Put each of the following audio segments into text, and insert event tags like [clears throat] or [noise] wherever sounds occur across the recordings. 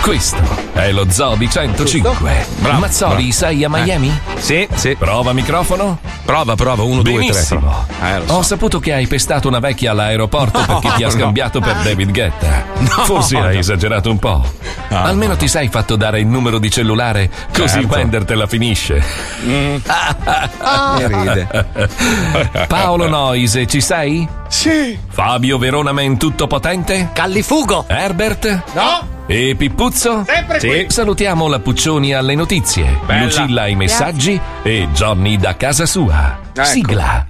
Questo è lo Zobi 105. Bravo, Mazzoli, bravo. sei a Miami? Sì, sì. Prova microfono? Prova, prova, uno, Benissimo. due, tre. prova. Eh, lo so. Ho saputo che hai pestato una vecchia [laughs] all'aeroporto No, perché ti ha no. scambiato per David [laughs] Guetta. Forse hai esagerato un po'. Almeno ti sei fatto dare il numero di cellulare, così il Ah, Certo. vendor te la finisce. Mm. [laughs] Mi ride. Paolo Noise, ci sei? Sì. Fabio Veronamen tutto potente? Callifugo. Herbert? No? E Pippuzzo? Sempre Sì. qui. Salutiamo la Puccioni alle notizie, Bella. Lucilla ai messaggi e Johnny da casa sua. Ecco. Sigla.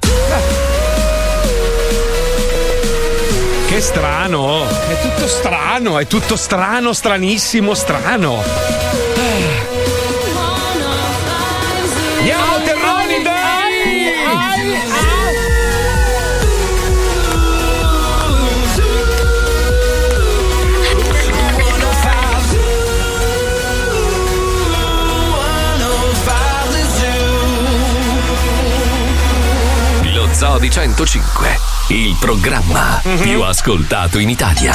Che strano. È tutto strano, è tutto strano, stranissimo, strano. Andiamo, Terroni, dai! Lo Zoo di 105, il programma Mhm. più ascoltato in Italia.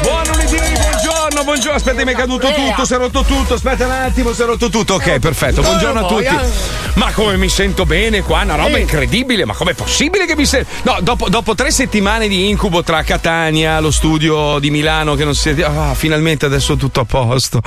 Buon lunedì, buongiorno, buongiorno. Aspetta, mi è caduto tutto, si è rotto tutto. Aspetta un attimo, si è rotto tutto. Ok, perfetto. Buongiorno a tutti. Ma come mi sento bene qua? Una roba incredibile. Ma com'è possibile che mi sento. No, dopo, dopo tre settimane di incubo tra Catania, lo studio di Milano, che non si sente. Ah, finalmente adesso tutto a posto.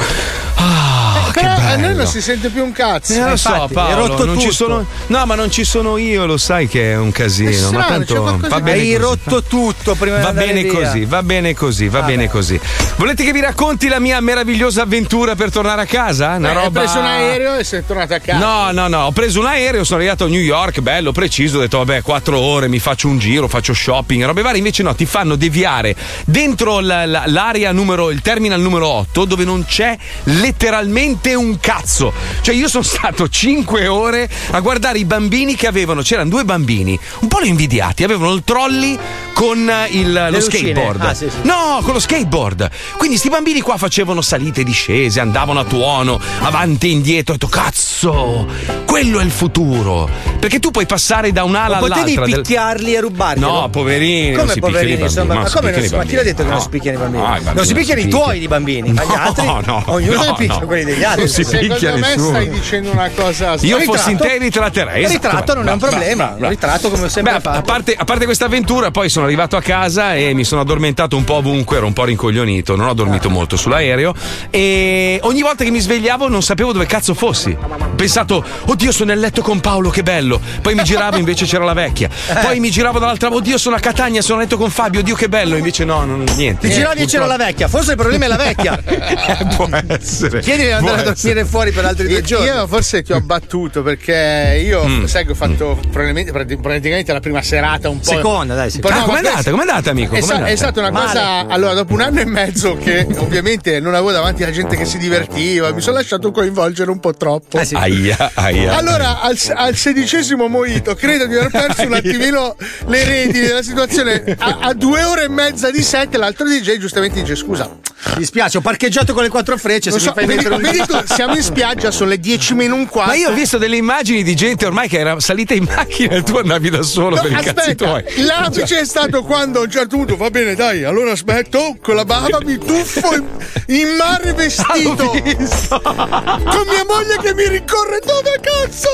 Ah, che Eh, Però a noi bello. non si sente più un cazzo. Eh, lo so, Paolo, non ci sono. No, ma non ci sono io, lo sai che è un casino. È strano, ma Eh, c'è tanto qualcosa va che- bene Hai così. rotto tutto prima di Va andare bene via. così, va bene così, va bene così. Volete che vi racconti la mia meravigliosa avventura per tornare a casa? Una Eh, roba. Hai preso un aereo e sei tornato a casa. No, no, no, ho preso un aereo, sono arrivato a New York, bello, preciso, ho detto vabbè, quattro ore, mi faccio un giro, faccio shopping, robe varie, invece no, ti fanno deviare dentro la- la- l'area numero, il terminal numero 8 dove non c'è letteralmente un cazzo. Cioè io sono stato cinque ore a guardare i bambini che avevano, c'erano due bambini, un po' lo invidiati, avevano il trolley con il, lo lucine. skateboard. Ah, sì, sì. No, con lo skateboard. Quindi sti bambini qua facevano salite e discese, andavano a tuono, avanti e indietro. Ho detto, cazzo, quello è il futuro. Perché tu puoi passare da un'ala Ma all'altra. potevi del- picchiarli e rubarli? No, poverini. non si picchiano Come i poverini? bambini, Insomma, non ma si come non picchiano si, i ma chi l'ha detto che non No. si picchiano i No, i bambini? bambini non si picchiano i picchiano. tuoi di bambini, ma gli No, altri? no. ognuno No, ne picchia no. quelli degli altri. Non si Secondo me picchia Secondo me nessuno. stai dicendo una cosa Io sbagliata. fossi in te ritratterei. Il esatto. ritratto non è un Bra- bra- problema, bra- un bra- ritratto come ho sempre Beh, a- A fatto. parte, a parte questa avventura, poi sono arrivato a casa e mi sono addormentato un po' ovunque, ero un po' rincoglionito, non ho dormito Ah. molto sull'aereo e ogni volta che mi svegliavo non sapevo dove cazzo fossi. Ho pensato, oddio, sono nel letto con Paolo, che bello. Poi mi giravo, invece c'era la vecchia. Eh. Poi mi giravo dall'altra, oddio, sono a Catania, sono a letto con Fabio, oddio, che bello. Invece no, non, niente. Eh, Ti giravi e c'era la vecchia, forse il problema è [laughs] la vecchia. vecchia. Può essere. Chiedi di andare a Può essere. dormire fuori per altri due Io, giorni. io forse ti ho battuto perché io, Mm. sai che ho fatto probabilmente, praticamente la prima serata un po'. Seconda, dai, un po' seconda. Ah, no, com'è ma- andata? Com'è andata, amico? È, Com'è sta- è andata? stata una Male. cosa. Allora, dopo un anno e mezzo che ovviamente non avevo davanti la gente che si divertiva, mi sono lasciato coinvolgere un po' troppo. Eh sì. Aia, aia. Allora, al, al sedicesimo Moito, credo di aver perso un attimino le redini della situazione. A, a due ore e mezza di sette, l'altro DJ giustamente dice: Scusa, Mi spiace, ho parcheggiato con le quattro frecce, non se so, mi fai vedi, mettere un vedi tu, siamo in spiaggia, sono le 10 meno un quarto. Ma io ho visto delle immagini di gente ormai che era salita in macchina e tu andavi da solo No, per i cazzi aspetta, tuoi. l'apice è stato quando a un certo punto va bene, dai, allora aspetto, con la bava mi tuffo in, in [laughs] mare vestito. Con mia moglie che mi ricorre, dove cazzo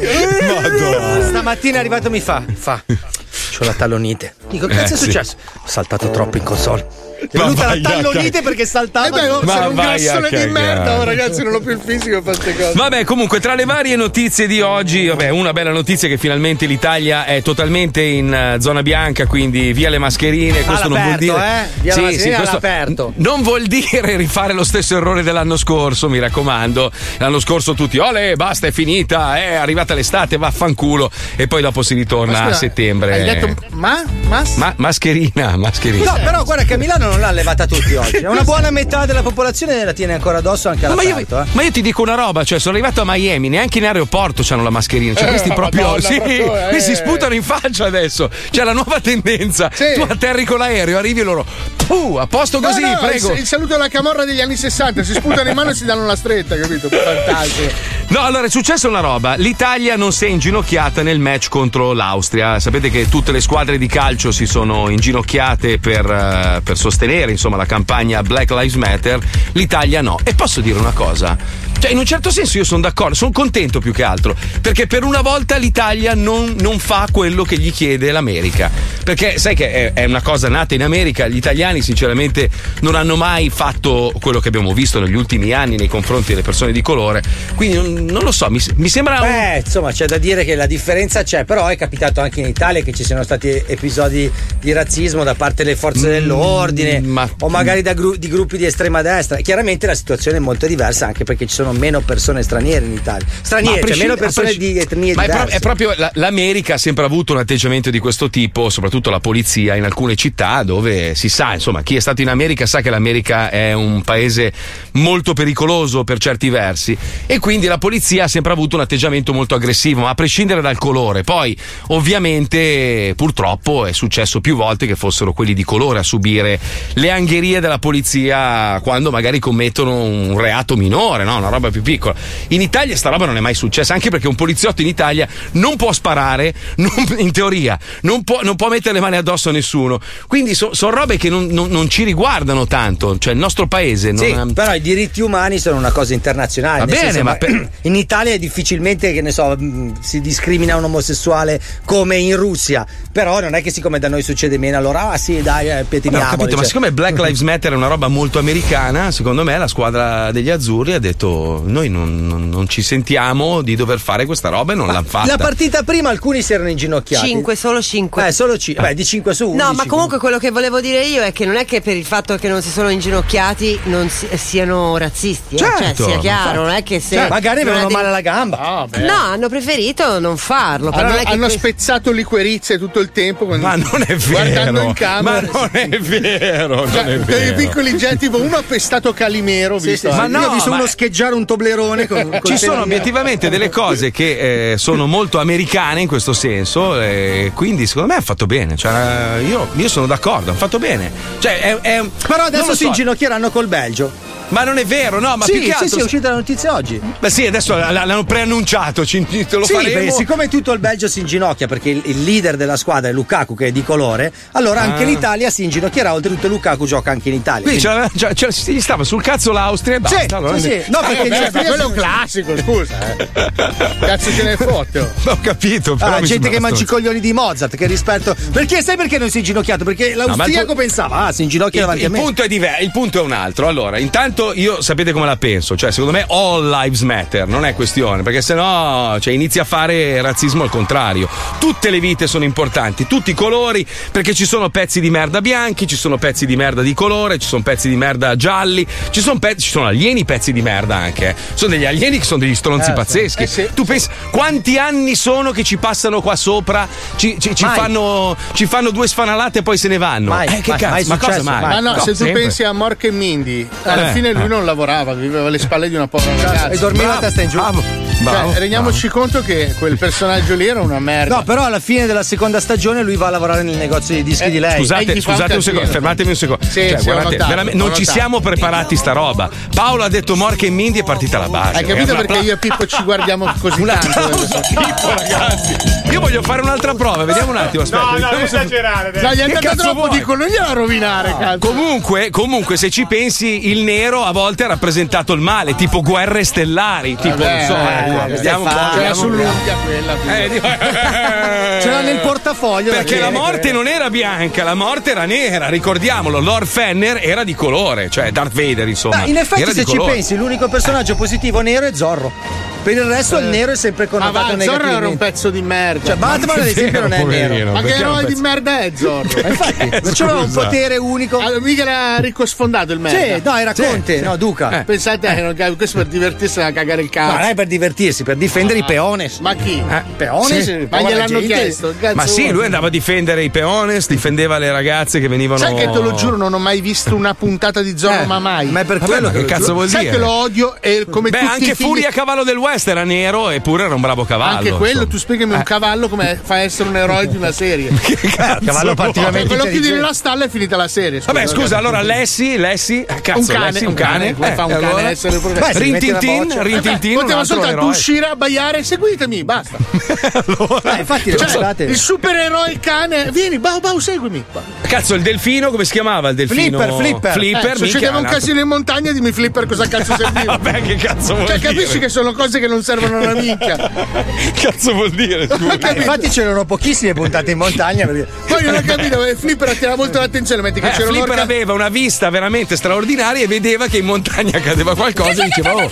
vai? Stamattina è arrivato mi fa, fa. C'ho la tallonite. Dico, che cazzo è sì. successo? Ho saltato troppo in console. È Ma venuta vai, la tallonite perché saltava. Eh beh, oh, Ma sono un vai a grassone di cagare. merda, oh, ragazzi, non ho più il fisico per queste cose. Cioè, Vabbè, comunque, tra le varie notizie di oggi, vabbè, una bella notizia è che finalmente l'Italia è totalmente in eh, zona bianca, quindi via le mascherine. Questo non vuol All'aperto, dire. eh? Via le mascherine all'aperto. Non vuol dire rifare lo stesso errore dell'anno scorso, mi raccomando. L'anno scorso tutti, ole, basta, è finita, eh, è arrivata l'estate, vaffanculo. E poi dopo si ritorna Ma scusa, Eh. a settembre. Hai detto, ma? Ma? Ma- mascherina, mascherina. No, però guarda che a Milano non l'ha levata tutti [laughs] oggi. È Una buona metà della popolazione la tiene ancora addosso anche alla Ma io, Prato, eh. ma io ti dico una roba, cioè sono arrivato a Miami, neanche in aeroporto hanno la mascherina, cioè Eh, questi proprio Madonna, sì, proprio, eh. qui si sputano in faccia adesso. C'è la nuova tendenza. Tu atterri con l'aereo, arrivi e loro "Puh, a posto No, così, no, prego". Il, il saluto alla camorra degli anni 60, si sputano in mano e si danno la stretta, capito? Fantastico. No, allora è successa una roba. L'Italia non si è inginocchiata nel match contro l'Austria. Sapete che tutte le squadre di calcio si sono inginocchiate per, eh, per sostenere insomma, la campagna Black Lives Matter. L'Italia no. E posso dire una cosa? Cioè, in un certo senso io sono d'accordo, sono contento più che altro, perché per una volta l'Italia non, non fa quello che gli chiede l'America. Perché sai che è, è una cosa nata in America, gli italiani sinceramente non hanno mai fatto quello che abbiamo visto negli ultimi anni nei confronti delle persone di colore, quindi non, non lo so, mi, mi sembra... un- Beh, insomma, c'è da dire che la differenza c'è, però è capitato anche in Italia che ci siano stati episodi di razzismo da parte delle Mm, forze dell'ordine o magari da gru- di gruppi di estrema destra. Chiaramente la situazione è molto diversa anche perché ci sono meno persone straniere in Italia. Ma a Straniere, cioè prescind- meno a persone prescind- di etnie Ma è, pro- diverse. è proprio la- l'America ha sempre avuto un atteggiamento di questo tipo, soprattutto la polizia in alcune città dove si sa, insomma, chi è stato in America sa che l'America è un paese molto pericoloso per certi versi e quindi la polizia ha sempre avuto un atteggiamento molto aggressivo, ma a prescindere dal colore. Poi, ovviamente, purtroppo è successo più volte che fossero quelli di colore a subire le angherie della polizia quando magari commettono un reato minore, no? una roba più piccola. In Italia sta roba non è mai successa, anche perché un poliziotto in Italia non può sparare, [laughs] non- in teoria, non può, non può mettere le mani addosso a nessuno. Quindi sono robe che non, non- non ci riguardano tanto, cioè il nostro paese non Sì, ha- però i diritti umani sono una cosa internazionale. Va nel bene, senso, ma per- [clears throat] in Italia è difficilmente che ne so, mh, si discrimina un omosessuale come in Russia. Però non è che siccome da noi succede meno, allora ah sì, dai, eh, Vabbè, pietiniamo. ho capito, ma siccome [laughs] Black Lives Matter è una roba molto americana, secondo me la squadra degli azzurri ha detto: Noi non, non- non ci sentiamo di dover fare questa roba e non l'hanno fatta. La partita prima alcuni si erano inginocchiati. Cinque, solo 5. Eh, solo 5. Beh, di 5 su 11. No, ma comunque quello che volevo dire io è che non è che per il fatto che non si sono inginocchiati non si- siano razzisti, eh. Certo, cioè sia ma infatti. chiaro, non è che se Cioè, Certo, magari non avevano ha dei- male alla gamba. Ah, beh. No, hanno preferito non farlo, però Allora, non è che hanno questo- spezzato liquirizie tutto il tempo. quando- Ma non è vero. Guardando in camera. Ma non è vero. Non Cioè, è dei vero. piccoli jet, tipo uno appestato Calimero. Sì, visto, sì, sì. eh. Ma no, ma- scheggiare un toblerone con, col Ci sono pennello. obiettivamente delle cose che eh, sono molto americane in questo senso, eh, quindi secondo me hanno fatto bene. Cioè, eh, io, io sono d'accordo, hanno fatto bene. Cioè, è- è- Però non adesso lo si so. inginocchieranno col Belgio. Ma non è vero, no, ma sì, più che altro. Sì, sì, è uscita la notizia oggi. Beh, sì, adesso l- l'hanno preannunciato, ci, te lo sì, faremo. perché siccome tutto il Belgio si inginocchia perché il, il leader della squadra è Lukaku che è di colore, allora anche Ah. certo, l'Italia si inginocchierà, oltretutto Lukaku gioca anche in Italia. Quindi c'era- c'era- c'era- gli stava sul cazzo l'Austria e basta. Sì, allora- sì, sì. No, Eh, perché vabbè, gli- ma quello è un classico, scusa. Eh. Cazzo te ne fotte. [laughs] Ho capito, però Ah, mi gente sembra che mangi i abbastanza- coglioni di Mozart, che rispetto. Perché sai perché non si è inginocchiato? Perché l'austriaco tu- pensava, ah, si inginocchia il, davanti a il me. punto è diver- il punto è un altro. Allora, intanto io sapete come la penso, cioè secondo me all lives matter, non è questione, perché sennò cioè, inizia a fare razzismo al contrario. Tutte le vite sono importanti, tutti i colori, perché ci sono pezzi di merda bianchi, ci sono pezzi di merda di colore, ci sono pezzi di merda gialli, ci sono, pe- ci sono alieni pezzi di merda anche. eh. Sono degli alieni che sono degli stronzi Eh, sì. pazzeschi. Tu pensi quanti anni sono che ci passano qua sopra, ci, ci- ci Mai. fanno, ci fanno due sfanalate e poi se ne vanno. eh, che cazzo, ma cosa mai? Ma no, se tu sempre. pensi a Mork e Mindy, alla Eh, fine lui eh. non lavorava, viveva alle spalle di una povera ragazza. Cioè, e dormiva a testa in giù. Bravo, bravo, Cioè, rendiamoci conto che quel personaggio lì era una merda. No, però alla fine della seconda stagione lui va a lavorare nel negozio di dischi di lei. Eh, Scusate, scusate un secondo, fermatemi un secondo. Sì, Cioè, sì, ho guardate, notato, veramente- ho non ci notato. siamo preparati sta roba. Paolo ha detto Morca e Mindy è partita la base. Hai capito È una perché io e Pippo ci guardiamo [laughs] così tanto? Pippo, Oh, ragazzi. Io voglio fare un'altra prova, vediamo un attimo. Aspetta, No, no, vediamo non se- esagerare, dai. No, gli è Che andata cazzo troppo, vuoi? dico, non gliela rovinare, cazzo. Comunque, comunque, se ci pensi, il nero a volte ha rappresentato il male, tipo guerre stellari. Tipo, Vabbè, non so, eh, ecco, eh, vediamo un po'. Stefano, vediamo c'era un po'. sull'unghia quella. Eh, dico- Ecco, Ce l'ha nel portafoglio. Perché la tiene, morte non era bianca, la morte era nera, ricordiamolo, Lord Fenner era di colore, cioè Darth Vader, insomma. Ma in effetti, era di se ci colore. pensi, l'unico personaggio positivo nero è Zorro. Per il resto il nero è sempre Ma connotato Ah, va, Zorro era un negativamente. pezzo di merda. Cioè, Batman ad esempio non è nero. Ma che eroe di merda è Zorro? Ma infatti, Eh, non c'era un potere unico. Allora, mica era ricco sfondato il merda. Sì, no, era Conte, no, Duca. Eh. Pensate, eh, non capisco, questo per divertirsi a cagare il Ma Ah. cazzo. Ah. non è per divertirsi, per difendere i peones. Eh, Ma chi? peones? Sì, ma eh, Povera gliel'hanno gente. chiesto. cazzo Ma sì, vuoi? lui andava a difendere i peones, difendeva le ragazze che venivano. Sai che te lo giuro, non ho mai visto una puntata di Zorro, Eh, ma mai. Ma è per Vabbè, quello ma che che cazzo vuol Sai dire? che lo odio e come Beh, tutti i anche figli- Furia Cavallo del West era nero, eppure era un bravo cavallo. Anche quello, insomma. tu spiegami un cavallo come fa a essere un eroe di una serie. [laughs] cavallo Cioè, particolarmente quello chiudi intelligente. nella stalla è finita la serie. scusa, Vabbè, scusa, ragazzi. allora Lessi, Lessi, eh, cazzo, un cane, Lessi, un cane, come eh, fa un cane allora? a essere pure- Beh, si mette la Rintintin, voce. Rintintin, un Eh, Poteva altro soltanto eroe. uscire, abbaiare, seguitemi, basta. Eh, infatti, Cioè, ricordate. il supereroe cane, vieni, bau bau, seguimi. Cazzo, il delfino, come si chiamava il delfino? Flipper, Flipper. Flipper, Eh, succedeva un minchia, casino in montagna, dimmi Flipper cosa cazzo [laughs] Eh, serviva. vabbè, che cazzo vuol Cioè, dire? capisci che sono cose che non servono a una [laughs] minchia. [laughs] Che cazzo vuol dire? scusa? Eh, infatti c'erano pochissime puntate in montagna. perché- Poi non ho capito, eh, Flipper attira molto l'attenzione, metti che Eh, c'era Flipper un'orca. aveva una vista veramente straordinaria e vedeva che in montagna cadeva qualcosa e diceva, oh,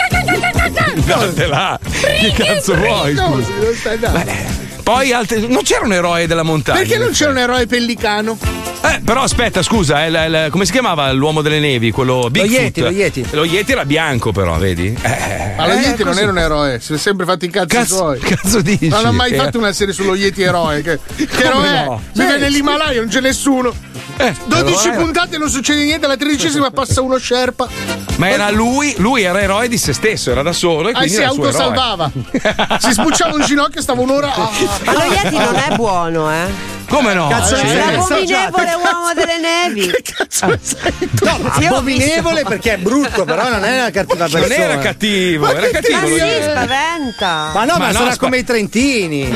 datela, che cazzo vuoi? No, scusa? sì, non stai dando. Poi altri- non c'era un eroe della montagna. Perché non c'è un eroe pellicano? Eh, però aspetta, scusa, eh, la- la- come si chiamava l'uomo delle nevi? Quello Bigfoot? Yeti, lo Yeti. Lo Yeti era bianco, però, vedi? Eh, Ma lo Yeti non così. era un eroe, si è sempre fatto i cazzi Cazzo, suoi. cazzo dici? Non ho mai Eh, fatto una serie sullo Yeti eroe. Che, che Come eroe no? Cioè, è? Vive nell'Himalaya, non c'è nessuno. eh, 12 allora era- puntate non succede niente, alla tredicesima passa uno Sherpa. Ma era lui, lui era eroe di se stesso, era da solo e Ah, quindi si era il suo eroe. autosalvava. si spucciava un ginocchio, stava un'ora. ah, Ma lo Yeti non è buono, eh. Come no? Cazzo, Eh, sì. È l'abominevole Esagerato. uomo delle nevi. che cazzo ne sai tu? Sì, ho Abominevole perché è brutto, però non è una cattiva persona. non era cattivo, era cattivo. Ma lo si Yeti. spaventa. Ma no, ma, Ma no, sarà spa- come [laughs] i trentini.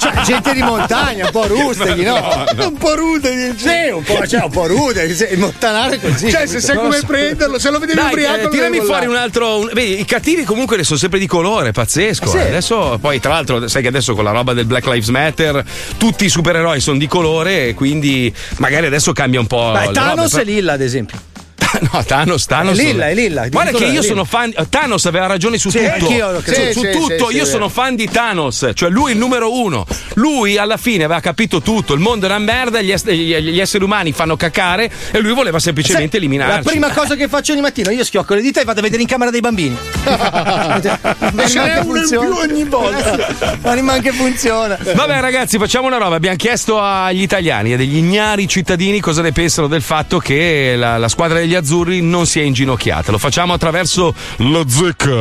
cioè, gente di montagna, un po' rusteghi, no? Un po' rude, Eh, sì, un po', cioè, un po' rude, sì, il montanaro è così. Cioè, se sai capito? come prenderlo, se lo vedevi Dai, ubriaco, eh, lo tirami devi fuori mollare. un altro. un- vedi, i cattivi comunque ne sono sempre di colore, pazzesco. Ah, Eh sì. eh. Adesso, poi, tra l'altro, sai che adesso con la roba del Black Lives Matter, tutti i supereroi sono di colore, e quindi magari adesso cambia un po'. Beh, le Thanos robe, è Lilla, ad esempio. però- [laughs] No, Thanos, Thanos. È lilla, è lilla, di Guarda che colore, io è sono fan. Thanos aveva ragione su tutto. anch'io lo credo. Su- su Sì, sì, tutto, sì, io sì, sono fan di Thanos, cioè lui è il numero uno. Lui alla fine aveva capito tutto, il mondo è una merda, gli, es- gli- gli esseri umani fanno cacare e lui voleva semplicemente Sai, La eliminarci. prima cosa che faccio ogni mattina, io schiocco le dita e vado a vedere in camera [laughs] dei bambini. [laughs] Ma ce n'è [laughs] uno in più ogni volta. Ma rimane che funziona. Vabbè ragazzi, facciamo una roba. Abbiamo chiesto agli italiani, a degli ignari cittadini, cosa ne pensano del fatto che la, la squadra degli azzurri non si è inginocchiata. Lo facciamo attraverso la zecca.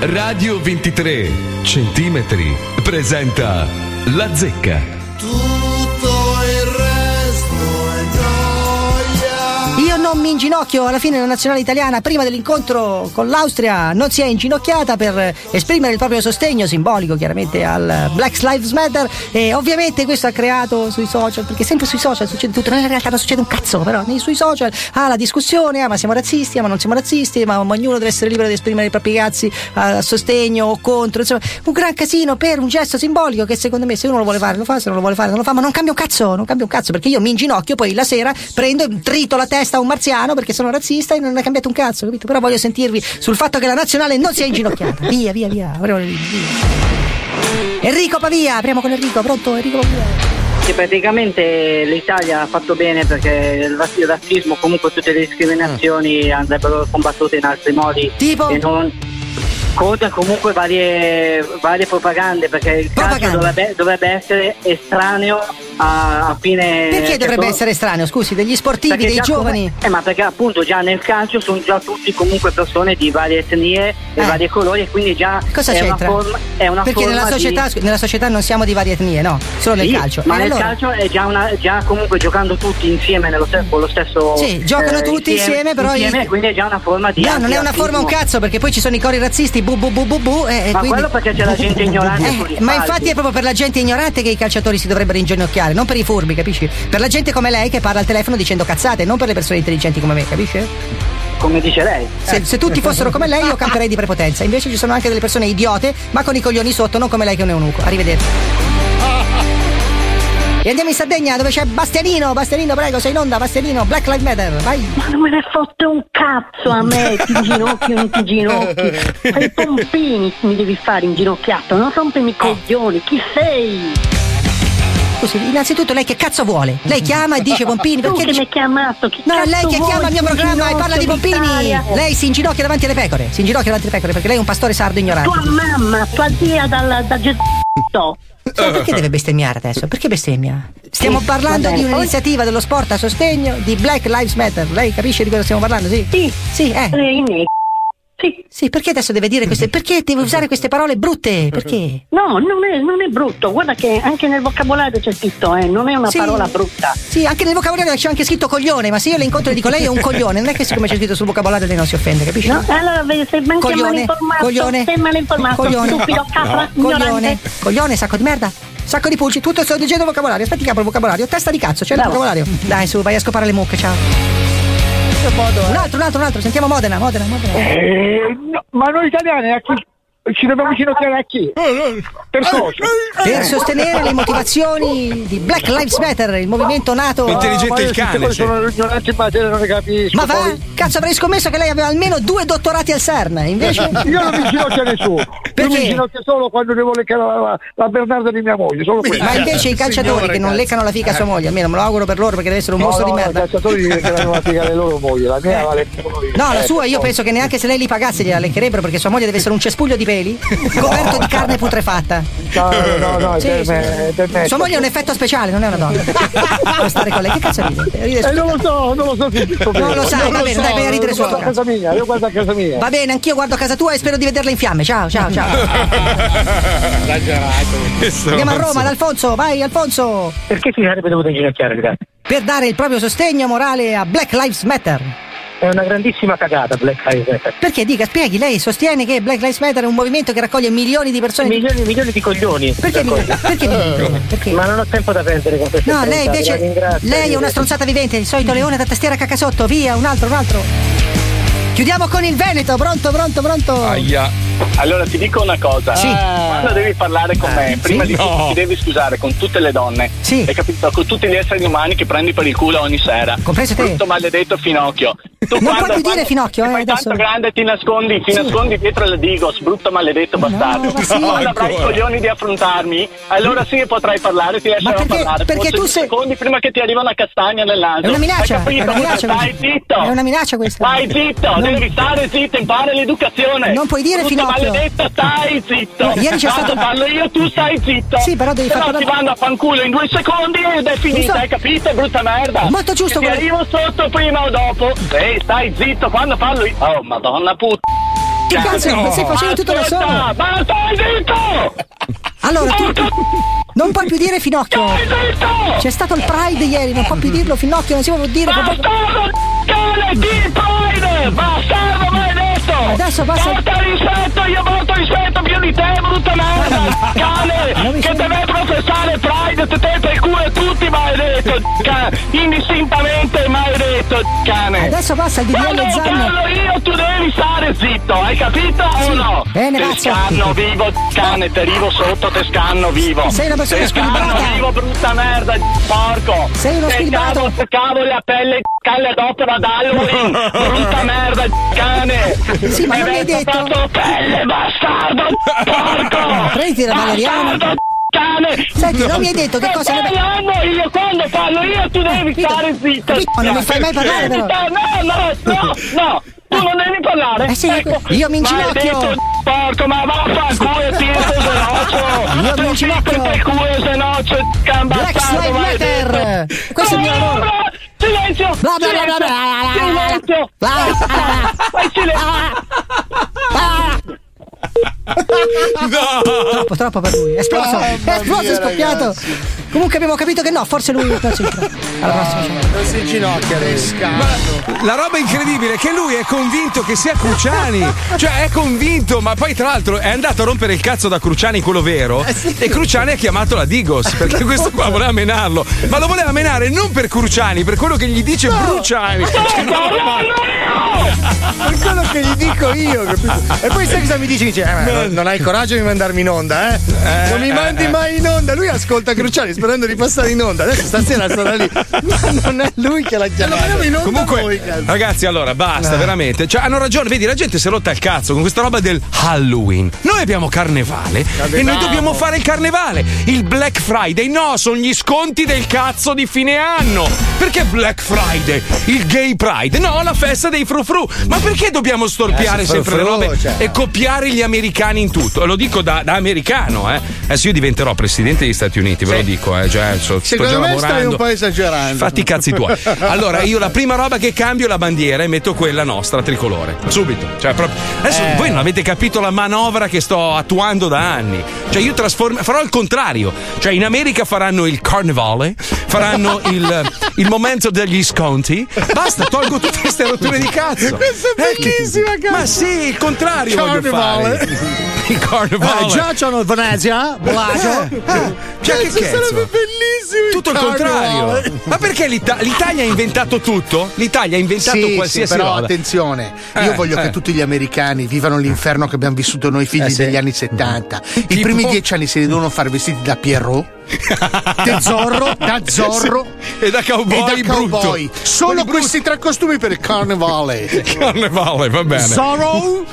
Radio 23 centimetri presenta la zecca. Io non mi inginocchio alla fine la nazionale italiana prima dell'incontro con l'Austria non si è inginocchiata per esprimere il proprio sostegno simbolico chiaramente al Black Lives Matter e ovviamente questo ha creato sui social perché sempre sui social succede tutto nella realtà non succede un cazzo però nei sui social ah la discussione ah ma siamo razzisti ah ma non siamo razzisti ma ognuno deve essere libero di esprimere i propri cazzi a sostegno o contro insomma un gran casino per un gesto simbolico che secondo me se uno lo vuole fare lo fa se non lo vuole fare non lo fa ma non cambia un cazzo non cambia un cazzo perché io mi inginocchio poi la sera prendo e trito la testa a un marziano perché sono razzista e non è cambiato un cazzo capito però voglio sentirvi sul fatto che la nazionale non si è inginocchiata [laughs] via via via onorevoli, via Enrico Pavia apriamo con Enrico pronto Enrico Pavia che praticamente l'Italia ha fatto bene perché il ras- il razzismo, comunque tutte le discriminazioni andrebbero combattute in altri modi Mm. Tipo? e non contro comunque varie, varie propagande perché il Propaganda. calcio dovrebbe, dovrebbe essere estraneo a, a fine perché cioè, dovrebbe so- essere strano scusi degli sportivi perché dei già giovani come- eh, ma perché appunto già nel calcio sono già tutti comunque persone di varie etnie e Eh. vari colori e quindi già Cosa è, una c'entra? forma, è una Perché forma nella di- società, nella società non siamo di varie etnie, no? Solo nel Sì, calcio. Ma E nel allora? calcio è già, una, già comunque giocando tutti insieme nello stesso, con lo stesso. eh, Sì, giocano tutti insieme, però Insieme, i- quindi è già una forma di. No, non è una antirazzismo. forma un cazzo, perché poi ci sono i cori razzisti, bu bu bu bu bu. E, e Ma quindi... quello perché c'è la gente ignorante Eh, sugli ma spalti. infatti è proprio per la gente ignorante che i calciatori si dovrebbero inginocchiare, non per i furbi, capisci? Per la gente come lei che parla al telefono dicendo cazzate, non per le persone intelligenti come me, capisci? Come dice lei. Eh. Se, se tutti fossero [laughs] come lei io camperei di prepotenza, invece ci sono anche [laughs] delle persone idiote, ma con i coglioni sotto, non come lei che è un eunuco. Arrivederci. E andiamo in Sardegna dove c'è Bastianino. Bastianino, prego, sei in onda. Bastianino, Black Lives Matter. Vai. Ma non me ne fotte un cazzo a me, ti ginocchio, non ti [laughs] ginocchi. Ai pompini mi devi fare inginocchiato, non rompimi i coglioni, chi sei? Scusi, innanzitutto lei che cazzo vuole? Lei chiama e dice Pompini Tu perché che dice... mi hai chiamato? Chi No, cazzo lei che vuoi? chiama il mio Ti programma e parla di ginocchio Pompini. d'Italia. Lei si inginocchia davanti alle pecore. Si inginocchia davanti alle pecore perché lei è un pastore sardo ignorante. Tua mamma, tua zia dalla, da Gesù. Eh. Scusa, perché deve bestemmiare adesso? Perché bestemmia? Stiamo Sì, parlando va di bene. un'iniziativa dello sport a sostegno di Black Lives Matter. Lei capisce di cosa stiamo parlando, sì? Sì. Sì, eh. Sei ne- Sì. Sì, perché adesso deve dire queste. Perché deve usare queste parole brutte? Perché? No, non è, non è brutto, guarda che anche nel vocabolario c'è scritto, eh, non è una Sì. parola brutta. Sì, anche nel vocabolario c'è anche scritto coglione, ma se io le incontro e dico lei è un coglione, non è che siccome c'è scritto sul vocabolario lei non si offende, capisci? No, eh, allora vedi, sei anche Coglione, malinformato, coglione, sei malinformato, coglione, stupido, capra, coglione, ignorante. coglione, sacco di merda, sacco di pulci, tutto sto dicendo vocabolario, aspetti che apro il vocabolario, testa di cazzo, c'è il Bravo. vocabolario. Dai su, vai a scopare le mucche, ciao. Un altro, un altro, un altro, sentiamo Modena, Modena, Modena. Eh, ma noi italiani a chi ci dobbiamo ginocchiare a chi? Per cosa? Eh, Per sostenere le motivazioni di Black Lives Matter, il movimento nato... Eh, Intelligente il cane, cioè. sì. sono ignorante in materia, non ne capisco. Ma va, poi- cazzo avrei scommesso che lei aveva almeno due dottorati al CERN, invece... [laughs] Io non mi ginocchio a nessuno. Io Perché? mi ginocchio solo quando devo leccare la, la, la Bernarda di mia moglie, solo quello. Ma invece i calciatori che non leccano la fica a sua moglie, almeno me lo auguro per loro perché deve essere un No, mostro no, di no, merda. I calciatori leccheranno la figa alle loro mogli, la mia la lecco io. No, la Eh, sua io penso che neanche se lei li pagasse gliela leccherebbero perché sua moglie deve essere un cespuglio [laughs] di peli coperto di carne putrefatta. No, no, no, è Sì, per sì. me, è per me. Sua moglie è un effetto speciale, non è [laughs] una donna. Può stare con lei. Che cazzo ride? Ride Eh, su- non lo so, non lo so [laughs] se esiste o Non meno. lo sai, va bene, dai, vai a ridere Io su. guardo a casa mia, io guardo a casa mia. Va bene, anch'io guardo a casa tua e spero di vederla in fiamme. Ciao, ciao, [laughs] [laughs] ciao. Andiamo a Roma, ad Alfonso, vai Alfonso! Perché si sarebbe dovuto inginocchiare, ragazzi? Per dare il proprio sostegno morale a Black Lives Matter. È una grandissima cagata Black Lives Matter. Perché dica, spieghi, lei sostiene che Black Lives Matter è un movimento che raccoglie milioni di Eh. persone. Milioni e milioni di coglioni. Perché milioni? Perché milioni? Perché? Ma non ho tempo da perdere con queste No, lei stronzate, la invece. ringrazio. Lei è una stronzata vivente, di solito leone da tastiera cacasotto, via, un altro, un altro. Chiudiamo con il Veneto, pronto, pronto, pronto. Aia. Allora ti dico una cosa, Sì. Eh, quando devi parlare con me, prima di tutto No. ti devi scusare con tutte le donne, Sì. hai capito? Con tutti gli esseri umani che prendi per il culo ogni sera. Compreso te. Brutto maledetto finocchio. Tu Non puoi più dire Finocchio, ti eh, fai adesso. tanto grande ti nascondi, ti Sì. nascondi dietro la Digos, brutto maledetto bastardo. ma sì. Quando avrai i Ancora. coglioni di affrontarmi, allora sì che potrai parlare, ti lascerò perché- parlare. perché forse tu due sei- secondi prima che ti arriva una castagna nel naso. È una minaccia, Hai capito? è una minaccia Stai questa. zitto. È una minaccia questa. Stai zitto, Non- devi stare zitto, impara l'educazione. Non puoi dire Brutto Finocchio. maledetto, stai zitto. No, ieri c'è Quando stato- parlo io, tu stai zitto. Sì, però devi Se far no ti parlare- vanno a fanculo in due secondi ed è finita, Giusto. hai capito? È brutta merda. È molto giusto Ti quello- arrivo sotto prima o dopo. Ehi, stai zitto, quando parlo io. Oh, madonna puttana. Che cazzo, ma stai facendo tutto da Ascolta, solo? Ma stai zitto! Allora, tu non puoi più dire finocchio. Stai zitto! C'è stato il Pride ieri, non puoi più dirlo, finocchio, non si può più dire. Bastardo cane di Pride! Bastardo maledetto! Adesso basta- Porta rispetto, io voto rispetto più di te, brutta [laughs] merda! Non Cane! mi Che sembra- deve professare Pride, te te per il culo a tutti, maledetto! ca- Indistintamente maledetto, cane! Adesso passa il Quando DDL Zanno. parlo io tu devi stare zitto, hai capito o no? Bene, te grazie. scanno vivo, cane, te arrivo sotto, te scanno vivo. Sei una persona Te squilibrata. scanno vivo, brutta merda, porco. Sei uno Te squilibrato. cavo- Cavo la pelle, cane d'opera ad Halloween, brutta merda, cane. Sì, ma Mi non l'hai avete detto. fatto pelle, bastardo, porco. Prendi la valeriana. Bastardo, cane. Senti, non mi hai detto che Sto cosa ne parlando eh, boh, io, quando parlo io tu devi capito. stare zitto. Capito, ma non mi fai mai parlare, Zitto, però. No, no, no, no, tu non devi parlare. Ecco, Eh sì, io mi inginocchio. Maledetto porco, ma vaffanculo e tiro [laughs] senoccio. Io mi inginocchio. Il culo senoccio, Black cambazzato, Lives Matter. Questo è il mio lavoro. Silenzio! Bla bla bla bla silenzio, Silenzio! bla bla bla bla. Fai silenzio! Troppo, troppo per lui. È esploso, è esploso, è scoppiato. Comunque abbiamo capito che no, forse lui non si inginocchia. Alla prossima. ciao. Non si inginocchia lui. La roba incredibile è che lui è convinto che sia Cruciani. Cioè, è convinto, ma poi, tra l'altro, è andato a rompere il cazzo da Cruciani, quello vero. E Cruciani ha chiamato la Digos [laughs] perché questo qua voleva menarlo. Ma lo voleva menare non per Cruciani, per quello che gli dice Cruciani. Cioè, no, Ah, Per quello che gli dico io, capito? E poi sai cosa mi dici? Dice, eh, ma non- non hai il coraggio di mandarmi in onda, eh? Eh, non mi mandi eh, mai in onda. Lui ascolta Cruciani sperando di passare in onda. Adesso stasera sarà lì. Ma non è lui che l'ha chiamato. Comunque, noi, cazzo. ragazzi, allora basta, Ah. veramente. Cioè, hanno ragione, vedi, la gente si è rotta il cazzo con questa roba del Halloween. Noi abbiamo carnevale e noi Avevamo. dobbiamo fare il carnevale. Il Black Friday, no, sono gli sconti del cazzo di fine anno. Perché Black Friday? Il Gay Pride? No, la festa dei frufru. Ma perché dobbiamo storpiare Eh, sì, sempre frufru, le robe cioè. e copiare gli americani in tutto? Lo dico da, da americano, eh. Adesso io diventerò presidente degli Stati Uniti, ve lo dico, eh. Cioè, so- sto già Secondo me stai lavorando. un po' esagerando. Fatti i cazzi tuoi. Allora, io la prima roba che cambio è la bandiera e metto quella nostra tricolore. Subito. Cioè, proprio- Adesso Eh. voi non avete capito la manovra che sto attuando da anni. Cioè, io trasform- farò il contrario. Cioè, in America faranno il carnevale, [laughs] faranno il, il momento degli sconti. Basta, tolgo tutte queste rotture di cazzo. Questa è bellissima, cazzo. Ma sì, il contrario voglio fare. Il carnevale. Eh, già c'è una Venezia, Blago. Eh, Cioè, che Cazzo, cazzo? sarebbe bellissimo tutto il contrario. Ma perché l'Ita- l'Italia ha inventato tutto? L'Italia ha inventato Sì, sì, qualsiasi però roba. attenzione, Eh, io voglio eh. che tutti gli americani vivano l'inferno che abbiamo vissuto noi figli Eh, sì. Mm. degli anni 70. I primi dieci anni si devono far vestiti da Pierrot, da Zorro, da Zorro [laughs] Sì. e da cowboy e da cowboy. brutto. Solo questi tre costumi per il carnevale. [laughs] Carnevale, va bene. Zorro?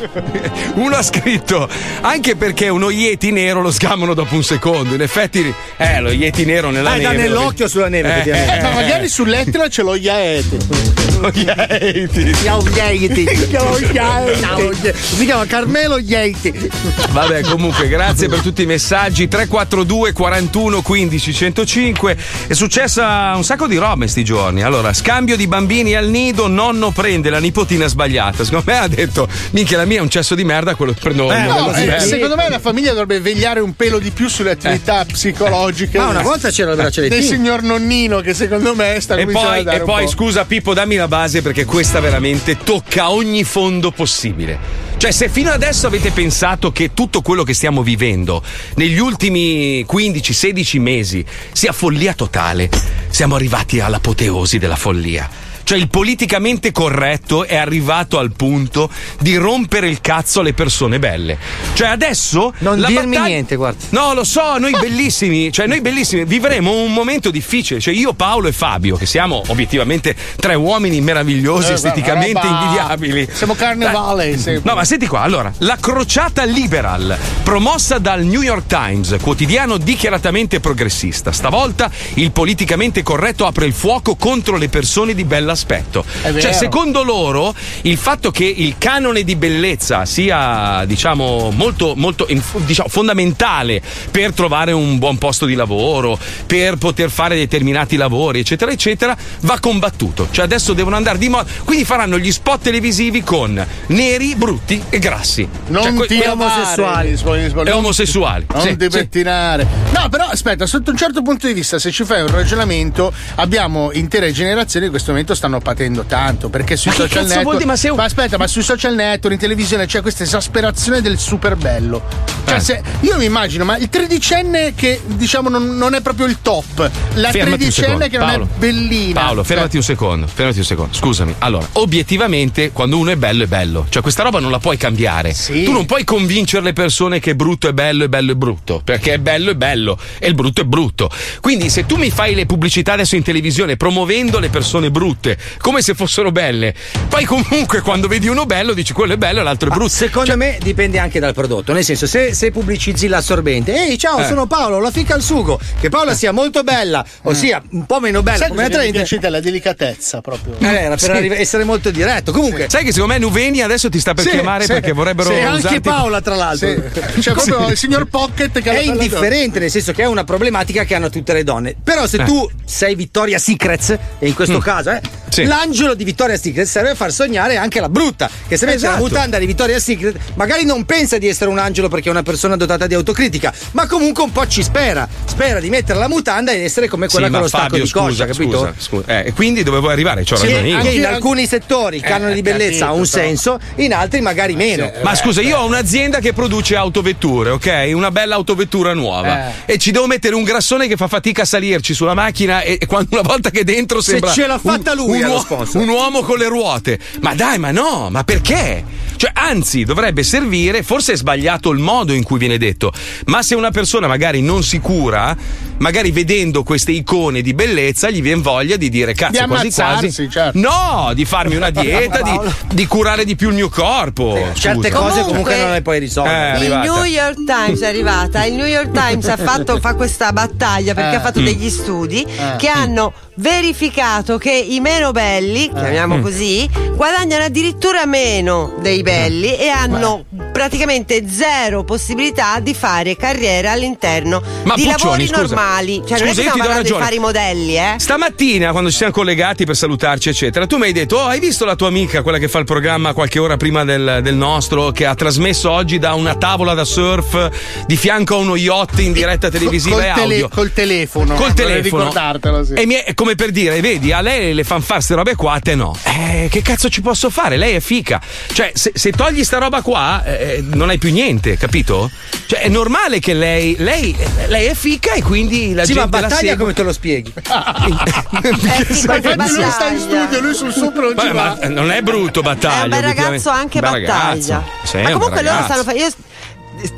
Uno ha scritto anche perché uno Yeti nero lo sgamano dopo un secondo. In effetti, eh, lo Yeti nero [laughs] nella Eh, dà neve. nell'occhio sulla Eh, eh, ma magari sull'Etna ce l'ho Iaete. Ciao [laughs] Yaiti. Ciao Yaiti. Si chiama Carmelo Yaiti. Vabbè, comunque, grazie per tutti i messaggi. 342 41 15 105. È successa un sacco di roba in sti giorni. Allora, scambio di bambini al nido, nonno prende la nipotina sbagliata. Secondo me ha detto, minchia, la mia è un cesso di merda, quello che prendo Eh, io". no, Così. eh, secondo me la famiglia dovrebbe vegliare un pelo di più sulle attività Eh. psicologiche. Ma una volta c'era il braccialettino. Del signor nonnino che secondo me sta E cominciando poi, a dare e un poi, po'. scusa Pippo, dammi la base perché questa veramente tocca ogni fondo possibile. Cioè, se fino adesso avete pensato che tutto quello che stiamo vivendo negli ultimi 15-16 mesi sia follia totale, siamo arrivati all'apoteosi della follia. Cioè il politicamente corretto è arrivato al punto di rompere il cazzo alle persone belle. Cioè adesso... Non dirmi niente, guarda. No, lo so, [laughs] noi bellissimi, cioè noi bellissimi vivremo un momento difficile. Cioè io, Paolo e Fabio, che siamo obiettivamente tre uomini meravigliosi, Eh, guarda, esteticamente roba- invidiabili. Siamo carnevale. se- No, ma senti qua, allora, la crociata liberal, promossa dal New York Times, quotidiano dichiaratamente progressista. Stavolta il politicamente corretto apre il fuoco contro le persone di bell'aspetto. È vero. Cioè, secondo loro, il fatto che il canone di bellezza sia, diciamo, molto, molto in- diciamo, fondamentale per trovare un buon posto di lavoro, per poter fare determinati lavori, eccetera, eccetera, va combattuto. Cioè, adesso devono andare di moda. Quindi faranno gli spot televisivi con neri, brutti e grassi. Non Cioè, que- ti que- amare, rispondi- rispondi- E omosessuali. Non sì, ti sì. pettinare. No, però aspetta, sotto un certo punto di vista, se ci fai un ragionamento, abbiamo intere generazioni che in questo momento stanno patendo tanto. Perché sui Ma che social cazzo network. vuol dire? Ma se- aspetta, ma sui social network, in televisione c'è questa esasperazione del super bello. Cioè, Eh. se- io mi immagino, ma il tredicenne che diciamo non, non è proprio il top, la Fermati un tredicenne secondo, che non Paolo. è bellina. Paolo, fermati un secondo, fermati un secondo. Scusami. Allora, obiettivamente, quando uno è bello, è bello. Cioè, questa roba non la puoi cambiare. Tu non puoi convincere le persone che brutto è bello, è bello, è brutto. Perché è bello, è bello. E il brutto è brutto. Quindi, se tu mi fai le pubblicità adesso in televisione promuovendo le persone brutte come se fossero belle, poi comunque quando vedi uno bello dici quello è bello e l'altro è brutto. Secondo Cioè me dipende anche dal prodotto. Nel senso, se, se pubblicizzi l'assorbente, ehi, ciao, Eh. sono Paolo, la fica al sugo. Che Paola sia molto bella, ossia un po' meno bella Mm. Sai come cosa la che mi è trend. piaciuta? la delicatezza proprio. Eh, era per Sì. arriva- essere molto diretto. Comunque, Sai che secondo me Nuveni adesso ti sta per Sì, chiamare sì. perché vorrebbero Sì, usarti anche Paola, tra l'altro. [laughs] Sì. Cioè, proprio il signor Pocket che è ha la- indifferente, nel senso che è una problematica che hanno tutte le donne. Però, se Eh. tu sei Vittoria Secrets, e in questo Mm. caso, eh, Sì. l'angelo di Vittoria Secret serve a far sognare anche la brutta. Che se mette la Esatto. mutanda di Vittoria Secret, magari non pensa di essere un angelo perché è una persona dotata di autocritica, ma comunque un po' ci spera. Spera di mettere la mutanda ed essere come quella Sì, con ma lo stacco Fabio, di coscia, scusa, capito? scusa, scusa. Eh, e quindi dove vuoi arrivare? C'ho Sì, ragione io. anche in alcuni settori il canone Eh, di bellezza ha un capito, però. senso, in altri magari meno. Ma scusa, io ho un'azienda che produce autovetture, ok? Una bella autovettura nuova. Eh. E ci devo mettere un grassone che fa fatica a salirci sulla macchina e, e quando una volta che è dentro Se sembra ce l'ha fatta un- lui. lui un è lo uo- sponsor. Un uomo con le ruote. Ma dai, ma no, ma perché? Cioè, anzi, dovrebbe servire, forse è sbagliato il modo in cui viene detto, ma se una persona magari non si cura, magari vedendo queste icone di bellezza, gli viene voglia di dire cazzo Di quasi quasi. ammazzarsi, certo. No, di farmi [laughs] una dieta, di, Paolo. di curare di più il mio corpo. certe Scusa. cose comunque non le puoi Eh, è il arrivata. New York Times è arrivata. Il New York Times ha fatto, fa questa battaglia perché Eh. ha fatto Mm. degli studi Eh. che hanno verificato che i meno Eh. belli, chiamiamo Mm. così, guadagnano addirittura meno dei Eh. belli e hanno praticamente zero possibilità di fare carriera all'interno Ma di Puccioni, lavori scusa. normali. Scusa, Cioè, non è che io ti stiamo do parlando di ragione. fare i modelli, eh? Stamattina, quando ci siamo collegati per salutarci, eccetera, tu mi hai detto: Oh, hai visto la tua amica, quella che fa il programma qualche ora prima del, del nostro, che ha trasmesso oggi da una tavola da surf di fianco a uno yacht in diretta televisiva col, e tele- audio? col telefono. Col Vorrei telefono. ricordartelo, sì. E mi è come per dire, vedi, a lei le fan fare ste robe qua, a te no. Eh, che cazzo ci posso fare? Lei è fica. Cioè, se, se togli sta roba qua, eh, non hai più niente, capito? Cioè, è normale che lei. Lei, lei è fica e quindi la Sì, ma gente. battaglia come te lo spieghi? Eh Infatti lui sta in studio, lui sul suo non ci Vabbè, va. ma non è brutto battaglia. È un bel obiettivamente. ragazzo anche Bel battaglia. ragazzo. Sì, Ma un comunque bel loro ragazzo. Ah. stanno facendo.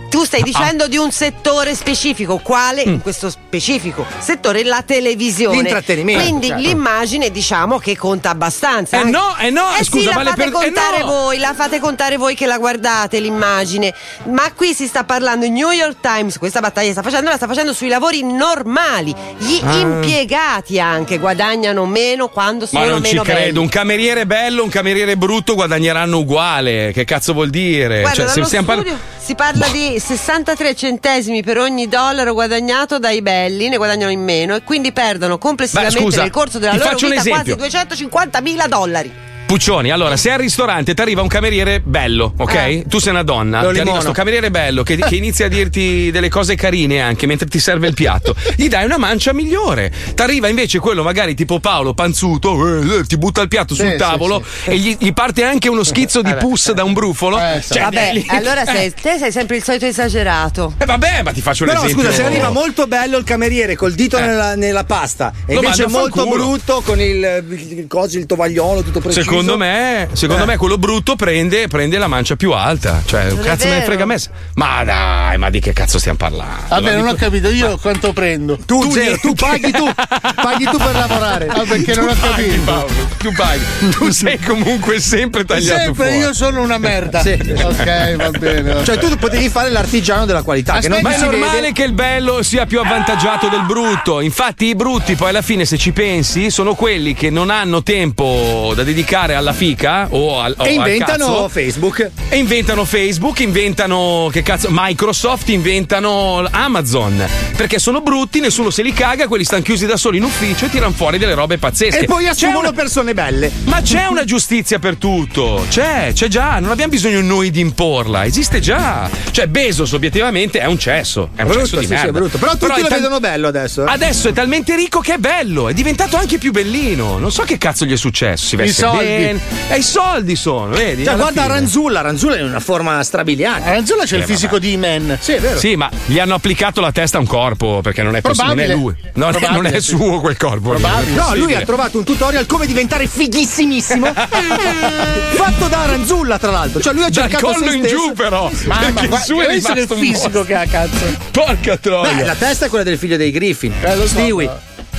Tu stai dicendo di un settore specifico, quale Mm. in questo specifico settore la televisione. L'intrattenimento, Quindi certo. l'immagine diciamo che conta abbastanza. Eh Anche- no, eh no, eh sì, scusa, la vale fate per- eh contare no. voi, la fate contare voi che la guardate l'immagine. Ma qui si sta parlando il New York Times, questa battaglia sta facendo, la sta facendo sui lavori normali. Gli Ah. impiegati anche guadagnano meno quando Ma sono non ci meno credo, belli. un cameriere bello, un cameriere brutto guadagneranno uguale. Che cazzo vuol dire? Guarda, Cioè, se dallo stiamo Boh. par- studio si parla di 63 centesimi per ogni dollaro guadagnato dai belli, ne guadagnano in meno e quindi perdono complessivamente Beh, scusa, nel corso della ti loro faccio un vita quasi esempio. 250 mila dollari. Puccioni, allora, se al ristorante ti arriva un cameriere bello, ok? Eh. Tu sei una donna, Ah. ti Lo arriva limono. questo cameriere bello che, che inizia a dirti delle cose carine anche mentre ti serve il piatto, gli dai una mancia migliore. Ti arriva invece quello, magari tipo Paolo, panzuto, eh, eh, ti butta il piatto sul sì, tavolo e gli, gli parte anche uno schizzo di pus da un brufolo. Cioè, Eh, certo. vabbè, lì- [laughs] allora eh, sei- te sei sempre il solito esagerato. eh, vabbè, ma ti faccio un Però esempio. Eh. scusa, se arriva molto bello il cameriere col dito nella, nella pasta e Lo invece mando a molto fanculo. brutto con il, il, coso, il tovagliolo tutto preciso. Secondo me, secondo Eh. me quello brutto prende, prende la mancia più alta. Cioè, è cazzo me ne vero. frega a me. se- Ma dai, ma di che cazzo stiamo parlando? Vabbè, Ma non ho dico- capito io quanto prendo. Tu, zero, tu paghi tu, paghi tu per lavorare. Ah, perché Tu non ho paghi, capito. Paolo, tu paghi. [laughs] Tu sei comunque sempre tagliato Sempre, fuori. io sono una merda. Sì. Ok, va bene. va Cioè, bene. tu potevi fare l'artigiano della qualità. che non ma è si normale vede. che il bello sia più avvantaggiato del brutto. Infatti, i brutti, poi alla fine, se ci pensi, sono quelli che non hanno tempo da dedicare alla fica o al, o E al inventano cazzo. Facebook. E inventano Facebook, inventano che cazzo, Microsoft, inventano Amazon. Perché sono brutti, nessuno se li caga, quelli stanno chiusi da soli in ufficio e tirano fuori delle robe pazzesche. E poi C'è assumono una- persone belle. Ma c'è una giustizia per tutto, c'è, c'è già, non abbiamo bisogno noi di imporla, esiste già. Cioè Bezos obiettivamente è un cesso, è un Brutto, cesso Cioè, di sì, merda. sì, è brutto. Però tutti è lo tal- vedono bello adesso. eh. Adesso è talmente ricco che è bello, è diventato anche più bellino. Non so che cazzo gli è successo, si I veste soldi. bene. E i soldi sono, vedi? Cioè, alla guarda fine. Ranzulla, Ranzulla è in una forma strabiliante. Ranzulla c'è il Eh, fisico di Iman. Sì, è vero. Sì, ma gli hanno applicato la testa a un corpo perché non è, poss- non è Probabile. lui. Non è, Probabile, non è sì. suo quel corpo. lì, non è No, lui possibile. ha trovato un tutorial come diventare fighissimissimo. [laughs] fatto da Ranzulla, tra l'altro. Cioè, lui ha Dal cercato collo se in stesso. giù, però. Mamma, Perché il guarda, suo è questo rimasto il un fisico che ha, cazzo. Porca troia. Beh, la testa è quella del figlio dei Griffin. Stewie.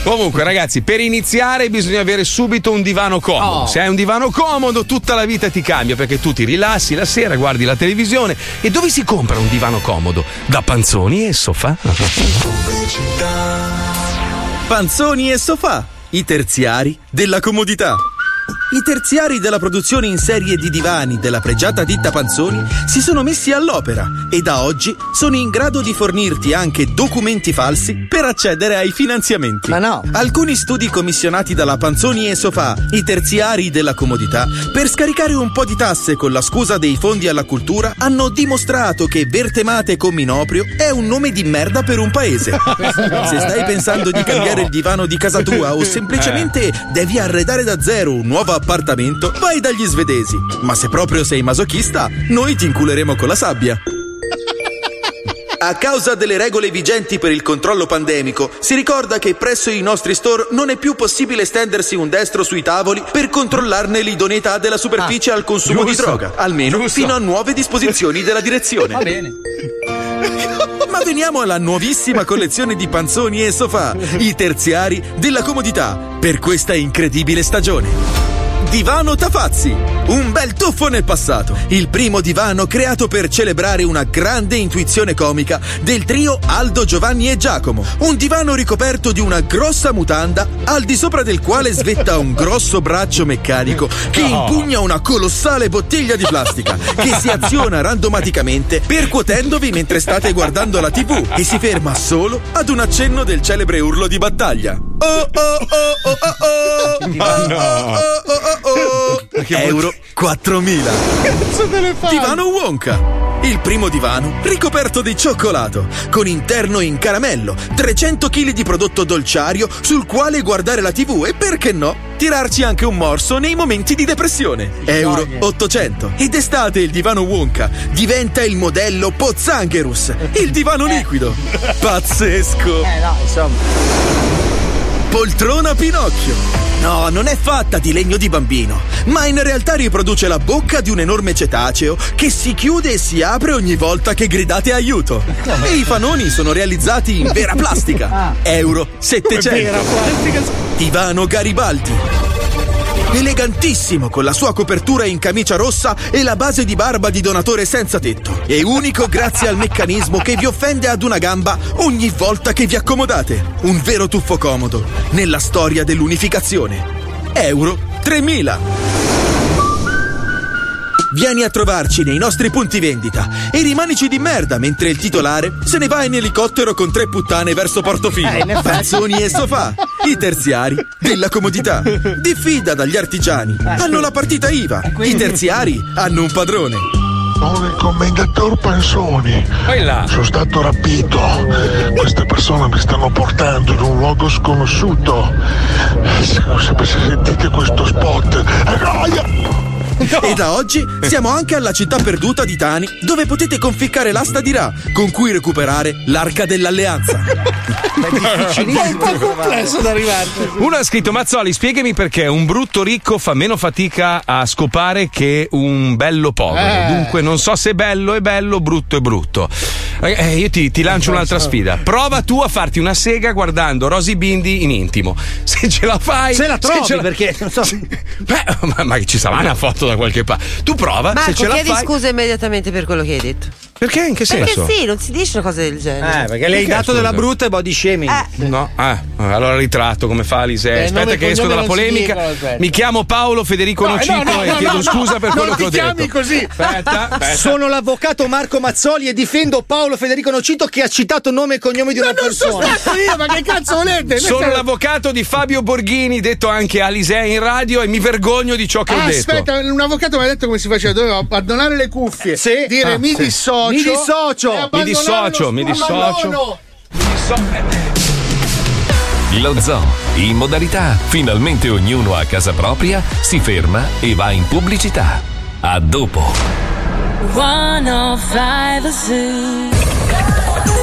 Comunque, ragazzi, per iniziare bisogna avere subito un divano comodo. Oh. Se hai un divano comodo, tutta la vita ti cambia perché tu ti rilassi la sera, guardi la televisione. E dove si compra un divano comodo? Da panzoni e sofà. Panzoni e sofà, i terziari della comodità. I terziari della produzione in serie di divani della pregiata ditta Panzoni si sono messi all'opera e da oggi sono in grado di fornirti anche documenti falsi per accedere ai finanziamenti. Ma no! Alcuni studi commissionati dalla Panzoni e Sofà, i terziari della comodità, per scaricare un po' di tasse con la scusa dei fondi alla cultura, hanno dimostrato che Vertemate Cominoprio è un nome di merda per un paese. Se stai pensando di cambiare il divano di casa tua o semplicemente devi arredare da zero un nuovo appartamento, vai dagli svedesi. Ma se proprio sei masochista, noi ti inculeremo con la sabbia. A causa delle regole vigenti per il controllo pandemico, si ricorda che presso i nostri store non è più possibile stendersi un destro sui tavoli per controllarne l'idoneità della superficie al consumo Ah, giusto, di droga, almeno fino a nuove disposizioni della direzione. Va bene. Ma veniamo alla nuovissima collezione di panzoni e sofà, i terziari della comodità, per questa incredibile stagione. Divano Tafazzi, un bel tuffo nel passato, il primo divano creato per celebrare una grande intuizione comica del trio Aldo, Giovanni e Giacomo, un divano ricoperto di una grossa mutanda al di sopra del quale svetta un grosso braccio meccanico che No. impugna una colossale bottiglia di plastica che si aziona randomaticamente percuotendovi mentre state guardando la tv e si ferma solo ad un accenno del celebre urlo di battaglia. Oh oh oh oh oh oh. Ma no. oh, Euro 4000. Divano Wonka. Il primo divano ricoperto di cioccolato, con interno in caramello, 300 kg di prodotto dolciario sul quale guardare la TV e perché no, tirarci anche un morso nei momenti di depressione. Euro 800. Ed estate il divano Wonka diventa il modello Pozzangherus, il divano liquido. Pazzesco. Eh no, insomma. Poltrona Pinocchio. No, non è fatta di legno di bambino, ma in realtà riproduce la bocca di un enorme cetaceo che si chiude e si apre ogni volta che [laughs] gridate aiuto. E i fanoni sono realizzati in vera plastica. Euro 700. Ah. vera Cioè, plastica? Divano Garibaldi. Elegantissimo con la sua copertura in camicia rossa e la base di barba di donatore senza tetto. E unico grazie al meccanismo che vi offende ad una gamba ogni volta che vi accomodate. Un vero tuffo comodo nella storia dell'unificazione. Euro 3000. Vieni a trovarci nei nostri punti vendita e rimanici di merda mentre il titolare se ne va in elicottero con tre puttane Eh, verso in Portofino. effetti. Panzoni e sofà, [laughs] i terziari della comodità. Diffida dagli artigiani, Eh, hanno la partita IVA. I terziari hanno un padrone. oh. Sono il commendator Panzoni. Sono stato rapito. Queste persone mi stanno portando in un luogo sconosciuto. Se se sentite questo spot. E da oggi siamo anche alla città perduta di Tani, dove potete conficcare l'asta di Ra, con cui recuperare l'arca dell'alleanza. [laughs] complesso da arrivarci. Uno ha scritto: Mazzoli, spiegami perché un brutto ricco fa meno fatica a scopare che un bello povero. Eh. Dunque, non so se bello è bello, brutto è brutto. Eh, eh, io ti, ti lancio un'altra sfida. Prova tu a farti una sega guardando Rosy Bindi in intimo. [laughs] Se ce la fai, Se la trovi, ce perché [laughs] non so. Beh, ma, ma ci sarà una foto da qualche parte. Tu prova, se Marco, ce la chiedi fai. scusa immediatamente per quello che hai detto. Perché? In che senso? Perché sì, non si dice una cosa del genere. Eh, perché lei ha dato della brutta e body shaming. No, ah, allora ritratto come fa Alise. Eh, aspetta nome e che esco cognome dalla non si polemica. dicono, aspetta. Mi chiamo Paolo Federico No, Nocico no, no, e no, chiedo no, scusa per no, quello non che ho ti detto. chiami così. [laughs] Aspetta, aspetta. Sono l'avvocato Marco Mazzoli e difendo Paolo Federico Nocito che ha citato nome e cognome di una persona. [laughs] Sono l'avvocato di Fabio Borghini, detto anche Alise in radio, e mi vergogno di ciò che ho detto. Eh, [laughs] Aspetta, un avvocato mi ha detto come si faceva, doveva abbandonare le cuffie, dire Ah, mi sì. dissocio, Mi dissocio, e mi abbandonare dissocio, lo mi spavalone. dissocio. Lo zoo, in modalità finalmente ognuno a casa propria, si ferma e va in pubblicità. A dopo. 105 Zoo.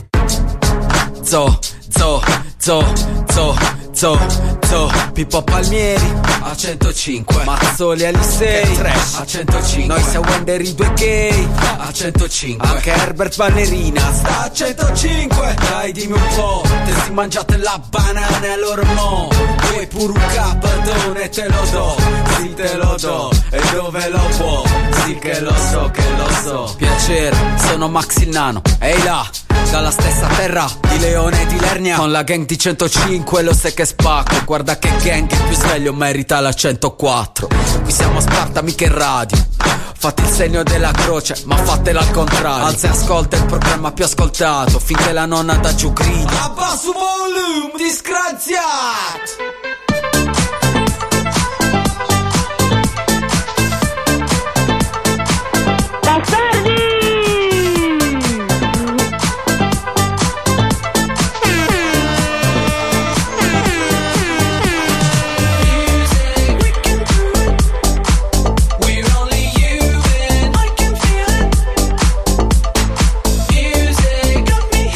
Zo, zo, zo, zo, zo, zo Pippo Palmieri a 105 Mazzoli Alisei a 105 Noi siamo Wender i due gay a 105 Anche Herbert Ballerina sta a 105 Dai dimmi un po' te si mangiate la banana e loro no Vuoi pure un capatone te lo do Sì te lo do e dove lo può Sì che lo so che lo so Oh, Piacere sono Max il Nano Ehi là dalla stessa terra di Leone e di Lernia Con la gang di 105 lo sai che spacco Guarda che gang il più sveglio merita la 104 Qui siamo a Sparta mica in radio Fate il segno della croce ma fatela al contrario Alza e ascolta il programma più ascoltato Finché la nonna da giù grida Abbasso volume, disgraziato! Bastardi! Music, got me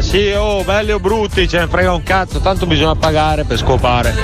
Sì, oh, belli o brutti, ce ne frega un cazzo, tanto bisogna pagare per scopare.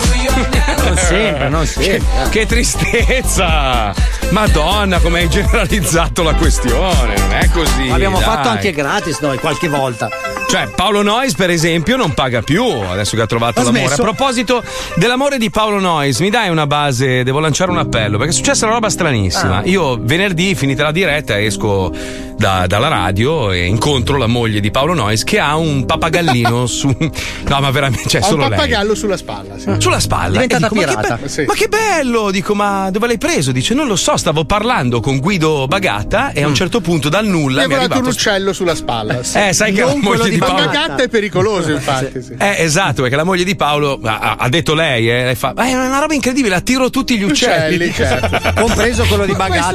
Non sembra, non sembra. Che, che tristezza! Madonna, come hai generalizzato la questione, non è così. L'abbiamo dai. fatto anche gratis noi qualche volta. Cioè, Paolo Noyes, per esempio, non paga più adesso che ha trovato Ha l'amore. smesso. A proposito dell'amore di Paolo Noyes, mi dai una base, devo lanciare un appello perché è successa una roba stranissima. Ah. Io venerdì, finita la diretta, esco da- dalla radio e incontro la moglie di Paolo Noyes che ha un [laughs] pappagallino su. No, ma veramente, cioè, Ho solo un lei. pappagallo sulla spalla. sì. Sulla spalla. Diventata E dico, ma che pirata. be- Sì. Ma che bello! Dico, ma dove l'hai preso? Dice, non lo so, stavo parlando con Guido Bagatta e a un certo punto dal nulla Mm. Mi è mi è volato un arrivato. uccello sulla spalla. sì. Eh, sai che la non moglie quello di di Paolo- Papagatta è pericoloso, infatti. sì. Eh, esatto, perché la moglie di Paolo ha- ha, ha detto lei, eh, lei fa, [laughs] "Ma è una roba incredibile, attiro tutti gli uccelli. [laughs] Uccelli, certo. Ma questo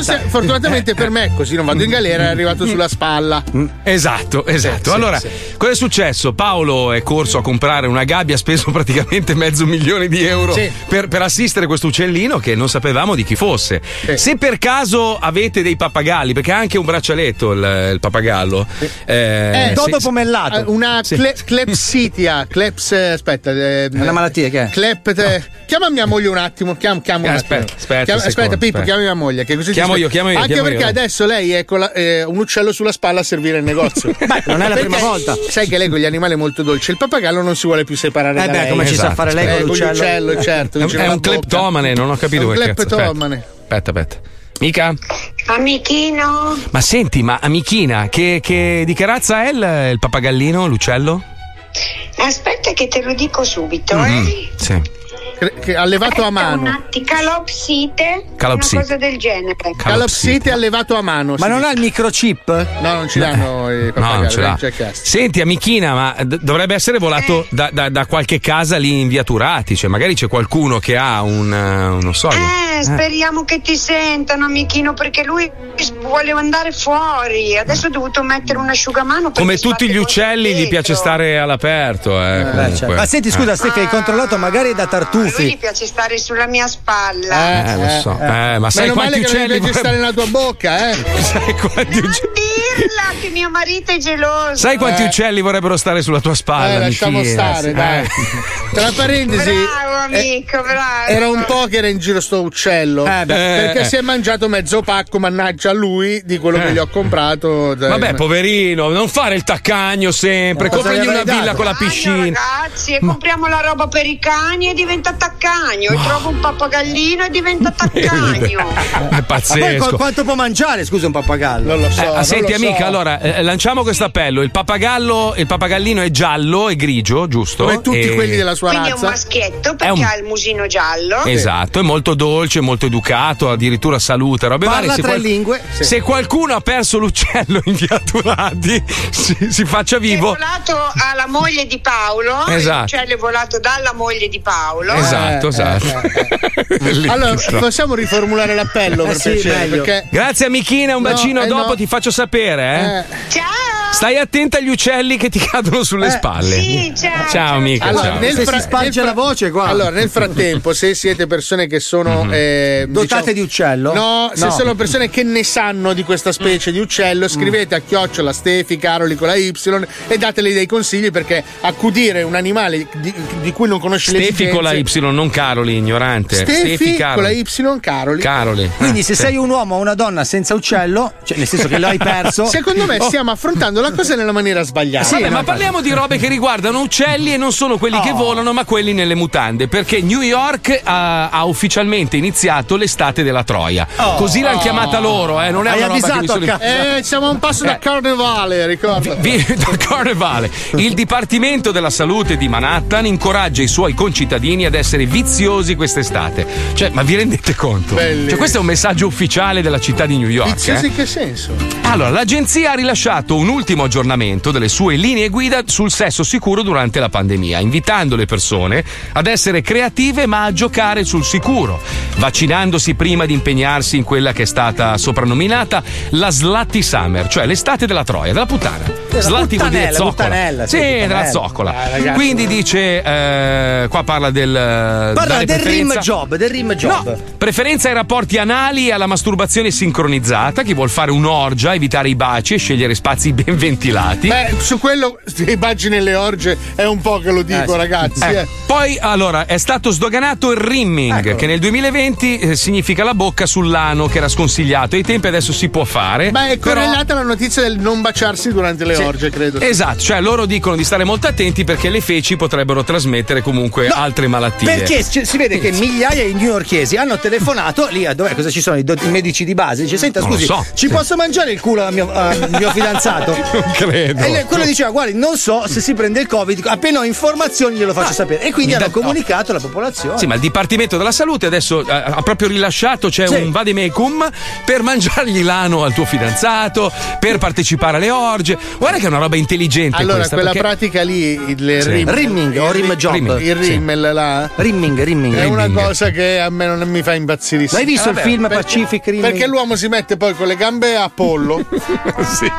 se- fortunatamente per me, così non vado in galera, è arrivato sulla spalla. Mm. Eh, Esatto, esatto. sì, allora, sì. cosa è successo? Paolo è corso a comprare una gabbia, ha speso [laughs] praticamente mezzo milione di euro Sì. per, per assistere questo uccellino che non sapevamo di chi fosse. Se per caso avete dei pappagalli, perché ha anche un braccialetto il, il pappagallo, eh, se- Pomellato. Una cle- clepsitia. Cleps. eh, Aspetta. È una malattia che è? Clep. eh, Chiama mia moglie un attimo. Chiam, chiama un Eh, aspetta, attimo. aspetta Chiama- un secondo, aspetta, Pippo, aspetta. chiama mia moglie. Che così ti Chiamo aspetta. io, chiamo io, Anche chiamo io, perché dai. adesso lei è con la- eh, un uccello sulla spalla a servire il [laughs] negozio. Ma non è la prima volta. Sai che lei con gli animali è molto dolce. Il pappagallo non si vuole più separare Eh da beh, lei. come ci sa fare lei Eh, con con l'uccello? l'uccello, Esatto. certo. È un- vicino è alla un bocca. kleptomane, non ho capito È un che cazzo. cleptomane. Aspetta, aspetta. Mica? Amichino, Ma senti, ma amichina, che, che- di che razza è il, il pappagallino, l'uccello? aspetta che te lo dico subito, Mm, eh. Sì. Che- Mm-hmm. che allevato a mano. Ti calopsite, Calopsite. una cosa del genere. Calopsite allevato a mano. Ma non ha il microchip? Ah, No, non ce l'hanno i Eh. No, pappagalli. non ce l'ha. c'è chiesto. Senti, amichina, ma d- dovrebbe essere volato da, da- da qualche casa lì in via Turati. Cioè, magari c'è qualcuno che ha un. eh, non so. Eh, speriamo che ti sentano, amichino, perché lui voleva andare fuori. Adesso ho dovuto mettere un asciugamano perché Come si tutti gli uccelli, gli piace stare all'aperto. Eh, comunque. certo. Cioè, ma senti, scusa, Eh. Stefano, hai controllato magari da fa- Lui gli tartufi. piace stare sulla mia spalla. Eh, lo so. Eh, ma sai Meno quanti male che non uccelli. devi stare nella tua bocca, eh? [laughs] Sai quanti uccelli. Dirla che mio marito è geloso. Sai quanti uccelli vorrebbero stare sulla tua spalla? Eh, lasciamo amichina? stare, Eh. dai. Tra parentesi, eh, Bravo, amico, bravo. era un po' che era in giro sto uccello. Eh, beh. perché Eh. si è mangiato mezzo pacco, mannaggia a lui, di quello che gli ho comprato. eh, dai. Vabbè, poverino, non fare il taccagno sempre. No, Compragli cosa gli una avrei villa dato? con la piscina. Ragazzi, e compriamo la roba per i cani e diventa taccagno. E trovo un pappagallino e [laughs] diventa taccagno. Ah, È Ma poi pazzesco. qu- quanto può mangiare, scusa, un pappagallo? Non lo Eh, ah, senti amica, allora eh, lanciamo questo appello. Il pappagallo, il pappagallino è giallo e grigio, giusto? Come tutti E- quelli della sua Quindi è un razza. maschietto perché È un- ha il musino giallo. Esatto, è molto dolce, molto educato, addirittura saluta, robe Parla varie. Se tre lingue. Sì. Se qualcuno ha perso l'uccello [laughs] in via Turati, si, si faccia vivo. È volato alla moglie di Paolo. Esatto. Cioè, è volato dalla moglie di Paolo. eh. Esatto, esatto. Bellissimo. Eh Allora, possiamo riformulare l'appello per piacere? Perché Grazie amichina, un No, bacino eh, dopo no. ti faccio sapere. eh. Stai attenta agli uccelli che ti cadono sulle Eh, spalle. sì, ciao. amica. Allora, ciao. nel Se si fra- Sparge la voce qua. Allora, nel frattempo, se siete persone che sono Mhm. eh, diciamo- Dotate di uccello? No, se No. sono persone che ne sanno di questa specie di uccello, scrivete a chiocciola Stefi Caroli con la Y e datele dei consigli perché accudire un animale di, di cui non conosci le Stefi con la Y, non Caroli, ignorante. Stefi con la Caroli. Y Caroli. Caroli. Quindi, Ah, se sì. sei un uomo o una donna senza uccello, cioè nel senso che l'hai perso. Secondo me [laughs] Oh. stiamo affrontando la cosa nella maniera sbagliata. Vabbè, ma parliamo di robe che riguardano uccelli e non sono quelli che volano, ma quelli nelle mutande. Perché New York eh, ha, ha ufficialmente iniziato l'estate della Troia. Oh. Così l'hanno chiamata loro, eh? Non è una roba che mi sono Eh, siamo a un passo da Eh. carnevale, ricordo. Vi- [laughs] da Carnevale. Il Dipartimento della Salute di Manhattan incoraggia i suoi concittadini ad essere viziosi quest'estate. Cioè, ma vi rendete conto? Bellissimo. Cioè, questo è un messaggio ufficiale della città di New York. Viziosi eh? in che senso? Allora, l'agenzia ha rilasciato un ultimo aggiornamento delle sue linee guida sul sesso sicuro durante la pandemia, invitando le persone ad essere creative ma a giocare sul sicuro, vaccinandosi prima di impegnarsi in quella che è stata soprannominata la Slutty Summer, cioè l'estate della Troia, della puttana. Slatti vuol dire Puttanella, zoccola. puttanella, sì, sì, puttanella. della zoccola. Dai, ragazzi. Quindi dice, eh, qua parla del. eh, Parla dare del rim preferenza- job, del rim job. No, preferenza ai rapporti anali e alla masturbazione sincronizzata. Chi vuol fare un'orgia, evitare i baci e scegliere spazi [laughs] ben ventilati. Beh, su quello i baggi nelle orge è un po' che lo dico, ragazzi. Eh, eh. Poi allora è stato sdoganato il rimming, Ecco. che nel 2020 eh, significa la bocca sull'ano, che era sconsigliato. Ai tempi adesso si può fare. Beh, è però- correlata alla notizia del non baciarsi durante le Sì. orge, credo. Esatto, cioè loro dicono di stare molto attenti perché le feci potrebbero trasmettere comunque altre malattie. Perché c- si vede che migliaia di newyorkesi hanno telefonato lì a dov'è cosa ci sono i, do- i medici di base. Dice: Senta, Non lo scusi, so." ci posso mangiare il culo al mio, [laughs] al mio fidanzato? Non credo. E le- quello diceva: Guardi, non so se si prende il Covid, appena ho informazioni glielo faccio sapere. E quindi Ah, mi hanno dà- comunicato alla popolazione. Sì, ma il Dipartimento della Salute adesso eh, ha proprio rilasciato, c'è un vademecum per mangiargli l'ano al tuo fidanzato, per partecipare alle orge. Guarda che è una roba intelligente Allora, questa. quella perché- pratica lì, il Sì. rim- Rimming o il rim job. Il Sì. rimmel, la- Rimming, rimming. È una Rimming. cosa che a me non mi fa impazzire. Ah, L'hai visto il film Pacific Rimming? Perché l'uomo si mette poi con le gambe a pollo.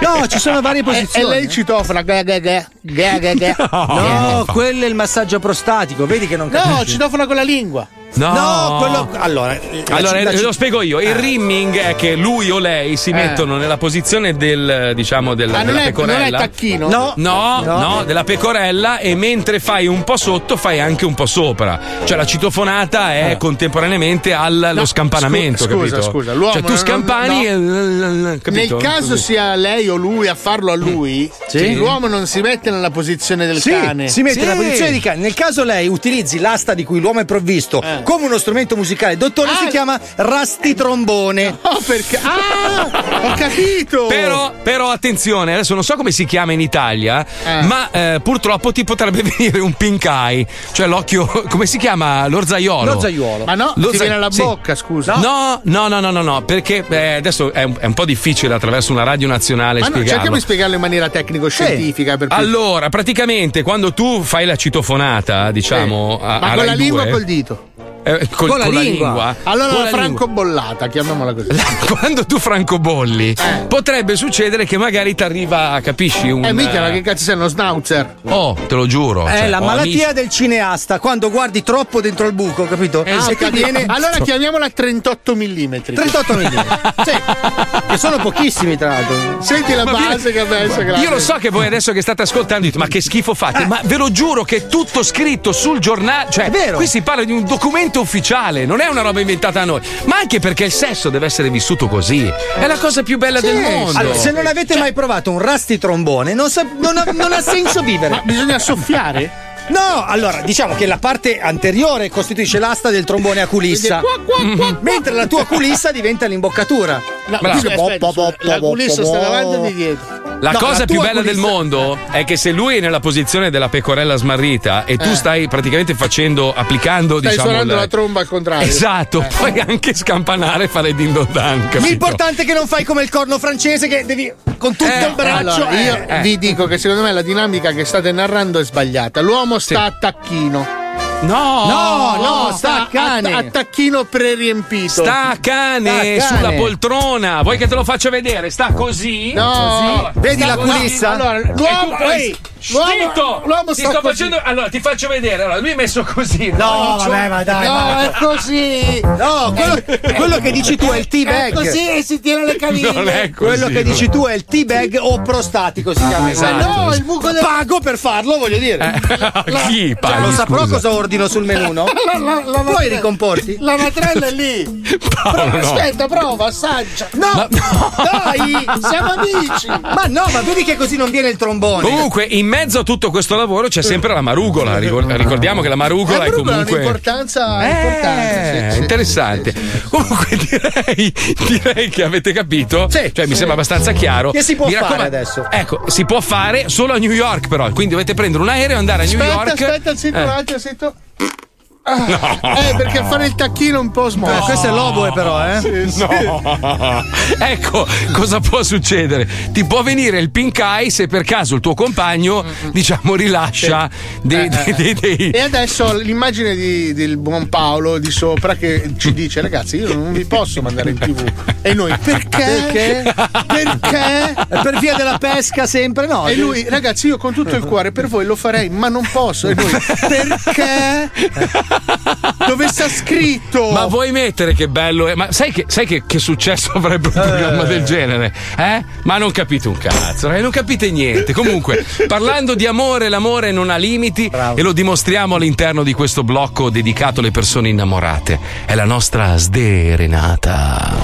No, ci sono varie E- posizioni. E, lei citofona. ga, ga, ga, ga, ga, ga. [laughs] No, quello è il massaggio prostatico, vedi che non capisci. No, citofona con la lingua. No, No, quello- allora, eh, la Allora, città- eh, lo spiego io. Il rimming è che lui o lei si Eh. mettono nella posizione del, diciamo, del, Ah, non della è- pecorella. non è tacchino? No. No, No. no, della pecorella e mentre fai un po' sotto fai anche un po' sopra. Cioè la citofonata è contemporaneamente allo No, scampamento, scu- scusa, capito? scusa, l'uomo cioè tu non- scampani no. e capito? Nel caso Così. sia lei o lui a farlo a lui, Sì. l'uomo non si mette nella posizione del Sì, cane. si mette nella posizione di cane. Nel caso lei utilizzi l'asta di cui l'uomo è provvisto Eh. come uno strumento musicale, dottore, si chiama rasti [laughs] trombone. Oh, Ah. perché? Ah, ho capito! Però, però, attenzione, adesso non so come si chiama in Italia, ma eh, purtroppo ti potrebbe [laughs] venire un pink eye, cioè l'occhio, [laughs] come si chiama? L'orzaiolo. L'orzaiolo. Ma no, ti viene alla bocca, scusa. No, no, no, no, no, no, perché eh, adesso è un, è un po' difficile attraverso una radio nazionale Ma no, spiegarlo. cerchiamo di spiegarlo in maniera tecnico-scientifica. per più- Allora, praticamente quando tu fai la citofonata, diciamo, a, ma a con Rai la lingua o 2, col dito? eh, col- con la lingua. Allora con la francobollata, chiamiamola così. [laughs] quando tu francobolli, potrebbe succedere che magari ti arriva, capisci? Un, Eh, mica, ma che cazzo sei uno schnauzer? Oh, te lo giuro. È cioè, Eh, la ho malattia del cineasta, quando guardi troppo dentro il buco, capito? eh, Ah, E ti capito. viene- Allora chiamiamola 38 mm. 38 mm. [laughs] che sono pochissimi, tra l'altro. Senti la Ma base che adesso amici- Io lo so che voi adesso che state ascoltando dite ma che schifo fate, ma ve lo giuro che è tutto scritto sul giornale, cioè qui si parla di un documento ufficiale, non è una roba inventata da noi, ma anche perché il sesso deve essere vissuto così, è la cosa più bella Sì. del mondo. Cioè Allora, se non avete mai provato un rasti trombone, non, sa- non ha, non ha senso vivere. Ma bisogna soffiare? No, allora diciamo che la parte anteriore costituisce l'asta del trombone a culissa. Quindi, qua, qua, qua, qua. Mentre la tua culissa diventa l'imboccatura. No, Bravo. aspetta, aspetta, la culissa sta davanti e di dietro. La No, cosa la più tua bella del culissa- mondo è che se lui è nella posizione della pecorella smarrita e tu Eh. stai praticamente facendo, applicando, Stai diciamo. suonando il- la tromba al contrario. Eh. Esatto, puoi anche scampanare e fare dindondan. L'importante è che non fai come il corno francese che devi con tutto il braccio. Allora, io eh, eh. vi dico che secondo me la dinamica che state narrando è sbagliata. L'uomo sta a tacchino. No, no, no, sta a cane. A, tacchino preriempito. Sta a cane Sta a sulla cane. poltrona. Vuoi che te lo faccia vedere? Sta così. No, Così. vedi Sta la così. culissa? Allora, L'uomo- l'uomo, ehi, l'uomo- zitto! l'uomo ti sta sto così. facendo. Allora, ti faccio vedere. Allora, lui è messo così. No, vabbè, ma dai, cioè, No, ma- eh, è così. No, quello, quello che dici tu è il È T-bag. così e si tiene le caviglie. Non è così, quello che dici tu è il T-bag o prostatico si chiama. esatto. Ma no, il buco del... Pago per farlo, voglio dire. [laughs] Chi Cioè, parla? lo saprò Scusa. cosa ordino sul menù, no? La- la- la- Puoi ricomporti? La natrella è lì. Paolo, no. Aspetta, prova, assaggia. No! Dai, [laughs] siamo amici. Ma no, ma vedi che così non viene il trombone. Comunque, in mezzo a tutto questo lavoro c'è sempre la marugola. Ricor- Ricordiamo che la marugola è Rugola ha comunque. un'importanza Eh, importante. sì, sì. interessante. Comunque [laughs] direi, direi che avete capito. cioè, mi sembra abbastanza chiaro. Che si può Mi fare raccomando- adesso? Ecco, si può fare solo a New York, però. Quindi dovete prendere un aereo e andare a New Aspetta, York. aspetta, sento Eh. un attimo, sento. Eh, perché fare il tacchino è un po' smorto. Eh, questo è l'oboe, però, eh? No. [laughs] ecco, cosa può succedere? Ti può venire il pink eye se per caso il tuo compagno, diciamo, rilascia dei, dei- dei- dei- E adesso l'immagine di- del buon Paolo di sopra che ci dice ragazzi io non vi posso mandare in tv e noi perché? Perché? perché? Per via della pesca sempre no e lui ragazzi io con tutto il cuore per voi lo farei ma non posso e noi perché? dove sta scritto? Ma vuoi mettere che bello è? Ma sai che, sai che, che successo avrebbe un programma del genere? Eh? Ma non capite un cazzo, eh? non capite niente. [laughs] Comunque, parlando di amore, l'amore non ha limiti e lo dimostriamo all'interno di questo blocco dedicato alle persone innamorate. È la nostra sderenata.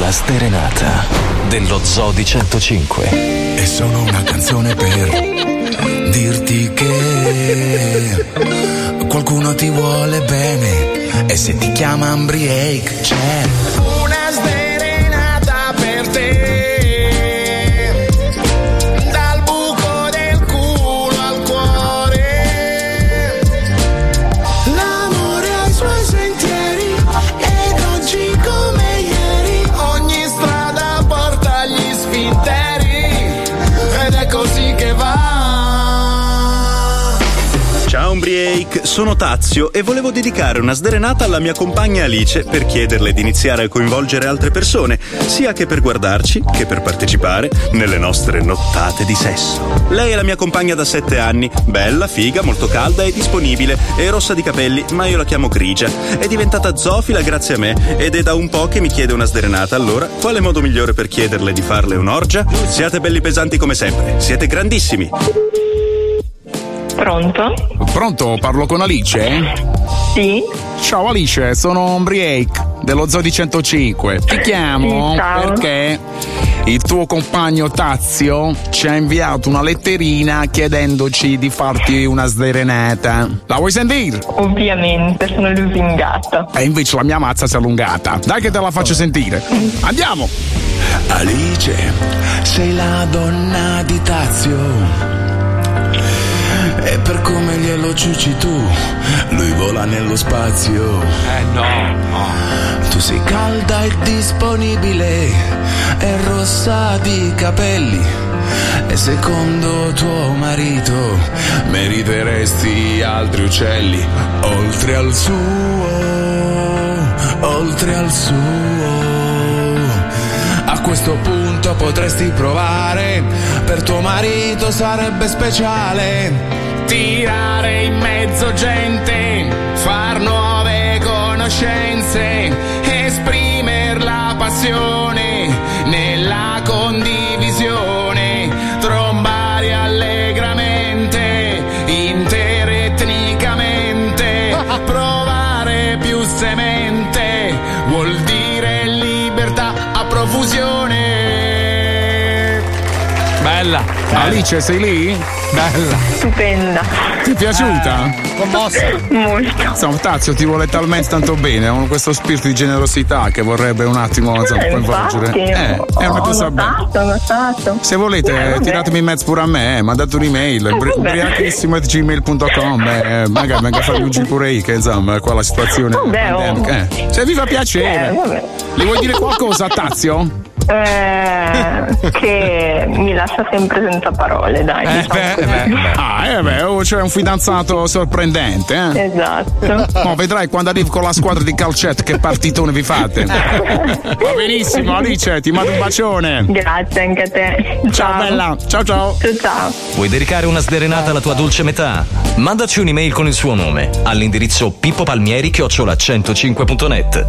La Sterenata dello Zodi 105. È solo una canzone per dirti che qualcuno ti vuole bene e se ti chiama Ambriake c'è. Una sderenata per te. Dal buco del culo al cuore. L'amore ha i suoi sentieri. Ed oggi come ieri. Ogni strada porta agli sfinteri. Ed è così che va. Ciao Umbriake, sono Tazio e volevo dedicare una sderenata alla mia compagna Alice per chiederle di iniziare a coinvolgere altre persone, sia che per guardarci che per partecipare nelle nostre nottate di sesso. Lei è la mia compagna da 7 anni, bella, figa, molto calda e disponibile, è rossa di capelli, ma io la chiamo grigia. È diventata zofila grazie a me ed è da un po' che mi chiede una sderenata, allora quale modo migliore per chiederle di farle un'orgia? Siate belli pesanti come sempre, siete grandissimi. Pronto? Pronto, parlo con Alice? Sì. Ciao Alice, sono Ombriake dello Zoo di 105. Ti chiamo Sì, ciao. perché il tuo compagno Tazio ci ha inviato una letterina chiedendoci di farti una sderenata. La vuoi sentire? Ovviamente, sono lusingata. E invece la mia mazza si è allungata. Dai che te la faccio sentire. Mm. Andiamo! Alice, sei la donna di Tazio. E per come glielo ciuci tu, lui vola nello spazio. Eh no, Tu sei calda e disponibile, e rossa di capelli. E secondo tuo marito meriteresti altri uccelli, oltre al suo, oltre al suo. A questo punto potresti provare, per tuo marito sarebbe speciale. Tirare in mezzo gente, far nuove conoscenze, esprimer la passione nella condivisione, trombare allegramente, interetnicamente, provare più semente, vuol dire libertà a profusione. Bella. Alice, sei lì? Bella. Stupenda. Ti è piaciuta? Commossa. Eh. Molto. Insomma, Tazio ti vuole talmente tanto bene, con questo spirito di generosità che vorrebbe un attimo insomma, Eh, coinvolgere. infatti, Eh, è una ho cosa bella. notato, ho notato. Se volete, Eh, vabbè. tiratemi in mezzo pure a me, eh, mandate un'email, ubri- vabbè. ubriachissimo.gmail.com, eh, eh, magari venga a farmi un giro pure io, che insomma, qua la situazione Vabbè, oh. pandemica. eh. Se vi fa piacere, Eh, vabbè. le vuoi dire qualcosa a Tazio? Eh, che mi [laughs] lascia sempre senza parole, dai. diciamo così. Ah, eh beh, oh, c'è un fidanzato sorprendente, eh? Esatto. Ma vedrai quando arrivi con la squadra di calcetto che partitone vi fate. Va benissimo, Alice, ti mando un bacione. Grazie anche a te. Ciao, bella. Ciao ciao. Ciao ciao. Vuoi dedicare una sderenata alla tua dolce metà? Mandaci un'email con il suo nome all'indirizzo pippopalmieri-105.net.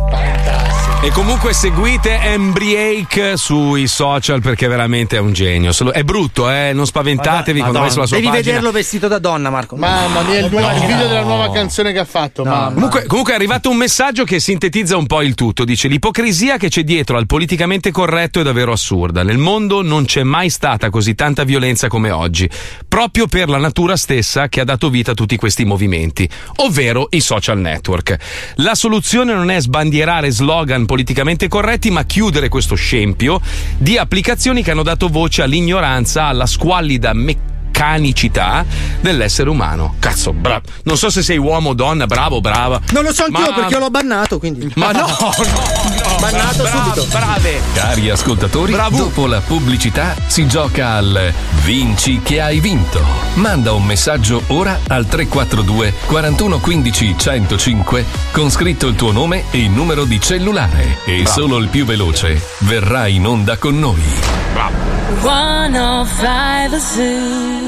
E comunque seguite Embriake sui social perché veramente è un genio. Se lo- È brutto, eh? Non spaventatevi quando vai sulla sua Devi pagina. vederlo vestito da donna, Marco. Mamma mia, il, nuovo- il video della nuova canzone che ha fatto. mamma. Comunque, comunque è arrivato un messaggio che sintetizza un po' il tutto. Dice: L'ipocrisia che c'è dietro al politicamente corretto è davvero assurda. Nel mondo non c'è mai stata così tanta violenza come oggi, proprio per la natura stessa che ha dato vita a tutti questi movimenti, ovvero i social network. La soluzione non è sbandierare slogan politicamente corretti, ma chiudere questo scempio di applicazioni che hanno dato voce all'ignoranza, alla squallida meccanica meccanicità dell'essere umano. Cazzo, bravo. Non so se sei uomo o donna, bravo, brava. Non lo so anch'io Ma- perché l'ho bannato, quindi. Ma [laughs] no, no, Bannato subito. Brave. Cari ascoltatori, dopo la pubblicità si gioca al Vinci che hai vinto. Manda un messaggio ora al 342 41 15 105 con scritto il tuo nome e il numero di cellulare. E Bravo. solo il più veloce verrà in onda con noi. Bravo. 105 The Zoo.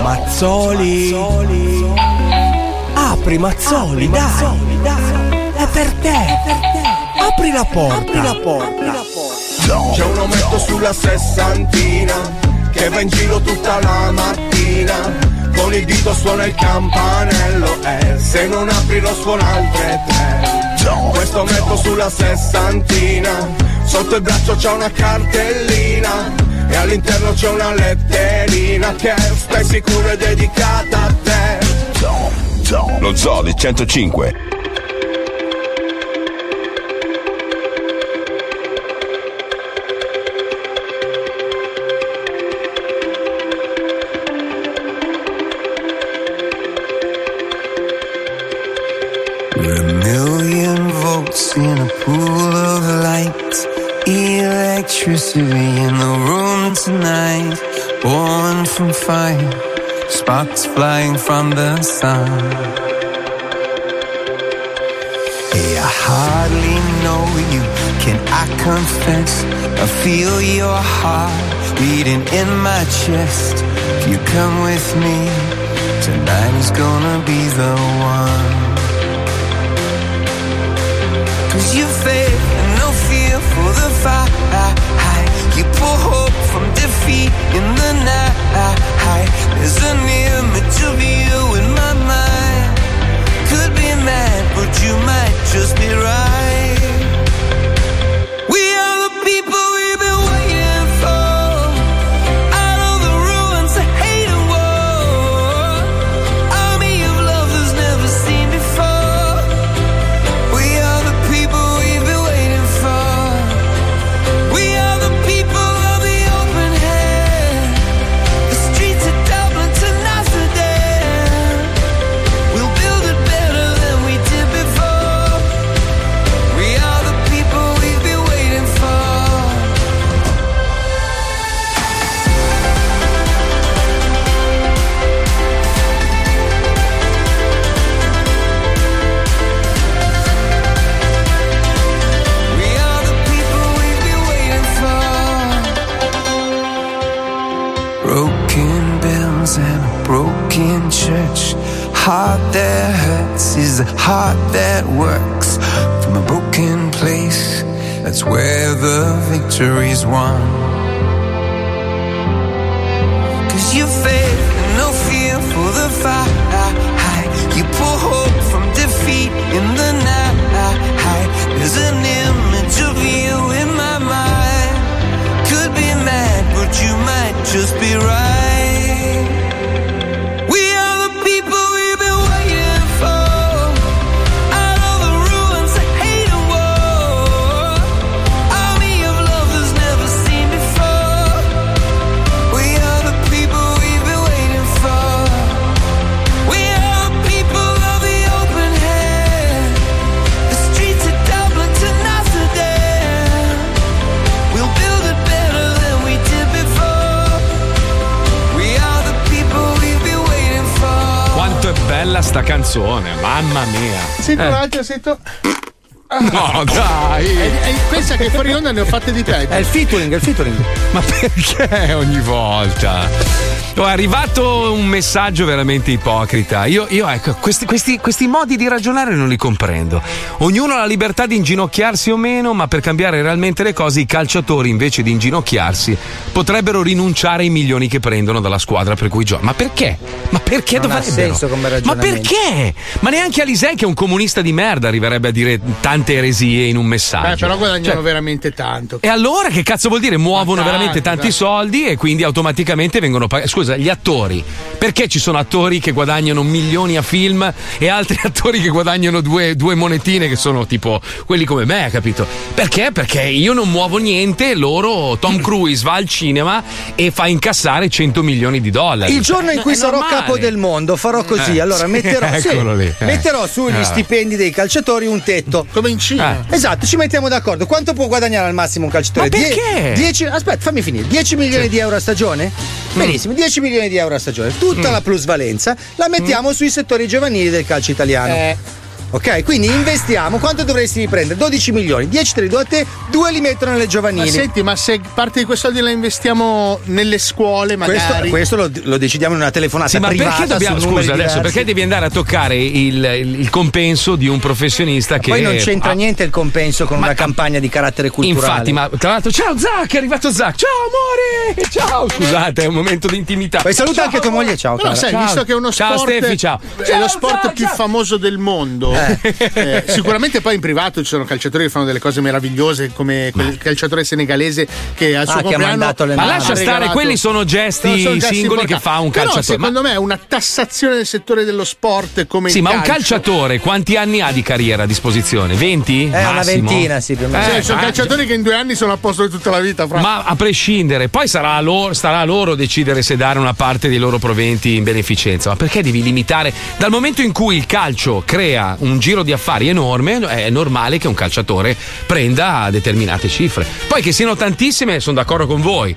Mazzoli. Apri Mazzoli, dai. È per te. Apri la porta. Apri la porta. C'è un ometto sulla sessantina che va in giro tutta la mattina. Con il dito suona il campanello e se non apri lo suona altre tre. Questo ometto sulla sessantina, sotto il braccio c'è una cartellina e all'interno c'è una letterina che stai sicuro è dedicata a te. Lo zoo di 105. We're a million volts in a pool of light. Electricity in the room tonight. Born from fire, sparks flying from the sun. Hey, I hardly know you, can I confess? I feel your heart beating in my chest. If you come with me, tonight is gonna be the one. Cause you faith and no fear for the fight. You pull hope from defeat in the night. There's an image of you in my mind. Could be mad, but you might just be right. We are the people we've been waiting for. Out of the ruins of hate and war. Army of lovers never seen before. We are the people we've been waiting for. We are the people of the open hand. The streets of Dublin to Amsterdam. We'll build it better than we did before. We are the people we've been waiting for. We are the people we've been waiting for. Broken bells and a broken church. Heart that hurts is a heart that works. From a broken place, that's where the victory's won. Cause you faith and no fear for the fight. You pull hope from defeat in the night. There's an image of you in my mind. Could be mad, but you might just be right. We are the people we've been waiting for. Out of the ruins of hate and war. Army of lovers never seen before. We are the people we've been waiting for. We are the people of the open hand. The streets of Dublin to Amsterdam. We'll build it better than we did before. We are the people we've been waiting for. Quanto è bella sta canzone, mamma mia. Sì, tra Eh. l'altro sento. No, [laughs] dai. E- e pensa che fuori onda ne ho fatte di peggio. Eh, È il featuring, è il featuring. Ma [laughs] perché ogni volta? Oh, È arrivato un messaggio veramente ipocrita. Io, io, ecco, questi, questi- questi modi di ragionare non li comprendo. Ognuno ha la libertà di inginocchiarsi o meno, ma per cambiare realmente le cose, i calciatori invece di inginocchiarsi potrebbero rinunciare ai milioni che prendono dalla squadra per cui giocano. Ma perché? Ma perché Non ha dovrebbero? senso come ma ragionamento. perché? Ma neanche Alisei, che è un comunista di merda, arriverebbe a dire tante eresie in un messaggio. Eh, però guadagnano Cioè, veramente tanto. e allora che cazzo vuol dire? Muovono Ma tanti, veramente tanti tanti. soldi e quindi automaticamente vengono pagati. Scusa, gli attori. Perché ci sono attori che guadagnano milioni a film e altri [laughs] attori che guadagnano due, due monetine che sono tipo quelli come me, capito? Perché? Perché io non muovo niente, loro, [clears throat] Tom Cruise va al cinema e fa incassare 100 milioni di dollari. Il giorno in Cioè, cui è sarò normale. capo del mondo farò così. Eh, allora sì, metterò, sì, eccolo lì, eh. metterò sugli Ah. stipendi dei calciatori un tetto. Come in Cina. Esatto, ci mettiamo d'accordo. Quanto può guadagnare al massimo un calciatore? Ma Die- perché? 10 aspetta, fammi finire. 10 milioni di euro a stagione? Mm. Benissimo, 10 milioni di euro a stagione. Tutta la plusvalenza la Mm. mettiamo sui settori giovanili del calcio italiano. Eh. Ok, quindi investiamo. Quanto dovresti prendere? 12 milioni. 10 te li do a te, 2 li mettono alle Ma giovanili. senti, ma se parte di quei soldi la investiamo nelle scuole, Questo, magari. questo lo, lo decidiamo in una telefonata Sì, ma privata perché dobbiamo. su Scusa, numeri adesso diversi. perché devi andare a toccare il, il- il compenso di un professionista che. Poi non c'entra ha- niente il compenso con una campagna di carattere culturale. Infatti, ma tra l'altro, ciao Zac, è arrivato Zac. Ciao amore, ciao. Scusate, è un momento di intimità. Poi saluta Ciao, anche tua amore. moglie, ciao. Però sai, visto che è uno Ciao sport. Steffi, ciao. È Ciao, lo sport ciao, più ciao. famoso del mondo. Eh, sicuramente poi in privato ci sono calciatori che fanno delle cose meravigliose, come quel calciatore senegalese che al Ah, suo che ha compleanno mandato le Ma mani. lascia ha stare, regalato- quelli sono gesti singoli che importanti. fa un Però, calciatore, secondo me una tassazione del settore dello sport come Sì, il ma un calcio- calciatore quanti anni ha di carriera a disposizione? 20? Eh, una Massimo? ventina, sì, più o Cioè, Eh, sono ma- calciatori che in due anni sono a posto di tutta la vita, fra. Ma a prescindere, poi sarà a loro, starà a loro decidere se dare una parte dei loro proventi in beneficenza. Ma perché devi limitare? Dal momento in cui il calcio crea un giro di affari enorme, è normale che un calciatore prenda determinate cifre. Poi che siano tantissime, sono d'accordo con voi.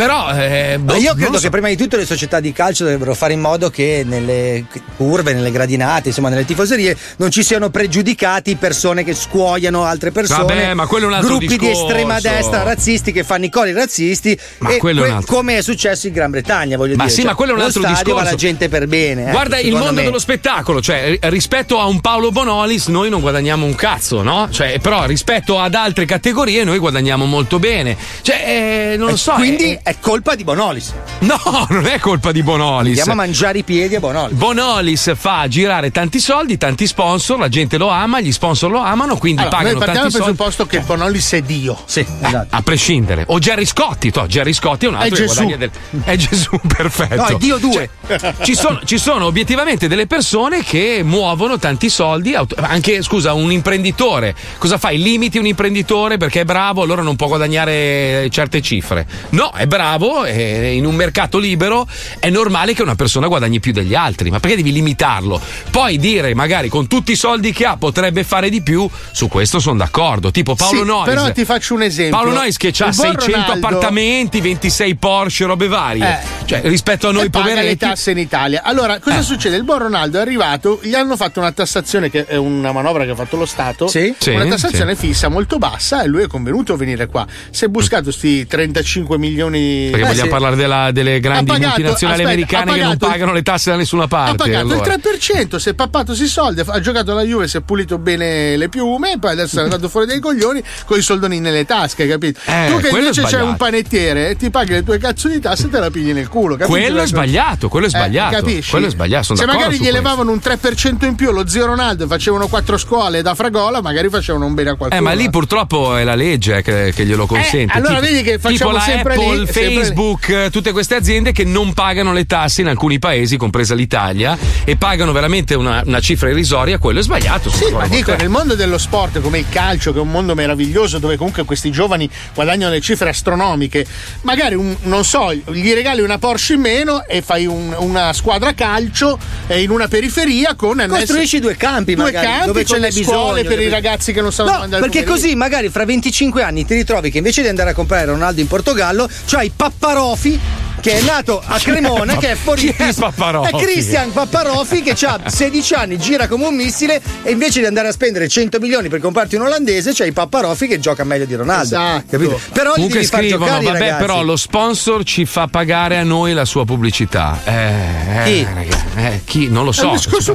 Però. eh, Ma boh, io non credo lo che so. prima di tutto le società di calcio dovrebbero fare in modo che nelle curve, nelle gradinate, insomma nelle tifoserie non ci siano pregiudicati persone che scuoiano altre persone. Vabbè, ma quello è un altro gruppi di discorso. estrema destra razzisti che fanno i cori razzisti Ma e quello è un que- altro- come è successo in Gran Bretagna, voglio Ma dire. sì, Cioè, ma quello è un lo altro stadio discorso. va la gente per bene. ecco, Guarda, il secondo mondo me. dello spettacolo, cioè ri- rispetto a un Paolo Bonolis noi non guadagniamo un cazzo, no? Cioè, però rispetto ad altre categorie noi guadagniamo molto bene. Cioè, eh, non lo Eh, so. Quindi eh, è colpa di Bonolis. no, [laughs] non è colpa di Bonolis. Andiamo a mangiare i piedi a Bonolis. Bonolis fa girare tanti soldi, tanti sponsor, la gente lo ama, gli sponsor lo amano, quindi Allora, noi pagano partiamo dal tanti soldi. Cioè. presupposto che Bonolis è Dio. Sì, esatto. A prescindere, o Gerry Scotti, to, Gerry Scotti è un altro È che Gesù. guadagna del... È Gesù, [laughs] perfetto. No, è Dio due. Cioè, ci, sono, ci sono obiettivamente delle persone che muovono tanti soldi, auto- anche scusa, un imprenditore. Cosa fai? Limiti un imprenditore perché è bravo, allora non può guadagnare certe cifre. No, è bravo, e in un mercato libero è normale che una persona guadagni più degli altri, ma perché devi limitarlo? Poi dire magari con tutti i soldi che ha potrebbe fare di più, su questo sono d'accordo. Tipo Paolo Sì, Noyes. Però ti faccio un esempio. Paolo Nois che ha Il buon 600 Ronaldo appartamenti, 26 Porsche, robe varie. Eh. Cioè, rispetto a noi e paga le poveretti. Eh. tasse in Italia. Allora, cosa succede? Il buon Ronaldo è arrivato, gli hanno fatto una tassazione che è una manovra che ha fatto lo Stato, Sì, una tassazione sì. fissa molto bassa e lui è convenuto a venire qua. Si è buscato sti 35 milioni Perché Eh, vogliamo sì. parlare della- delle grandi pagato- multinazionali aspetta, americane ha che non pagato il- pagano le tasse da nessuna parte. Ha pagato allora. il 3%, si è pappato si soldi, ha giocato alla Juve, si è pulito bene le piume, poi [laughs] adesso è andato fuori dai coglioni con i soldoni nelle tasche, capito? Eh, tu quello che è invece c'hai sbagliato. un panettiere, ti paghi le tue cazzo di tasse e te la pigli nel culo, capito? Quello è sbagliato, quello è Eh, sbagliato. capisci? quello è sbagliato, sono Se d'accordo magari su gli questo. elevavano un 3% in più lo zio Ronaldo e facevano quattro scuole da fragola, magari facevano un bene a qualcuno. Eh, Eh, ma lì purtroppo è la legge che, che glielo consente. allora tipo, vedi che facciamo tipo la sempre lì, Apple, sempre lì. Facebook, eh, tutte queste aziende che non pagano le tasse in alcuni paesi, compresa l'Italia, e pagano veramente una, una cifra irrisoria. Quello è sbagliato. sono Sì, ma d'accordo con dico, te. nel mondo dello sport, come il calcio, che è un mondo meraviglioso, dove comunque questi giovani guadagnano le cifre astronomiche, magari un- non so, gli regali una Porsche in meno e fai un- una squadra calcio eh, in una periferia con Costruisci due campi, due magari, campi dove con ce le n'è scuole bisogno, per i capito? ragazzi che non sanno No, andare perché così magari fra 25 anni ti ritrovi che invece di andare a comprare Ronaldo in Portogallo c'hai Papparofi che è nato a Cremona, che è fuori Chi è Paparoffi? Cristian Papparoffi che ha 16 anni, gira come un missile e invece di andare a spendere 100 milioni per comprarti un olandese, c'hai Papparoffi che gioca meglio di Ronaldo. Capito? Però gli Comunque devi far scrivono, giocare i vabbè, ragazzi. però lo sponsor ci fa pagare a noi la sua pubblicità. Eh, eh, Chi? ragazza, eh, chi? Non lo so. Chi,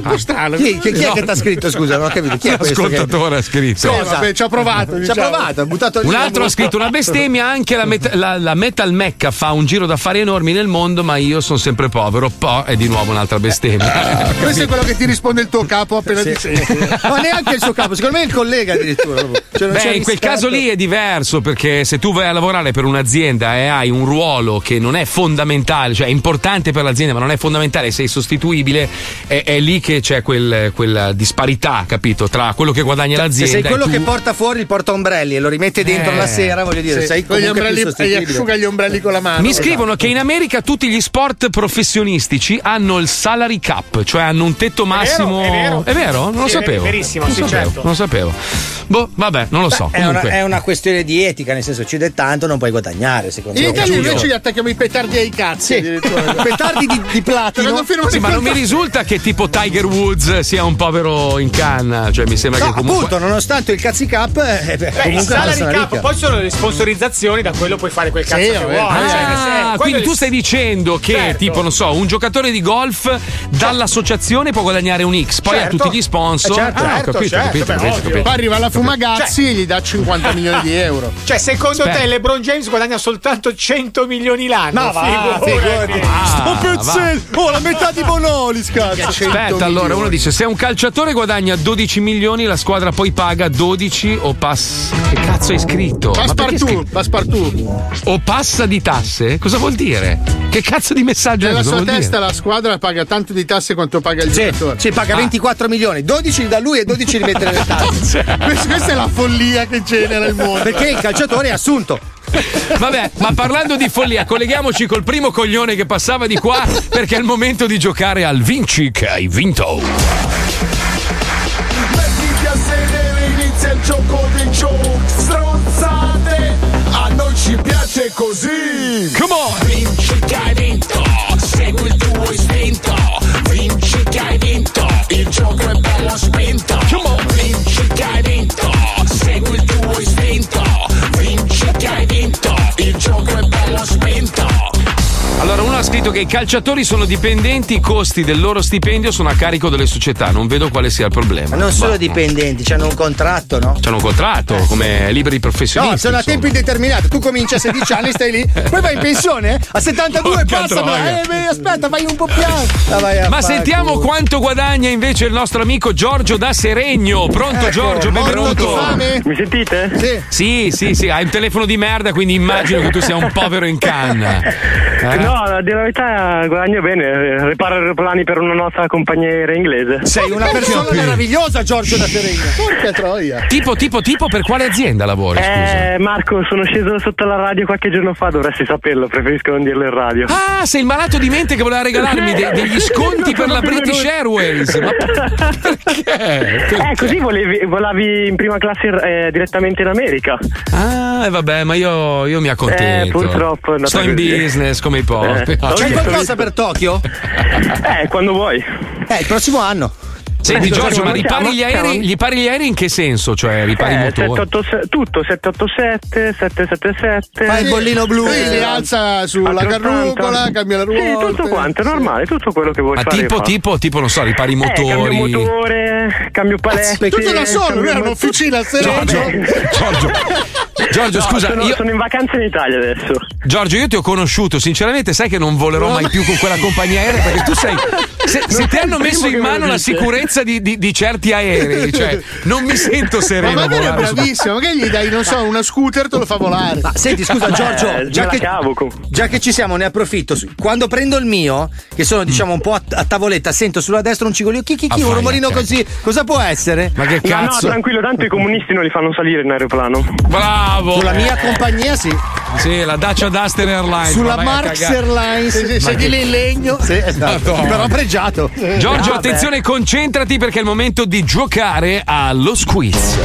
chi- chi è No. che t'ha scritto? Scusa, non ho capito. Chi è questo? che- L'ascoltatore ha scritto. Cosa? Ci ha provato, diciamo. ha buttato lì Un la altro ha mosca. scritto una bestemmia, anche la, met- la- la Metal Mecca fa un giro d'affari enormi nel mondo, ma io sono sempre povero. Po' è di nuovo un'altra [laughs] bestemmia. Questo è quello che ti risponde il tuo capo appena Sì. ti [laughs] senti. Ma neanche il suo capo, secondo me è il collega addirittura. proprio. Cioè, non Beh, c'è in quel rispetto. caso lì è diverso perché se tu vai a lavorare per un'azienda e hai un ruolo che non è fondamentale, cioè è importante per l'azienda ma non è fondamentale, sei sostituibile, è, è lì che c'è quel- quella disparità, capito? Tra quello che guadagna Cioè, Se l'azienda sei quello e tu... che porta fuori il portaombrelli e lo rimette dentro Eh. la sera, voglio dire, Sì, sei con gli comunque ombrelli- più sostituibile. e gli asciuga gli ombrelli con la Ah, mano. Mi scrivono esatto. che in America tutti gli sport professionistici hanno il salary cap, cioè hanno un tetto massimo. è vero. Non lo Sì, è sapevo. verissimo, non sì, sapevo, certo. Non lo sapevo. Boh, vabbè, non lo so. È una, Comunque. è una questione di etica, nel senso ci dai tanto non puoi guadagnare, secondo In me. Italia invece gli Giusto. attacchiamo i petardi ai cazzi. addirittura. Petardi di, di platino. Quando firmano Sì, i ma non mi contratti. risulta che tipo Tiger Woods sia un povero in canna. Cioè, mi sembra No, che comunque. appunto, nonostante il cazzi cap, eh, beh, Beh, il comunque è una salary persona cap, ricca. poi sono le sponsorizzazioni, da quello puoi fare quel cazzo Sì, che vabbè. eh, vuoi. Ah, cioè, che se- quello quindi è- tu stai dicendo che, Certo. tipo, non so, un giocatore di golf dall'associazione può guadagnare un X, poi Certo. ha tutti gli sponsor. Eh, certo, Ah, ho certo, capito, certo, capito, beh, capito, ovvio. capito. Poi arriva la Fumagazzi Cioè- e gli dà 50 milioni di euro. Cioè, secondo Aspetta. te LeBron James guadagna soltanto 100 milioni l'anno? Ma va, Figurati. Eh, figurati. Ah, Sto va. pezzetto! Oh, la metà di Bonoli, scazzo! Aspetta, allora uno dice: se un calciatore guadagna 12 milioni, la squadra poi paga 12 o passa. Che cazzo hai scritto? Ma perché Passepartout, scri- Passepartout. O passa di tasse? Cosa vuol dire? Che cazzo di messaggio è Nella cosa sua vuol dire? testa la squadra paga tanto di tasse quanto paga il Ah. giocatore. Sì, paga 24 milioni, 12 da lui e 12 li mette [laughs] nelle tasse. Questa- questa è la follia che genera il mondo. Perché il calciatore è assunto. Vabbè, ma parlando di follia, colleghiamoci col primo coglione che passava di qua perché è il momento di giocare al Vinci che hai vinto. Mettiti a sedere, inizia il gioco dei giochi Stronzate, a noi ci piace così Come on! Vinci che hai vinto, segui il tuo istinto Vinci che hai vinto, il gioco è bello spinto Come on! Vinci che hai vinto, segui il tuo istinto Vinci che hai vinto, il gioco è bello spinto Allora, uno ha scritto che i calciatori sono dipendenti, i costi del loro stipendio sono a carico delle società, non vedo quale sia il problema. Ma non solo Ma- dipendenti, hanno un contratto, no? C'hanno un contratto come liberi professionisti. No, sono a insomma. tempo indeterminato. Tu cominci a 16 anni, stai lì, poi vai [laughs] in pensione a 72 Porca passa. troia. Eh, beh, aspetta, fai un po' piano. Ah, vai a Ma fa' sentiamo culo. quanto guadagna invece il nostro amico Giorgio da Seregno. Pronto Ecco, Giorgio, morto benvenuto. di fame. Mi sentite? Sì. Sì, sì, sì, hai un telefono di merda, quindi immagino che tu sia un povero in canna. Eh? No, a dire la verità guadagno bene, eh, reparo aeroplani per una nostra compagnia aerea inglese. Ecco. Sei una persona meravigliosa, Giorgio da Seregno. Porca troia. Tipo, tipo, tipo, per quale azienda lavori? Scusa. Eh, Marco, sono sceso sotto la radio qualche giorno fa, dovresti saperlo, preferisco non dirlo in radio. Ah, sei il malato di mente che voleva regalarmi de- degli sconti per la British Airways. Ma Ah, [laughs] Eh, così volevi, volavi in prima classe eh, direttamente in America. Ah, eh, vabbè, ma io, io mi accontento. Eh, purtroppo è andata Sto in così. business come i poveri. Eh, C'è Sì, qualcosa sì. per Tokyo? Eh, quando vuoi. Eh, il prossimo anno. Eh, Senti Giorgio, ma Siamo- ripari gli aerei, siamo- gli ripari gli aerei in che senso? Cioè, ripari i Eh, motori? 787 tutto 787, 777. Fai il bollino blu. Eh, Li alza sulla 480. carrucola, cambia la ruota. Sì, Eh, tutto quanto, è normale, tutto quello che vuoi Ma fare. tipo, fa. tipo, tipo, non so, ripari i Eh, motori. cambio motore, cambio Cioè, palestra. Tutto da solo, lui era un'officina al sereggio. Giorgio, Giorgio, scusa, sono, io- sono in vacanza in Italia adesso. Giorgio, io ti ho conosciuto, sinceramente sai che non volerò mai più con quella compagnia aerea perché tu sei. Se, se Non ti sei hanno il primo messo che in me lo mano la dice. sicurezza di, di- di certi aerei, cioè, non mi sento Ma sereno. magari è a volare su- bravissimo, magari gli dai, non so, una scooter, te lo fa volare. Ma senti, scusa, Beh, Giorgio, già me la che, cavo con- già che ci siamo, ne approfitto. Quando prendo il mio, che sono diciamo un po' a, a tavoletta, sento sulla destra un cigolio, chi chi chi, un Affaia, rumorino cazzo. così. Cosa può essere? Ma che No, no, tranquillo, tanto i comunisti non li fanno salire in aeroplano. Bravo! Sulla mia compagnia, sì. Sì, la Dacia Duster Airlines. Sulla ma vai a Marx cagare. Airlines. Sì, sì, Ma sedile che- in legno. Sì, esatto. Madonna. Però pregiato. Giorgio, attenzione, concentrati perché è il momento di giocare allo squiz.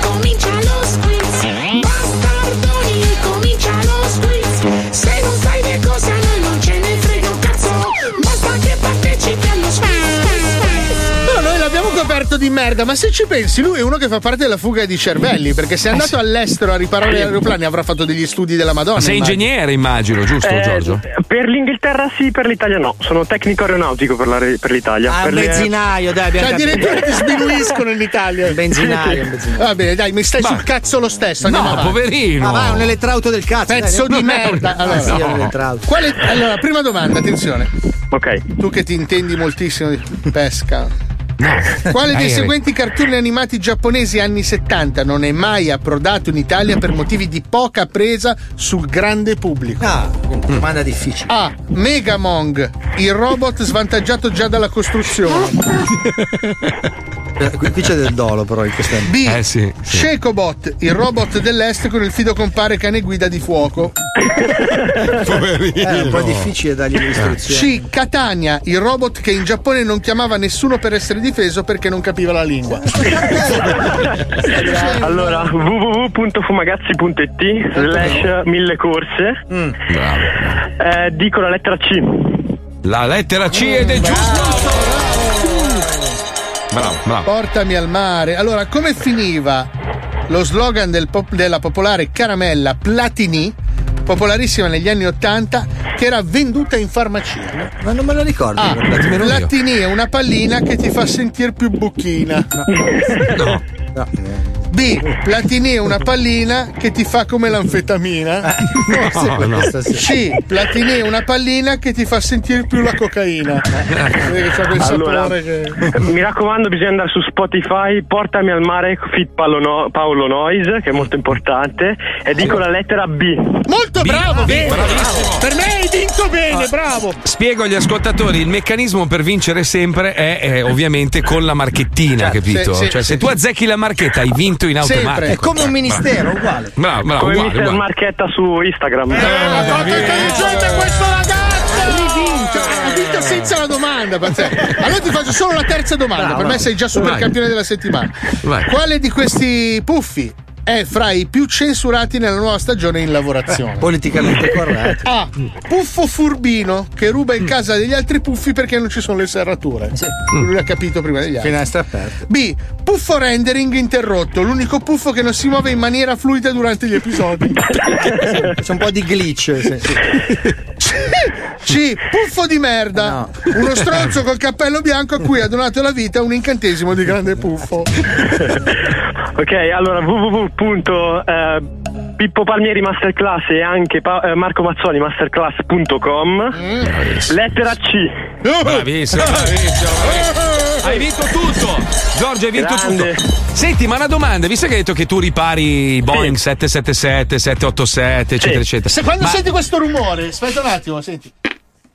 Comincia lo squiz. Bastardoni, comincia lo squiz. merda, ma se ci pensi, lui è uno che fa parte della fuga di cervelli, perché se è andato all'estero a riparare gli aeroplani avrà fatto degli studi della Madonna. Eh Ma sei immagino. ingegnere, immagino, giusto, Eh, Giorgio? Per l'Inghilterra sì, per l'Italia no. Sono tecnico aeronautico per, la re- per l'Italia. Ah, per un le- benzinaio, dai, Cioè, abbiamo capito. addirittura ti sminuiscono in Italia. Benzinaio, un benzinaio. Va bene, dai, mi stai sul cazzo lo stesso. andiamo No, avanti. poverino. Ma va, è un elettrauto del cazzo, Pezzo dai, di non è un- merda. Ah, Allora, sì, è un elettrauto. Quale- allora, prima domanda, attenzione. Ok. Tu che ti intendi moltissimo di pesca. Quale Dai, dei Eric. seguenti cartoni animati giapponesi anni 70 non è mai approdato in Italia per motivi di poca presa sul grande pubblico? Ah, domanda difficile. A. Megamong, il robot svantaggiato già dalla costruzione. Eh, Qui, qui c'è del dolo, però, in questo B. Eh [laughs] sì. Shekobot, il robot dell'est con il fido compare cane guida di fuoco. Poverino. È un po' difficile dargli le istruzioni. C. Catania, il robot che in Giappone non chiamava nessuno per essere difeso perché non capiva la lingua. Allora, www.fumagazzi.it slash mille corse. Mm. Eh, dico la lettera C. La lettera C ed è giusto. Bravo, bravo. Portami al mare. Allora, come finiva lo slogan del pop- della popolare caramella Platini, popolarissima negli anni Ottanta, che era venduta in farmacia? Ma non me lo ricordo. A. guardate, nemmeno io. Platini è una pallina che ti fa sentire più buchina. No. No. eh, B. Platini è una pallina che ti fa come l'anfetamina. Ah, [laughs] No, no. C. Platini è una pallina che ti fa sentire più la cocaina. Vedi che c'ha quel Allora, eh, sapore che. mi raccomando, bisogna andare su Spotify. Portami al mare Fit Paolo, no- Paolo Noise, che è molto importante. E dico la lettera B. Molto bravo, bene. Per me hai vinto bene, Ah. bravo. Spiego agli ascoltatori, il meccanismo per vincere sempre è, eh, ovviamente con la marchettina, capito? sì, sì, cioè sì. se tu azzecchi la marchetta hai vinto in Sempre. automatico. È come un ministero, Bravo. uguale. Bravo, Ah, bravo, Come uguale, Mister uguale. Marchetta su Instagram. Eh. questo ragazzo! vinto! Ha vinto senza la domanda, pazzesco. Allora ti faccio solo la terza domanda. Bravo, per me bravo. sei già super Vai. campione della settimana. Vai. Quale di questi puffi è fra i più censurati nella nuova stagione in lavorazione? [laughs] Politicamente corretto. A. Ah, Puffo furbino che ruba in casa degli altri puffi perché non ci sono le serrature. Lui l'ha capito prima degli altri. Finestra aperta. B. Puffo rendering interrotto, l'unico puffo che non si muove in maniera fluida durante gli [laughs] episodi. C'è un po' di glitch. sì, sì. C. Puffo di merda, uno stronzo col cappello bianco a cui ha donato la vita un incantesimo di grande puffo. Ok, allora www.pippopalmierimasterclass Pippo Palmieri Masterclass e anche pa- eh, Marco Mazzoni Masterclass.com. Mm. Lettera C. Bravissimo, bravissimo, [laughs] bravissimo. Hai vinto tutto! Giorgio, hai vinto Grande. tutto. Senti, ma una domanda, visto che hai detto che tu ripari i Boeing 777, 787, eccetera, eccetera. Se quando ma- senti questo rumore, aspetta un attimo, senti.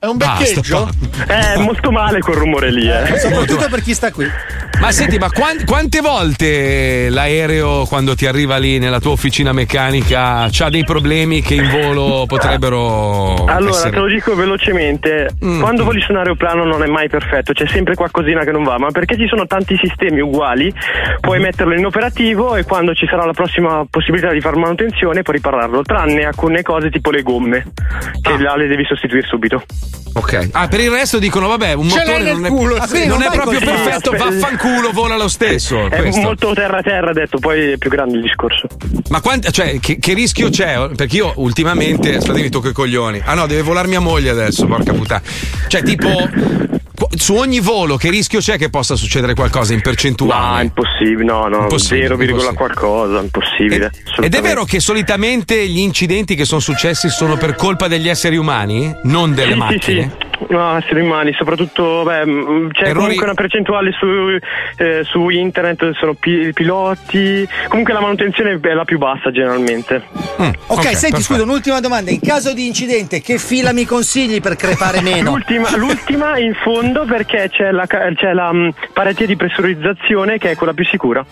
È un Basta, beccheggio? È molto male quel rumore lì, eh. Soprattutto per chi sta qui. Ma senti, ma quan- quante volte l'aereo quando ti arriva lì nella tua officina meccanica ha dei problemi che in volo potrebbero Allora, essere... te lo dico velocemente, Mm. quando voli su un aeroplano non è mai perfetto, c'è sempre qualcosina che non va, ma perché ci sono tanti sistemi uguali, puoi Mm-hmm. metterlo in operativo e quando ci sarà la prossima possibilità di fare manutenzione puoi ripararlo, tranne alcune cose tipo le gomme, che Ah. là le devi sostituire subito. Ok. Ah, per il resto dicono, vabbè, un Ce motore l'hai nel non è, culo, Ah, sì, quindi non non è vai proprio così. perfetto, Aspetta. vaffanculo, vola lo stesso. È questo. molto terra-terra detto, poi è più grande il discorso. Ma quant- cioè, che, che rischio c'è? Perché io ultimamente, aspetta, mi tocco i coglioni. Ah no, deve volare mia moglie adesso, porca puttana. Cioè, tipo, qu- su ogni volo, che rischio c'è che possa succedere qualcosa in percentuale? Ah, impossibile, no, no, Impossibile, 0, impossibile. qualcosa, impossibile. Ed è assolutamente. vero che solitamente gli incidenti che sono successi sono per colpa degli esseri umani, non delle sì, macchine? Sì, sì. No, esseri umani, soprattutto beh, mh, c'è Errori- comunque una percentuale su, eh, su internet, sono pi- piloti, comunque la manutenzione è la più bassa generalmente. Mm, Ok, senti, scusa, un'ultima domanda. In caso di incidente, che fila mi consigli per crepare meno? L'ultima, l'ultima in fondo perché c'è la, ca- c'è la mh, parete di pressurizzazione che è quella più sicura.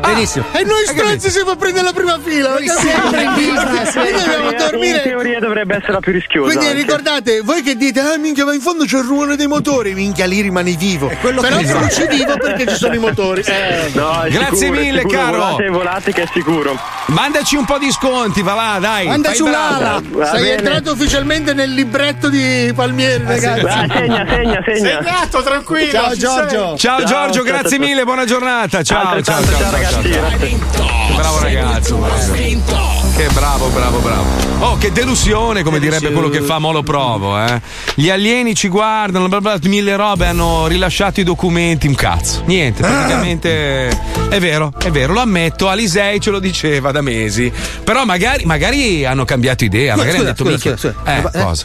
Benissimo. E noi stronzi siamo a prendere la prima fila. Noi ragazzi. sempre [laughs] in business, Quindi dobbiamo In dormire. teoria dovrebbe essere la più rischiosa. Quindi anche. ricordate, voi che dite, ah minchia, ma in fondo c'è il rumore dei motori, minchia lì rimani vivo. quello Però che- esatto. non ci vivo perché ci sono i motori. Eh. No, è Grazie sicuro, è mille, sicuro, caro. Volate e volate che è sicuro. Mandaci un po' di sconti, va là, dai. Andaci fai un'ala. bravo. Sei entrato ufficialmente nel libretto di Palmieri, ragazzi. Ah, segna, segna, segna. Segnato, tranquillo. Ciao ci sei. Giorgio. Ciao Giorgio, grazie mille, buona giornata. Ciao, ciao, Altrettanto, ciao, ciao, ciao, ciao, ragazzi, ciao. Che bravo ragazzo, bravo. Che bravo, bravo, bravo. Oh, che delusione, come direbbe quello che fa Molo Provo, eh. Gli alieni ci guardano, bla bla, mille robe, hanno rilasciato i documenti, un cazzo. Niente, praticamente è vero, è vero, lo ammetto, Alisei ce lo diceva da mesi. Però magari, magari hanno cambiato idea, magari hanno detto minchia. Eh, cosa, si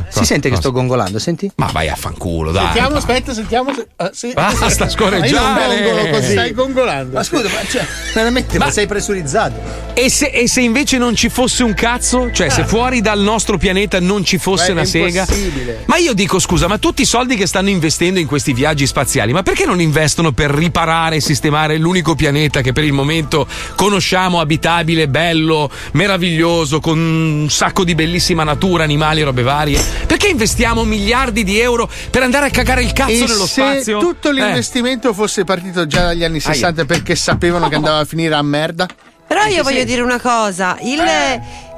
cosa, sente che cosa? sto gongolando, senti? Ma vai a fanculo, dai. Sentiamo, aspetta, sentiamo. se- ah, sì. Basta scorreggiare. Ma io non gongolo così. Stai gongolando. Ma scusa, ma, cioè, veramente, ma, sei pressurizzato. E se, e se invece non ci fosse un cazzo? Cioè, se fuori dal nostro pianeta non ci fosse Ma una Ah. è sega? impossibile. Ma io dico, scusa, ma tutti i soldi che stanno investendo in questi viaggi spaziali, ma perché non investono per riparare e sistemare l'unico pianeta che per il momento conosciamo, abitabile, bello, meraviglioso, con un sacco di bellissima natura, animali e robe varie? Perché investiamo miliardi di euro per andare a cagare il cazzo E nello se spazio? tutto Eh. l'investimento fosse partito già dagli anni 60 perché sapevano che andava a finire a merda? Però In io che voglio senso? dire una cosa, il,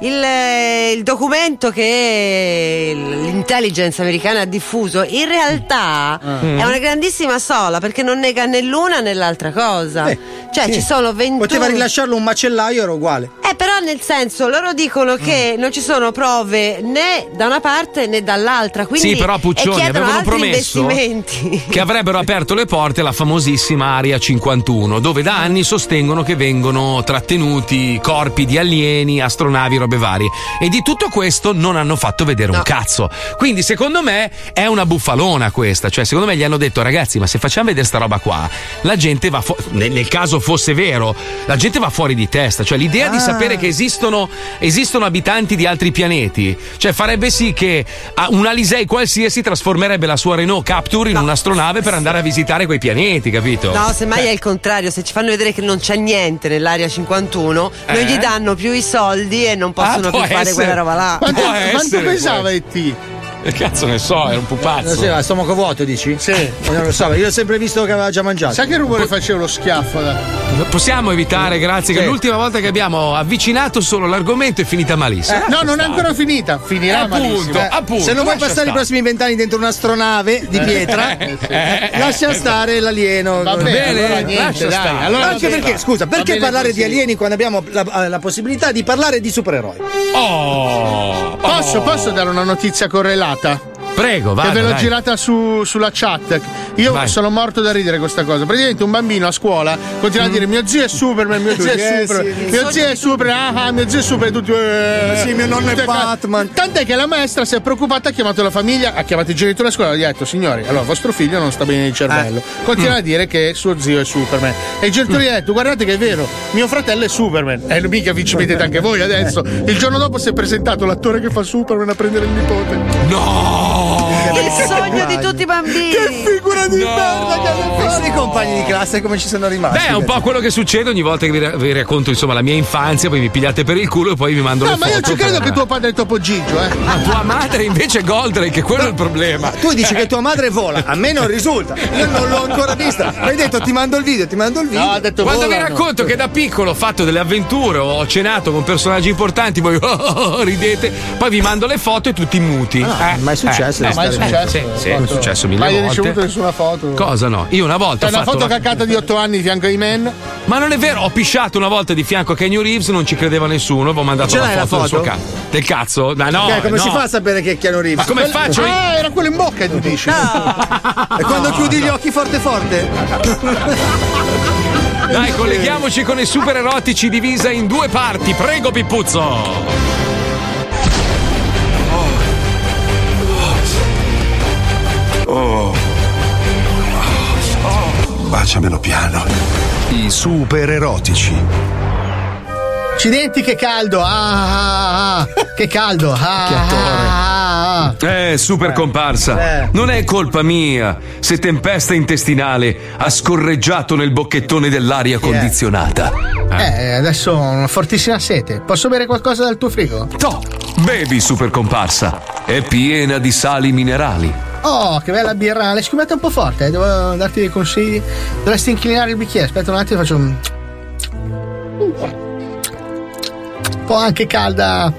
il- il documento che l'intelligence americana ha diffuso in realtà Mm. è una grandissima sola perché non nega né l'una né l'altra cosa. Eh, cioè sì. ci sono 21... Poteva rilasciarlo un macellaio, era uguale. Eh, però nel senso, loro dicono Mm. che non ci sono prove né da una parte né dall'altra, quindi sì, però e Puccioni chiedono avevano altri promesso investimenti. che avrebbero aperto le porte alla famosissima Area 51, dove da anni sostengono che vengono trattenuti corpi di alieni, astronavi, robe varie. E di tutto questo non hanno fatto vedere un cazzo. Quindi, secondo me, è una buffalona questa. Cioè, secondo me gli hanno detto, ragazzi, ma se facciamo vedere sta roba qua, la gente va fuori. Nel, nel caso fosse vero, la gente va fuori di testa. Cioè, l'idea di Ah. sapere che esistono, esistono abitanti di altri pianeti, cioè farebbe sì che ah, un Alisei qualsiasi trasformerebbe la sua Renault Capture in un'astronave per andare a visitare quei pianeti, capito? No, semmai è il contrario, se ci fanno vedere che non c'è niente nell'area 51, Eh? non gli danno più i soldi e non possono Ah, più può fare essere. quella roba là. Può Quanto, essere, quanto può pesava E.T.? Che cazzo ne so, era un Non so, pupazzo. a stomaco vuoto, dici? Sì. Non lo so, ma io ho sempre visto che aveva già mangiato. Sai che rumore faceva lo schiaffo? da- Possiamo evitare, grazie, che Sì. l'ultima volta che abbiamo avvicinato solo l'argomento è finita malissimo. Eh, no, non è ancora finita. Finirà Appunto, malissimo. eh, appunto, Se non vuoi lascia passare i stare. prossimi vent'anni dentro un'astronave di pietra, Eh, sì. eh, Eh, lascia eh, stare l'alieno. Va bene, allora niente, lascia dai, stare. allora va Anche bene. perché, scusa, Va perché bene parlare così. di alieni quando abbiamo la, la possibilità di parlare di supereroi? Oh, Posso, posso dare una notizia correlata? Prego, vada, Che ve l'ho dai. girata su- sulla chat. Io Vai. sono morto da ridere questa cosa. Praticamente un bambino a scuola continua a dire mio zio è Superman, mio zio è [laughs] Sì, Superman, sì, sì. mio zio è Superman, ah, ah, mio zio è Superman, tutti eh, Sì, mio nonno è tutte- Batman. Tant'è che la maestra si è preoccupata, ha chiamato la famiglia, ha chiamato i genitori a scuola e gli ha detto signori, allora vostro figlio non sta bene di cervello. Eh. Continua a Mm. dire che suo zio è Superman. E i genitori gli hanno detto guardate che è vero, mio fratello è Superman. E mica vi ci mettete anche voi adesso. Il giorno dopo si è presentato l'attore che fa Superman a prendere il nipote. No! Il sogno di tutti i bambini. Che figura di merda che hanno fatto! i compagni di classe come ci sono rimasti. Beh, è un po' quello che succede ogni volta che vi, ra- vi racconto insomma la mia infanzia, poi mi pigliate per il culo e poi vi mando No, le ma foto. io ci credo per- che tuo padre è Topo Gigio, eh. Ah, tua madre invece è Goldrake, quello è il problema. Tu dici che tua madre vola, a me non risulta. Io non l'ho ancora vista. Hai detto ti mando il video, ti mando il video. ha detto Quando vi racconto che da piccolo ho fatto delle avventure, ho cenato con personaggi importanti, voi [laughs] oh, oh, oh, ridete, poi vi mando le foto e tutti muti. Eh, Ah, mai successo, mai successo. sì, sì, è successo Ma mille hai ricevuto volte. nessuna foto? Cosa no? Io una volta C'è ho una fatto foto la- caccata di 8 anni di fianco ai men. Ma non è vero, ho pisciato una volta di fianco a Kenny Reeves, non ci credeva nessuno, avevo mandato Ce la l'hai foto, la del suo foto? cazzo. Del cazzo? Ma no, Ok, come no. si fa a sapere che è Keanu Reeves? Ma come faccio io? Ah, era quello in bocca, tu dici. Ah, E quando chiudi gli occhi forte forte? Dai, colleghiamoci con i super erotici divisa in due parti. Prego, Pippuzzo. Oh. Baciamelo piano. I super erotici. Accidenti, che caldo! Ah, ah, ah. che caldo! Ah, che attore! Eh, super comparsa. Non è colpa mia se tempesta intestinale ha scorreggiato nel bocchettone dell'aria condizionata. Eh, adesso ho una fortissima sete. Posso bere qualcosa dal tuo frigo? No! Bevi super comparsa. È piena di sali minerali. Oh, che bella birrale. Scommetta un po' forte, eh, devo darti dei consigli. Dovresti inclinare il bicchiere. Aspetta un attimo, faccio un. Un po' anche calda.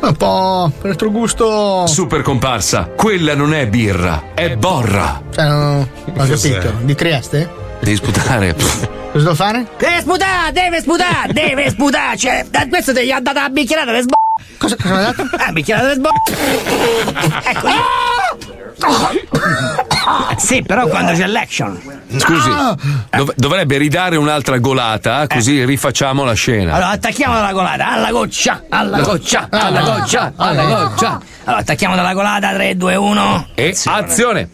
Un po' per il tuo gusto. Super comparsa, quella non è birra, è borra. Cioè, non non ho Cos'è? capito. Di Trieste? Devi sputare. pff. Cosa devo fare? Deve sputare, deve sputare, deve sputare. Cioè, da- questo ti gli ha dato la bicchierata di sb. Cosa, cosa mi ha dato? La bicchierata di sb. Ecco. sì, però quando c'è l'action. Scusi, Ah! dov- dovrebbe ridare un'altra golata, così rifacciamo la scena. Allora attacchiamo dalla colata, alla goccia, alla No. goccia, Ah, alla No. goccia, alla No. goccia. Allora attacchiamo dalla colata, 3, 2, 1. E azione!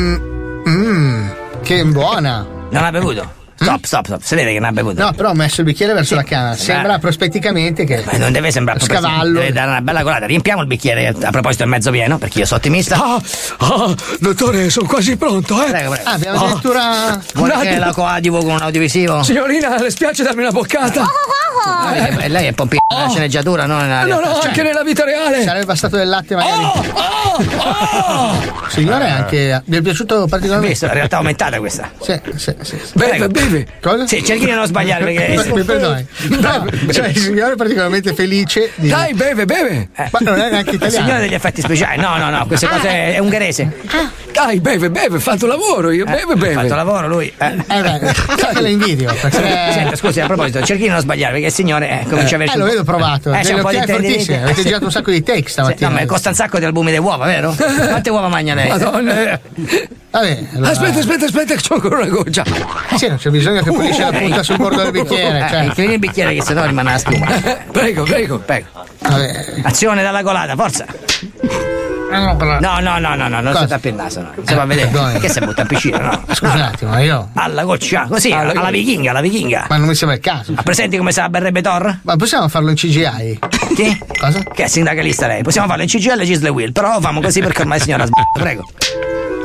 Mmm, che buona. Non ha bevuto? Stop, stop, stop. Si vede che non ha bevuto. No, però ho messo il bicchiere verso la canna. Sembra prospetticamente che. Eh, Non deve sembrare proprio Scavallo. Deve dare una bella colata. Riempiamo il bicchiere. A proposito, è mezzo pieno, perché io sono ottimista. Ah, dottore, sono quasi pronto, eh. Prego, prego. Ah, abbiamo addirittura. Vuole che la coadivo con un audiovisivo? Signorina, le spiace darmi una boccata? Ah, vedi, lei è pompino nella sceneggiatura, non Ah, nella No, realtà. no, Cioè, anche nella vita reale. Sarebbe bastato del latte, magari. Ah! Ecco, Signore, Eh. anche. Vi è piaciuto particolarmente? Visto, la realtà aumentata questa. Sì, sì, sì. sì. Beve, beve. Cosa? Sì, cerchi di non sbagliare, perché- Mi perdoni. No, cioè, il signore è particolarmente felice. Di... Dai, beve, beve. Ma non è neanche Il italiano. Eh. signore degli effetti speciali. No, no, no, queste Ah. cose è, è ungherese. Dai, beve, beve, ha fatto lavoro, Eh, io beve, beve. Ha fatto lavoro lui. Eh. beh, sai che la invidio. Perché... Senta, scusi, a proposito, cerchi di non sbagliare, perché il signore eh, comincia a averci. Eh, lo vedo provato. Eh, c'è Delle un po' di occhiaie intendimenti. fortissime. Avete Eh, sì. girato un sacco di take stamattina. No, ma costa un sacco di albumi di uova, [laughs] vero? Quante uova mangia lei? eh, Madonna. Vabbè, allora- Aspetta, aspetta, aspetta, che c'ho ancora una goccia. Eh sì, non c'è bisogno che pulisce la punta sul bordo del bicchiere. Cioè. Uh, Eh, inclini il bicchiere che sennò rimane la schiuma. [laughs] Prego, prego, prego. Azione dalla colata, forza. Ah, No, no, no, no, no, non Cosa? si tappa il naso, no. Si va a vedere. Perdoni. Che si butta in piscina, no? [laughs] Scusa un attimo, ma io. Alla goccia, così, alla, alla vichinga, alla vichinga. Ma non mi sembra il caso. Ha presente come si berrebbe Thor? Ma possiamo farlo in CGI? Che? Cosa? Che è sindacalista lei. Possiamo farlo in CGL e Gisle Will, però famo così perché ormai signora sbaglia. Prego.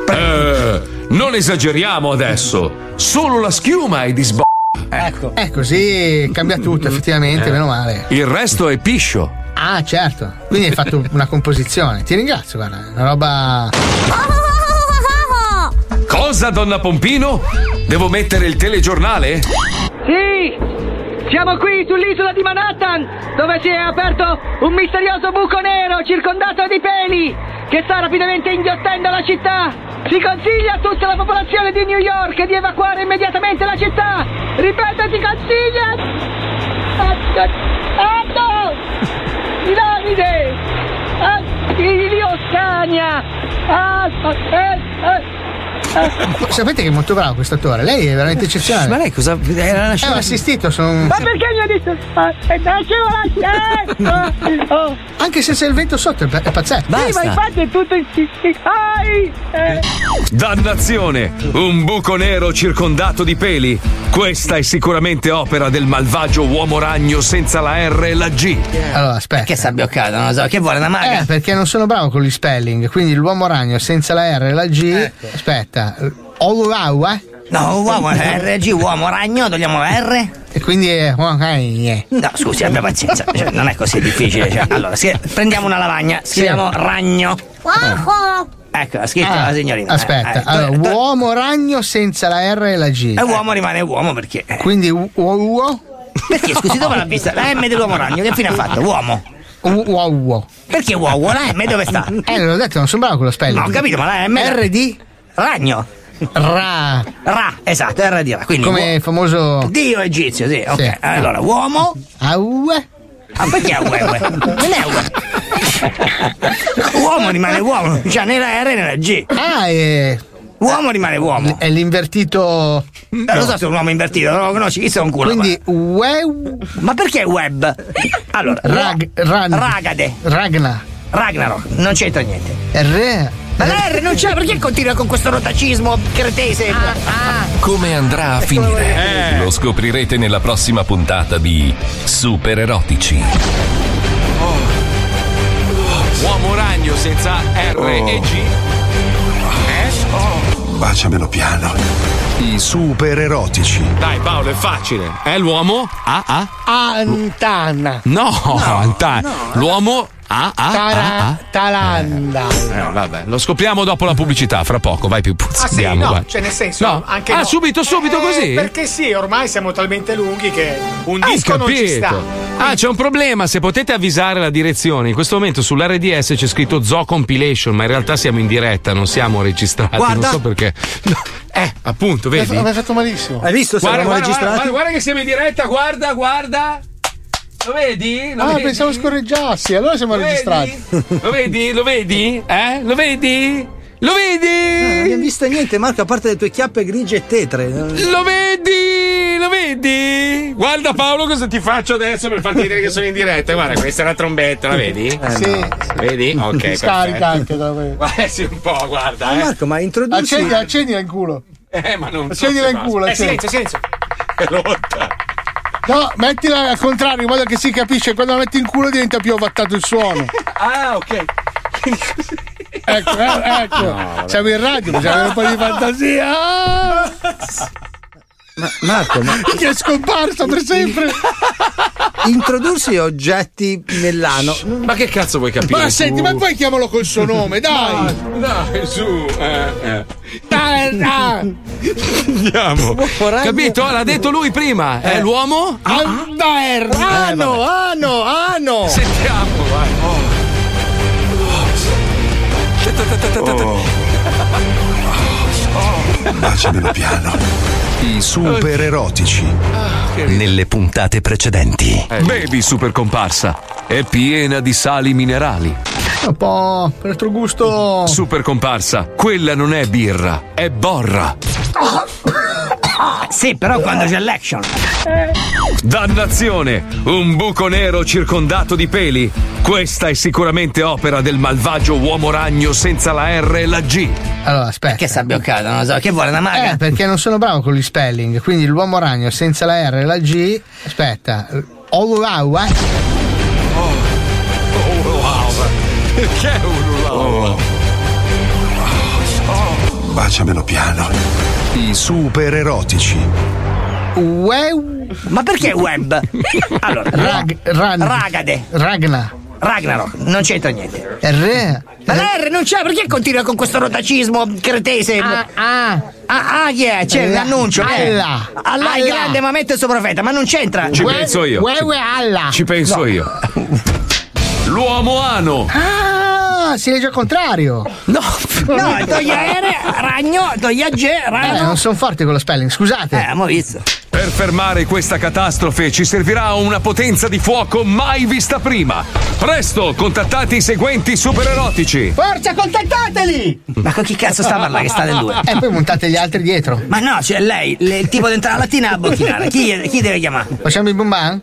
Eh, non esageriamo adesso. Solo la schiuma è di sbocco. Ecco. Eh, così cambia [laughs] tutto, Eh. effettivamente, meno male. Il resto è piscio. Ah, certo. Quindi hai [laughs] fatto una composizione. Ti ringrazio, guarda. è Una roba. Cosa, donna Pompino? Devo mettere il telegiornale? Sì! Siamo qui sull'isola di Manhattan, dove si è aperto un misterioso buco nero circondato di peli che sta rapidamente inghiottendo la città. Si consiglia a tutta la popolazione di New York di evacuare immediatamente la città. Ripeto, si consiglia. Atto! Davide! Attilio Scania! Alfa! eh, eh. Sapete che è molto bravo quest'attore. Lei è veramente eccezionale. Ma lei cosa. Era una scena. assistito, [laughs] sono. Ma perché mi ha detto? Ah, eh, facevo la- eh, oh, oh. Anche se c'è il vento sotto è pa- è pazzesco. Sì, ma infatti è tutto in Ai! Eh. Dannazione! Un buco nero circondato di peli. Questa è sicuramente opera del malvagio uomo ragno senza la R e la G. Allora, aspetta. Che sta bioccato, non lo so. Che vuole una maga? Eh, perché non sono bravo con gli spelling. Quindi l'uomo ragno senza la R e la G. Aspetta. Olurau, eh? Ecco. No, [laughs] uomo, RG, uomo, ragno, togliamo la R. E quindi è. oh, eh, No, scusi, abbia pazienza. Cioè, non è così difficile. cioè. Allora, si- prendiamo una lavagna, scriviamo ragno. Ecco, ha scritto Ah, la signorina. eh, Aspetta, eh, allora, uomo ragno senza la R e la G. E uomo rimane uomo perché. eh. Quindi u- u- uo- Perché scusi, dove l'ha vista? La M dell'uomo ragno, che fine ha fatto? Uomo. u- uo- uo. Perché uomo? La M dove sta? Eh, l'ho detto, non sono bravo con lo spelling. No, ho capito, ma eh, la M. R di Ragno. Ra. Ra, esatto, R di Ra. Quindi Come uo- il famoso. Dio egizio, sì. Ok. Sì. Allora, uomo. Aue. Ah, perché aue, aue? Non è aue. Uomo rimane uomo, cioè né la R né la G. Ah, è. Uomo rimane uomo. È l'invertito. Eh, lo so se è un uomo invertito, non lo conosci, chi sei un culo? Quindi web. Ma perché web? Allora, Rag, ran- Ragade. Ragna. Eh. Ragnarok, non c'entra niente. R. Ma la R non c'è, perché continua con questo rotacismo cretese? Ah, Eh, Come andrà a Eh. finire? Lo scoprirete nella prossima puntata di Super Erotici. Uomo ragno senza R Oh. e G. Eh? Baciamelo piano. I super erotici. Dai Paolo, è facile. È l'uomo? Ah ah. Antana. eh. No, Antan- l'uomo ah, ah, ah, ah. Taranda. Eh, no, vabbè, lo scopriamo dopo la pubblicità, fra poco, vai più Ah sì, andiamo, no, vai. cioè nel senso, No. anche Ah, no. subito, subito Eh, così? Perché sì, ormai siamo talmente lunghi che un Hai disco non ci sta. capito. Ah, c'è un problema. Se potete avvisare la direzione, in questo momento sull'RDS c'è scritto Zoo Compilation, ma in realtà siamo in diretta, non siamo registrati. Guarda. Non so perché. No, Eh, appunto, vedi? Aveva fatto malissimo. Hai visto se Guarda, eravamo guarda, registrati? guarda, che siamo in diretta, guarda, guarda. Lo vedi? ah, pensavo scorreggiassi, allora siamo registrati. Lo vedi? Lo vedi? Eh? Lo vedi? Lo vedi? Ah, non abbiamo visto niente, Marco, a parte le tue chiappe grigie e tetre. Lo vedi? Lo vedi? Guarda Paolo cosa ti faccio adesso per farti vedere che sono in diretta. Guarda, questa è la trombetta, la vedi? Eh, Eh, Sì. no. Vedi? Ok, Scarica perfetto. anche da me. Guarda, sì, un po', guarda. eh. Ah, ma introduci- Accendila, accendila in culo. Eh, ma non so Accendila se in basta. culo. Eh, accendila. silenzio, silenzio. Rotta. No, mettila al contrario, in modo che si capisce. Quando la metti in culo diventa più avvattato il suono. Ah, ok. ecco, eh, ecco. Siamo in radio, bisogna avere un po' di fantasia. [laughs] Marco, ma Che è scomparso per sempre. introdursi oggetti nell'ano. Ma che cazzo vuoi capire? Ma senti, ma poi chiamalo col suo nome, dai. Dai, su. Eh, eh. Dai, dai. Andiamo. Eh, Capito? L'ha detto lui prima. Eh, Eh. È l'uomo? Aldaer. Ah, no, Ano, ano, ano. Sentiamo, vai. Oh. Baciamelo piano. I super erotici. Ah, Nelle puntate precedenti. Eh. Baby super comparsa. È piena di sali minerali. Un po' per il tuo gusto. Super comparsa. Quella non è birra, è borra. Sì, però quando c'è l'action. Dannazione! Un buco nero circondato di peli. Questa è sicuramente opera del malvagio uomo ragno senza la R e la G. Allora, aspetta. Perché sta bloccato? Non lo so. Che vuole una maga? Eh, perché non sono bravo con gli spelling. Quindi l'uomo ragno senza la R e la G. Aspetta. All wow, eh. Oh, wow. Perché uno Oh, Baciamelo piano. I super erotici. Web. Ma perché web? Allora, Rag, ran, Ragade. Ragna. Ragnarok, non c'entra niente. R. Ma la R non c'è, perché continua con questo rotacismo cretese? Ah, ah. Ah, ah, chi è? C'è Alla- l'annuncio. eh. Alla. Allah è Alla. grande, ma mette il suo profeta, ma non c'entra. Ci penso io. Web alla. Ci penso io. L'uomo ano. Ah, si legge al contrario. No, No, togli R, ragno, togli G, Eh, ragno. non sono forte con lo spelling, scusate. Eh, mo visto. Per fermare questa catastrofe ci servirà una potenza di fuoco mai vista prima. Presto, contattate i seguenti super erotici. Forza, contattateli! Ma con chi cazzo sta a parlare che sta nel due? E poi montate gli altri dietro. Ma no, c'è lei, le- il tipo dentro la mattina a bocchinare. Chi, chi deve chiamare? Facciamo il boom bang?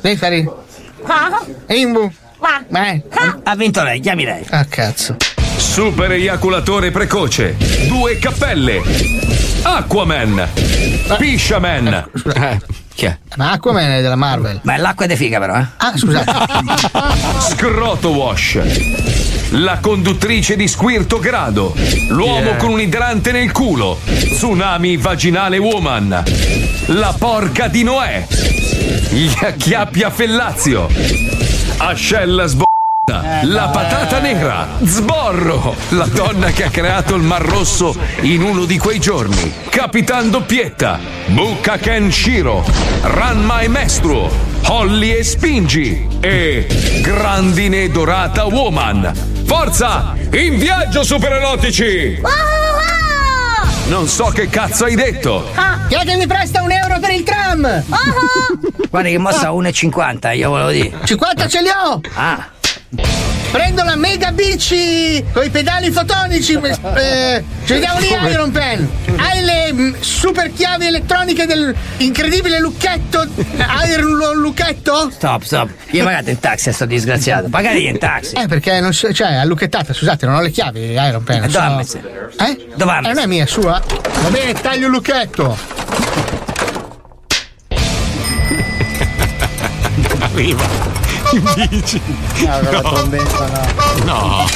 Lei fare. E imbu. Ma eh. Ha vinto lei, chiami lei. Ah, cazzo. Super eiaculatore precoce. Due cappelle. Aquaman. Pishaman. Eh, Chi è? Ma Aquaman è della Marvel. Ma l'acqua è de figa però, eh. Ah, scusate. Scroto Wash. La conduttrice di squirto grado. L'uomo Yeah. con un idrante nel culo. Tsunami vaginale woman. La porca di Noè. Gli acchiappia fellazio. Ascella sbotta. La patata nera. Sborro. La donna che ha creato il Mar Rosso in uno di quei giorni. Capitan Doppietta. Bucca Kenshiro. Ranma e Mestruo. Holly e Spingi. E Grandine Dorata Woman. Forza! In viaggio supererotici! Non so che cazzo hai detto! Chi è che mi presta un euro per il tram? Oh. Guarda che mossa 1,50, io volevo dire. 50 ce li ho! Ah. Prendo la mega bici con i pedali fotonici. Eh, ci vediamo lì, Come? Iron Pen. Hai le mm, super chiavi elettroniche del incredibile lucchetto. Iron lucchetto? Stop, stop. Gli pagate in taxi a sto disgraziato. Pagate in taxi. Eh, perché non so, cioè, è lucchettata, scusate, non ho le chiavi, Iron Pen. non so- Dormese. Eh? Dov'è? Eh, non è mia, è sua. Va bene, taglio il lucchetto. Arriva. Dici. Ah, la trombetta, no. No.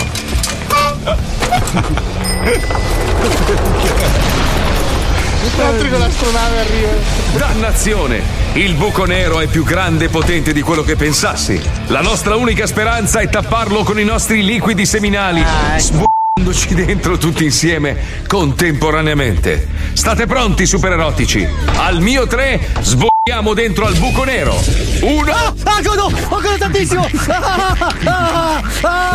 Incontri con l'astronave arriva. Dannazione! Il buco nero è più grande e potente di quello che pensassi. La nostra unica speranza è tapparlo con i nostri liquidi seminali, Ah, ecco. sbucandoci dentro tutti insieme contemporaneamente. State pronti, supererotici? Al mio 3 sbucchiamo dentro al buco nero. Uno. Ah, godo! Ho godo tantissimo! Ah, ah, ah,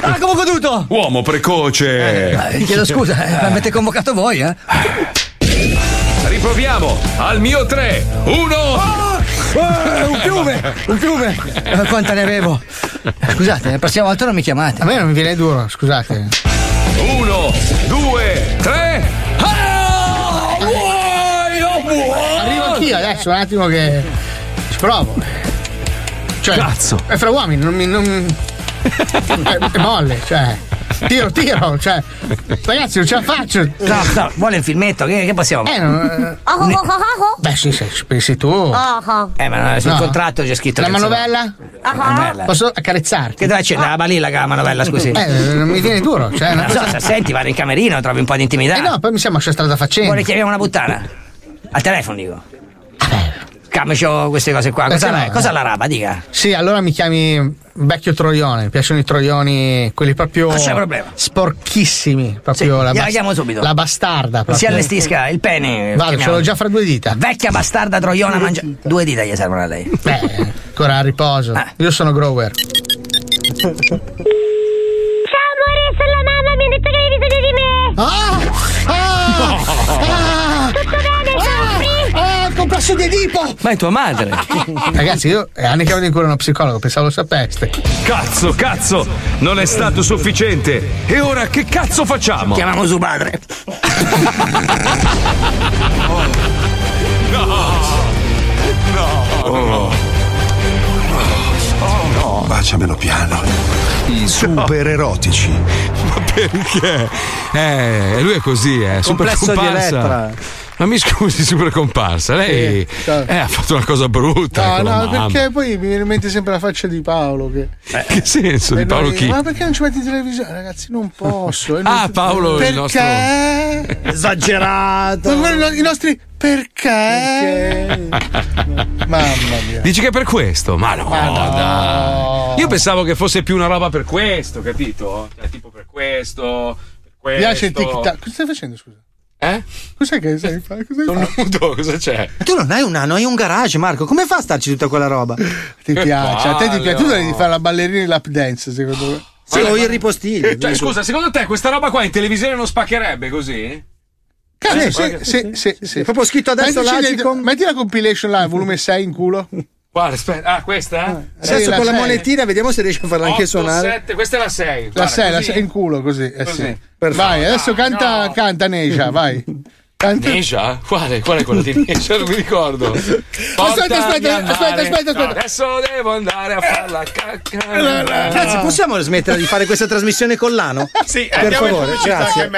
ah, come ho goduto! Uomo precoce. Eh, chiedo scusa, eh, avete convocato voi, eh? Riproviamo. Al mio 3. Uno. Eh, un fiume! Un fiume! Eh, quanta ne avevo? Scusate, la prossima volta non mi chiamate. A me non mi viene duro, scusate. Uno, due, tre. Ah! Uai, oh, buono! Arrivo anch'io adesso, un attimo che. Ci provo. Cioè, Cazzo. È fra uomini, non mi. non- è, è molle, cioè. Tiro, tiro, cioè. Ragazzi, non ce la faccio. No, no, vuole un filmetto, che, che possiamo Eh, non. ah. Beh, sì, sì, ci pensi tu. Eh, ma no, sul No. contratto c'è scritto. La che, insomma, manovella? manovella. Posso accarezzarti? Che dove c'è? La balilla che ha la manovella, scusi. Ah. Eh, non mi viene [laughs] duro, cioè, non no. so, se senti, vado in camerino, trovi un po' di intimità. Eh no, poi mi siamo lasciati strada facendo. Ah, Vuole chiamiamo una puttana? Al telefono, dico. Cambicio queste cose qua. Perché Cosa, no? cosa la raba, dica? Sì, allora mi chiami vecchio troione. Mi piacciono i troioni, quelli proprio Non Ah, c'è problema. sporchissimi. Proprio Sì, la, gliela bas- chiamo subito. la bastarda. Proprio. Si allestisca il pene. Vado, ce chiamiamo. l'ho già fra due dita. Eh, Vecchia bastarda troiona mangia. Due dita gli servono a lei. Beh, ancora a riposo. Ah. Io sono Grower. Ciao amore, sono la mamma, mi ha detto che avevi bisogno di me! Ah, Tutto bene, soffri? Ah, ho compresso di Edipo! Ma è tua madre! [laughs] Ragazzi, io è anni che vado in cura uno psicologo, pensavo lo sapeste. Cazzo, cazzo! Non è stato sufficiente! E ora che cazzo facciamo? Chiamiamo suo padre. No! No! Oh, no. Baciamelo piano. I [laughs] super erotici. Ma perché? Eh, lui è così, eh. Super Complesso di comparsa. Elettra. Ma mi scusi, super comparsa. Lei Sì, certo. eh, ha fatto una cosa brutta. No, con la no, mamma. perché poi mi viene in mente sempre la faccia di Paolo. Che... Che senso di E Paolo noi- chi? Ma perché non ci metti in televisione, ragazzi? Non posso. E Ah, noi- Paolo, il perché? nostro- [laughs] Esagerato. I nostri Eh. perché? [laughs] Mamma mia. Dici che è per questo? Ma no, Ma no. dai. Io pensavo che fosse più una roba per questo, capito? Cioè, tipo per questo. Per Mi questo. piace il tic tac. Cosa stai facendo, scusa? Eh? Cos'è che stai facendo? Sono nudo, cosa c'è? Tu non hai un anno, hai un garage, Marco. Come fa a starci tutta quella roba? Ti piace, a Ah, cioè, te ti piace. Tu devi fare la ballerina in lap dance, secondo me. Sì, o il ripostiglio. Cioè, scusa, secondo te questa roba qua in televisione non spaccherebbe così? Cazzo, Eh, sì, guarda- sì, sì, sì. Proprio scritto adesso Mettici l'Agicom. dentro- Metti la compilation là, volume 6 in culo. Guarda, aspetta. Ah, questa? Adesso Sì, la con la sei. monetina vediamo se riesci a farla anche 8, suonare. 7, questa è la 6. La 6, la 6 in culo così. eh Così. Ah, sì. Vai, adesso canta, canta Neja, vai. Canta. Neja? Quale? Qual è quella di Eh. Neja? Cioè, Non mi [laughs] ricordo. Portami aspetta, a mare. aspetta, aspetta, aspetta. No, adesso devo andare a fare la cacca. Ragazzi, Ah. possiamo smettere di fare questa trasmissione con l'ano? oh. [laughs] Sì, per favore, grazie. Aspetta,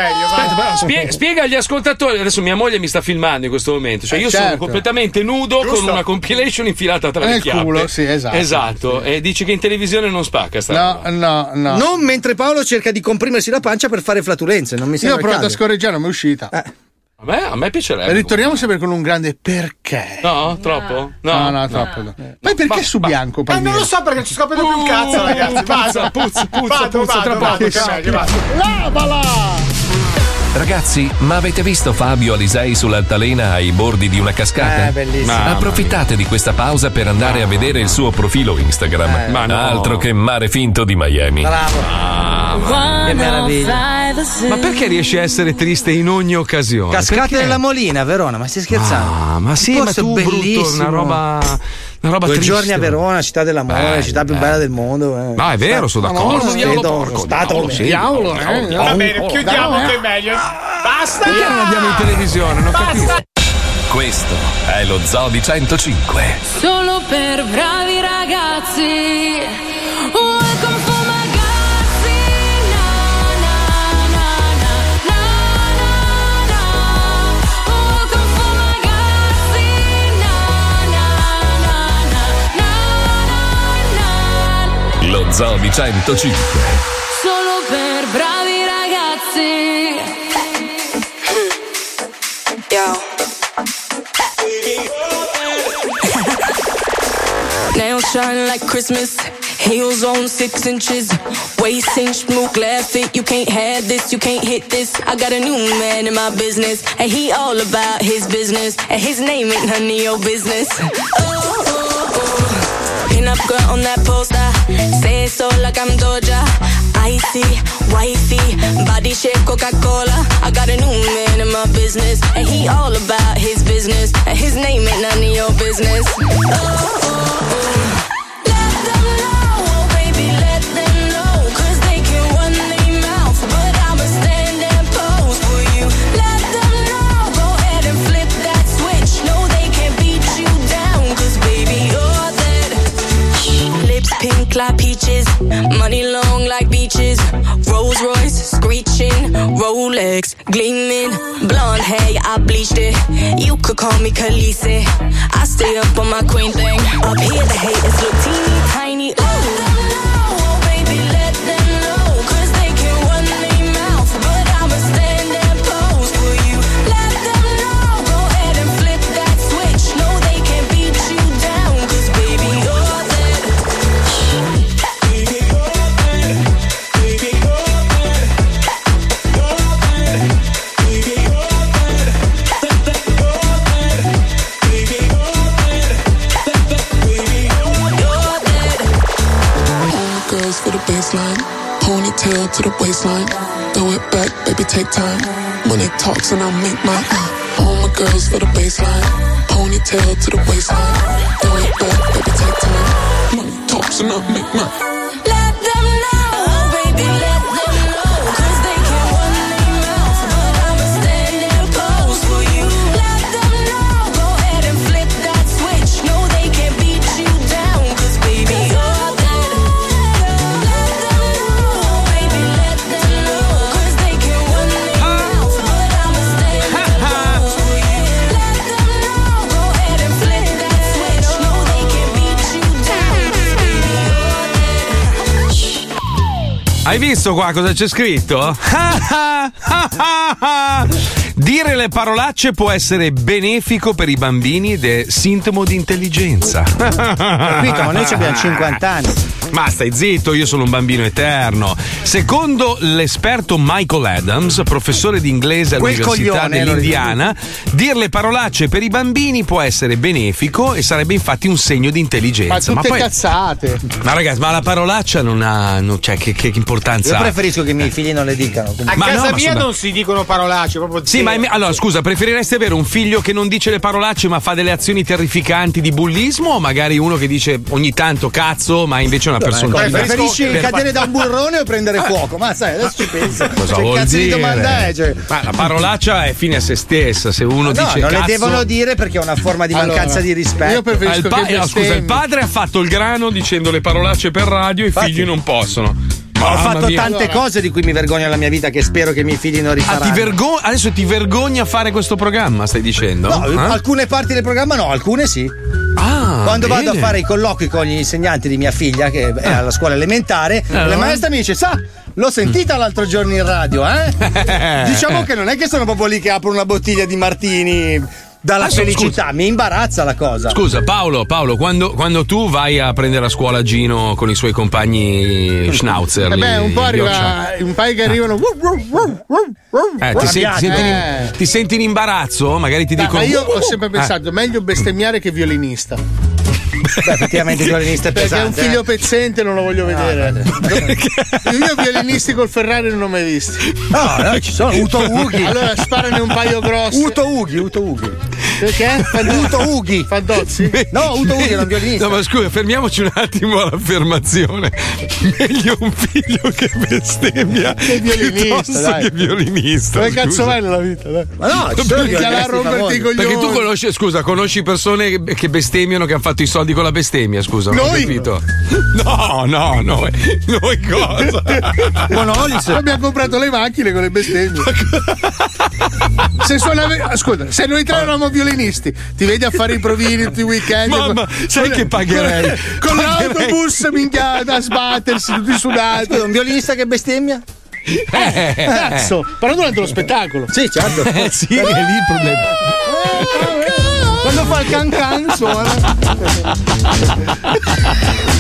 però, spie- spiega agli ascoltatori. Adesso mia moglie mi sta filmando in questo momento. Cioè, Eh, io sono certo. completamente nudo con Giusto. una compilation infilata tra le Nel chiappe. culo, sì, esatto. Esatto. E dici che in televisione non spacca sta roba. No, no, no. Non mentre Paolo cerca di comprimersi la pancia per fare flatulenze, non mi Io ho sembra Eh. il provato a caso. scorreggiare, non mi è uscita. A me, a me piacerebbe. Ritorniamo sempre con un grande perché. No, troppo? No, no, troppo. no. Poi perché su bianco? Ah, Ma Palmieri? non lo so perché non ci scopre più un cazzo, ragazzi. Uh, puzza, Vado, puzza, puzza, vado, puzza, vado, tra vado, poco. che è meglio, vado. Lavala! Ragazzi, ma avete visto Fabio Alisei sull'altalena ai bordi di una cascata? Eh, bellissimo. Mamma Approfittate di questa pausa per andare a vedere il suo profilo Instagram. Eh, ma no. Altro che mare finto di Miami. Bravo. Mamma. Che meraviglia. Ma perché riesci a essere triste in ogni occasione? Cascate Perché? della Molina, Verona, ma stai scherzando? Ah, ma sì, Il ma posto tu, è brutto, bellissimo. una roba- una roba Due triste. giorni a Verona, città dell'amore, Bello, città più bello. bella del mondo. eh. Ma è vero, sono Stato- d'accordo, stato- diavolo, stato- porco, stato- diavolo, sì. diavolo, Diavolo, eh. diavolo. Va bene, Oh, chiudiamo dai, che eh. è meglio. Basta! Perché non andiamo in televisione? Non capisco. Questo è lo Zoo di 105. Solo per bravi ragazzi. Welcome for my ragazzi. Na, na, na, na, na, na, na. Welcome for my ragazzi. Na, na, na, na, na, na. Lo Zoo di 105. Solo per bravi ragazzi. Yo. Nail shine like Christmas. Heels on six inches. Waist inch, move, glad fit. You can't have this, you can't hit this. I got a new man in my business. And he all about his business. And his name ain't none of your business. Oh, oh, oh. Pin up girl on that poster. Say it so like I'm Doja. Icy, wifey, body shape Coca Cola. I got a new man in my business, and he all about his business. And his name ain't none of your business. Oh, oh, oh. Pink like peaches, money long like beaches. Rolls Royce screeching, Rolex gleaming. Blonde hair, yeah, I bleached it. You could call me Khaleesi. I stay up on my queen thing. Up here, the haters look teeny tiny. Ooh. Oh, Girls for the baseline, ponytail to the waistline. Throw it back, baby, take time. Money talks and I make my uh. All my girls for the baseline, ponytail to the waistline. Throw it back, baby, take time. Money talks and I make my. Let them know, baby, let them know. 'Cause they can't run their mouth, but I'ma stand and pose for you. Let them know, go ahead and flip that switch. No, they can't beat you down, 'cause baby, you're that. Let them know, baby, let them know. 'Cause they can't run their mouth, but I'ma stand and pose for you. Let them know, go ahead and flip that switch. No, they can't beat you down, 'cause baby, you're that. Hai visto qua cosa c'è scritto? Dire le parolacce può essere benefico per i bambini ed è sintomo di intelligenza. Capito? Ma noi ci abbiamo 50 anni. Ma stai zitto, io sono un bambino eterno. Secondo l'esperto Michael Adams, professore di inglese Quel all'Università coglione, lo dell'Indiana, dire le parolacce per i bambini può essere benefico e sarebbe infatti un segno di Ma intelligenza. tutte poi- cazzate. ma ragazzi, ma la parolaccia non ha. non- cioè, che, che importanza Io ha? preferisco che i miei Eh. figli non le dicano. comunque. A Ma casa no, ma mia sembra- non si dicono parolacce, proprio Sì, ma allora scusa, preferiresti avere un figlio che non dice le parolacce ma fa delle azioni terrificanti di bullismo o magari uno che dice ogni tanto cazzo ma invece è una persona... Preferisci Per- cadere da un burrone o prendere fuoco? Ma sai, adesso ci penso. Eh. Cioè, Cosa che vuol cioè, cazzo di dire? domanda è? Cioè... Ma la parolaccia è fine a se stessa, se uno No, dice non le cazzo... devono dire perché è una forma di Allora, mancanza di rispetto. Ah, il pa- ah, scusa, il padre ha fatto il grano dicendo le parolacce per radio e i figli non possono. Ho fatto tante cose di cui mi vergogno nella mia vita che spero che i miei figli non Ah, rifaranno. ti vergo- adesso ti vergogni a fare questo programma, stai dicendo? No, Eh? alcune parti del programma no, alcune sì. Quando vado Ah, a bene. Ah. fare i colloqui con gli insegnanti di mia figlia, che è alla scuola elementare, Eh. la La maestra maestra mi dice, sa, l'ho Mm. sentita l'altro giorno in [laughs] radio, eh? Diciamo che non è che sono proprio lì che aprono una bottiglia di martini dalla Ah, so- felicità, mi imbarazza la cosa. Scusa Paolo, Paolo quando, quando tu vai a prendere a scuola Gino con i suoi compagni schnauzer Eh lì, beh, un po' Yorkshire. arriva, un paio che Eh. arrivano. wuh, wuh, wuh, wuh, wuh, Eh, wuh, ti, senti, arrabbiati. senti in- Eh. ti senti in imbarazzo? Magari ti Dai, dicono ma io ho "Uh, sempre eh, pensato, meglio bestemmiare che violinista. Ah. effettivamente il violinista è Perché pesante, un figlio eh. pezzente non lo voglio vedere. [laughs] Io violinisti col Ferrari non ho mai visti. No, no, ci sono. Uto Ughi. Allora sparane un paio grossi. Uto Ughi, Uto Ughi. Perché? Uto Ughi. Fandozzi? No, Uto Ughi era un violinista. No, ma scusa, fermiamoci un attimo all'affermazione. Meglio un figlio che bestemmia Che violinista, piuttosto dai. che violinista. Dove cazzo scusa. vai nella vita? Dai. Minchia, la romperti i Perché tu coglioni. conosci, scusa, conosci persone che- che bestemmiano che hanno fatto i soldi con la bestemmia, scusa. non ho Noi? capito. [laughs] No, no, noi. Noi [laughs] cosa? Abbiamo comprato le macchine con le bestemmie. se, suona- ascolta, se noi tre eravamo violinisti, ti vedi a fare i provini tutti i weekend. Mamma, sai che pagherei? Con Pagherei. l'autobus minchia da sbattersi, tutti sudati. un violinista che bestemmia? Eh, cazzo, però durante lo spettacolo. Sì, certo. Eh, sì, è lì il problema. Eh, Quando fa il can can suona.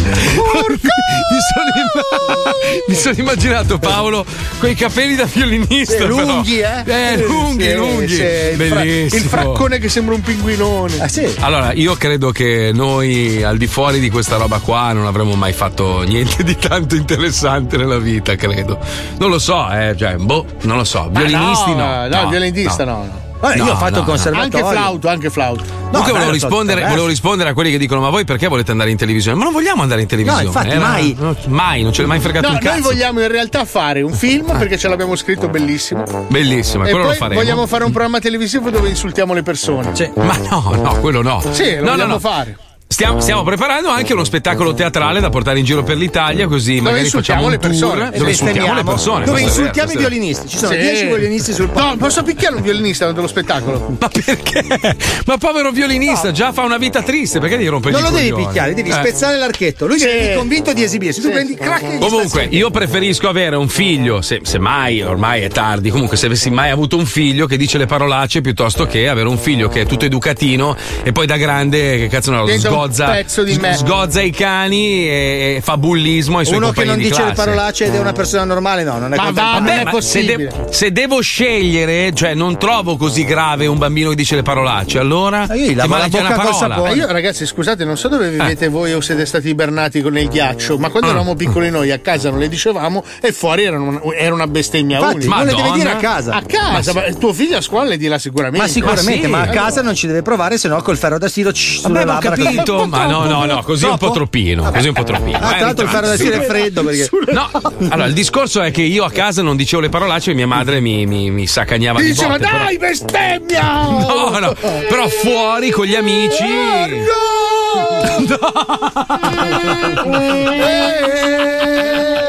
[laughs] Mi sono, [laughs] imma- mi sono immaginato Paolo con i capelli da violinista. Sì, lunghi, però. eh? Eh, lunghi, Sì, lunghi. sì, il fra- Bellissimo. Il fraccone che sembra un pinguinone. Ah, sì. Allora, io credo che noi al di fuori di questa roba qua non avremmo mai fatto niente di tanto interessante nella vita, credo. Non lo so, eh, cioè, boh, non lo so. Violinisti no. No, eh, no, violinista no. no. Vabbè, io ho fatto il Anche conservatorio. flauto, anche flauto. Comunque eh, volevo rispondere, volevo rispondere a quelli che dicono: Ma voi perché volete andare in televisione? Ma non vogliamo andare in televisione. infatti, Era- mai. no, mai, non ce l'hai mai fregato No, un noi cazzo. vogliamo in realtà fare un film perché ce l'abbiamo scritto bellissimo. Bellissimo, e quello poi lo faremo. vogliamo fare un programma televisivo dove insultiamo le persone. Ma no, no, quello no. Sì, lo no, no, vogliamo no. fare. Stiamo, stiamo preparando anche uno spettacolo teatrale da portare in giro per l'Italia, così Dove magari insultiamo facciamo un le persone. tour E dove insultiamo le bestemmiamo. persone. Dove questo è insultiamo vero, i questo è violinisti. vero. Ci sono 10 violinisti sul palco. No, posso picchiare un violinista dello spettacolo? Ma perché? Ma povero violinista, già fa una vita triste, perché devi rompere Non i lo devi coglioni? picchiare, devi Eh. spezzare l'archetto. Lui Sì. è convinto di esibirsi. Tu prendi crack e gli Comunque, io preferisco avere un figlio, se, se mai, ormai è tardi, comunque se avessi mai avuto un figlio che dice le parolacce piuttosto che avere un figlio che è tutto educatino e poi da grande, che cazzo no, Diventa un sgozza, pezzo di me. sgozza i cani e, e fa bullismo ai suoi Uno che compagni non di dice classe. le parolacce ed è una persona normale, no, non Ma è va, contemporanea. non è ma se, de- possibile. se devo scegliere, cioè non trovo così grave un bambino che dice le parolacce, allora ti mangi una parola. Ma io, ragazzi, scusate, non so dove vivete voi o siete stati ibernati con il ghiaccio, ma quando Ah. eravamo piccoli noi a casa non le dicevamo e fuori era una, era una bestemmia Infatti, unica. non le devi Madonna. dire a casa. A casa, Ma ma tuo figlio a scuola le dirà sicuramente. Ma sicuramente, ma, a Allora. casa non ci deve provare, se no col ferro da stiro ci Vabbè, sulle ma ho labbra. capito, così. Ma no, no, no, così è un po' Dopo? troppino. Così è un po' troppino. Ah, Eh, tra l'altro il ferro da ritratti. stiro è freddo perché. No, allora il discorso è che io a casa non dicevo le parolacce e mia madre mi, mi, mi sacagnava Ti di Diceva, botte. però- dai, bestemmia! No, no, però fuori con gli amici. [laughs]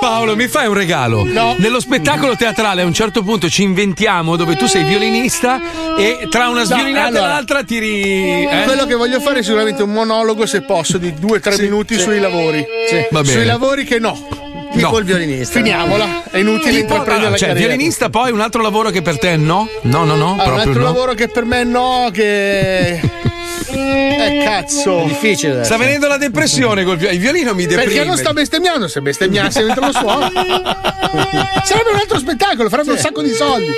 Paolo, mi fai un regalo? No. Nello spettacolo teatrale a un certo punto ci inventiamo dove tu sei violinista e tra una No, sviolinata allora. e l'altra tiri. eh? Quello che voglio fare è sicuramente un monologo, se posso, di 2-3 minuti sui lavori. Va bene. Sui lavori che no. Tipo No. il violinista. Finiamola. È inutile Tipo- intraprendere la cioè, carriera. violinista, poi un altro lavoro che per te è no? No, no, no. Ah, un proprio altro no. lavoro che per me no, che. Eh, cazzo. È difficile. Sta venendo la depressione col violino. Il violino mi deprime. Perché non sta bestemmiando? [laughs] Se bestemmiasse dentro lo suono. Sarebbe un altro spettacolo, farebbe un sacco di soldi.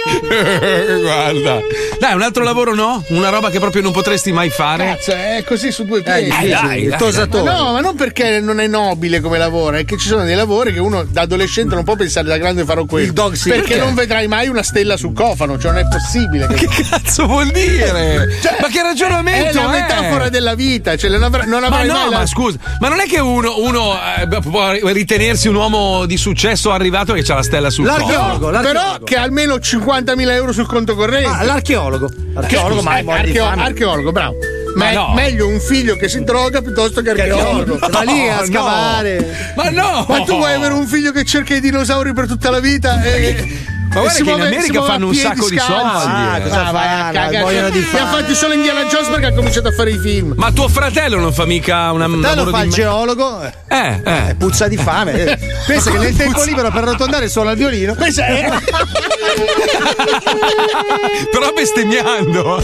Guarda. Dai, un altro lavoro no? Una roba che proprio non potresti mai fare? Cazzo, è così su due piedi. difficile, il tosatore. Ma No, ma non perché non è nobile come lavoro, è che ci sono dei lavori che uno da adolescente non può pensare da grande farò quello. perché, perché? non vedrai mai una stella sul cofano, cioè non è possibile. [laughs] che Cioè, cazzo vuol dire? ma che ragionamento È la è? metafora della vita, cioè non avrai, non Ma avrai no, mai la- ma scusa, ma non è che uno, uno, eh, può ritenersi un uomo di successo arrivato che c'ha la stella sul collo? L'archeologo, Però che ha almeno 50.000 euro sul conto corrente. Ah, l'archeologo. Archeologo, ma è Eh, morto di archeo- fame. archeologo, bravo. Ma Ma, è no. meglio un figlio che si droga piuttosto che archeologo. archeologo. Va lì a scavare. Ma no! Ma tu vuoi avere un figlio che cerca i dinosauri per tutta la vita? E... Ma e guarda si che in muove- si America muove a fanno un piedi sacco di scalzi. soldi, Ah, eh. cosa Ah, vai a vai, cagare. vogliono di Li ha fare. fatti solo Indiana Jones perché ha cominciato a fare i film. Ma tuo fratello non fa mica una un Te lo lavoro fa di il me- geologo, Eh, eh. puzza di fame. [laughs] Eh, Pensa che nel tempo Puzza- libero per rotondare suona il violino. Pensa, Però bestemmiando.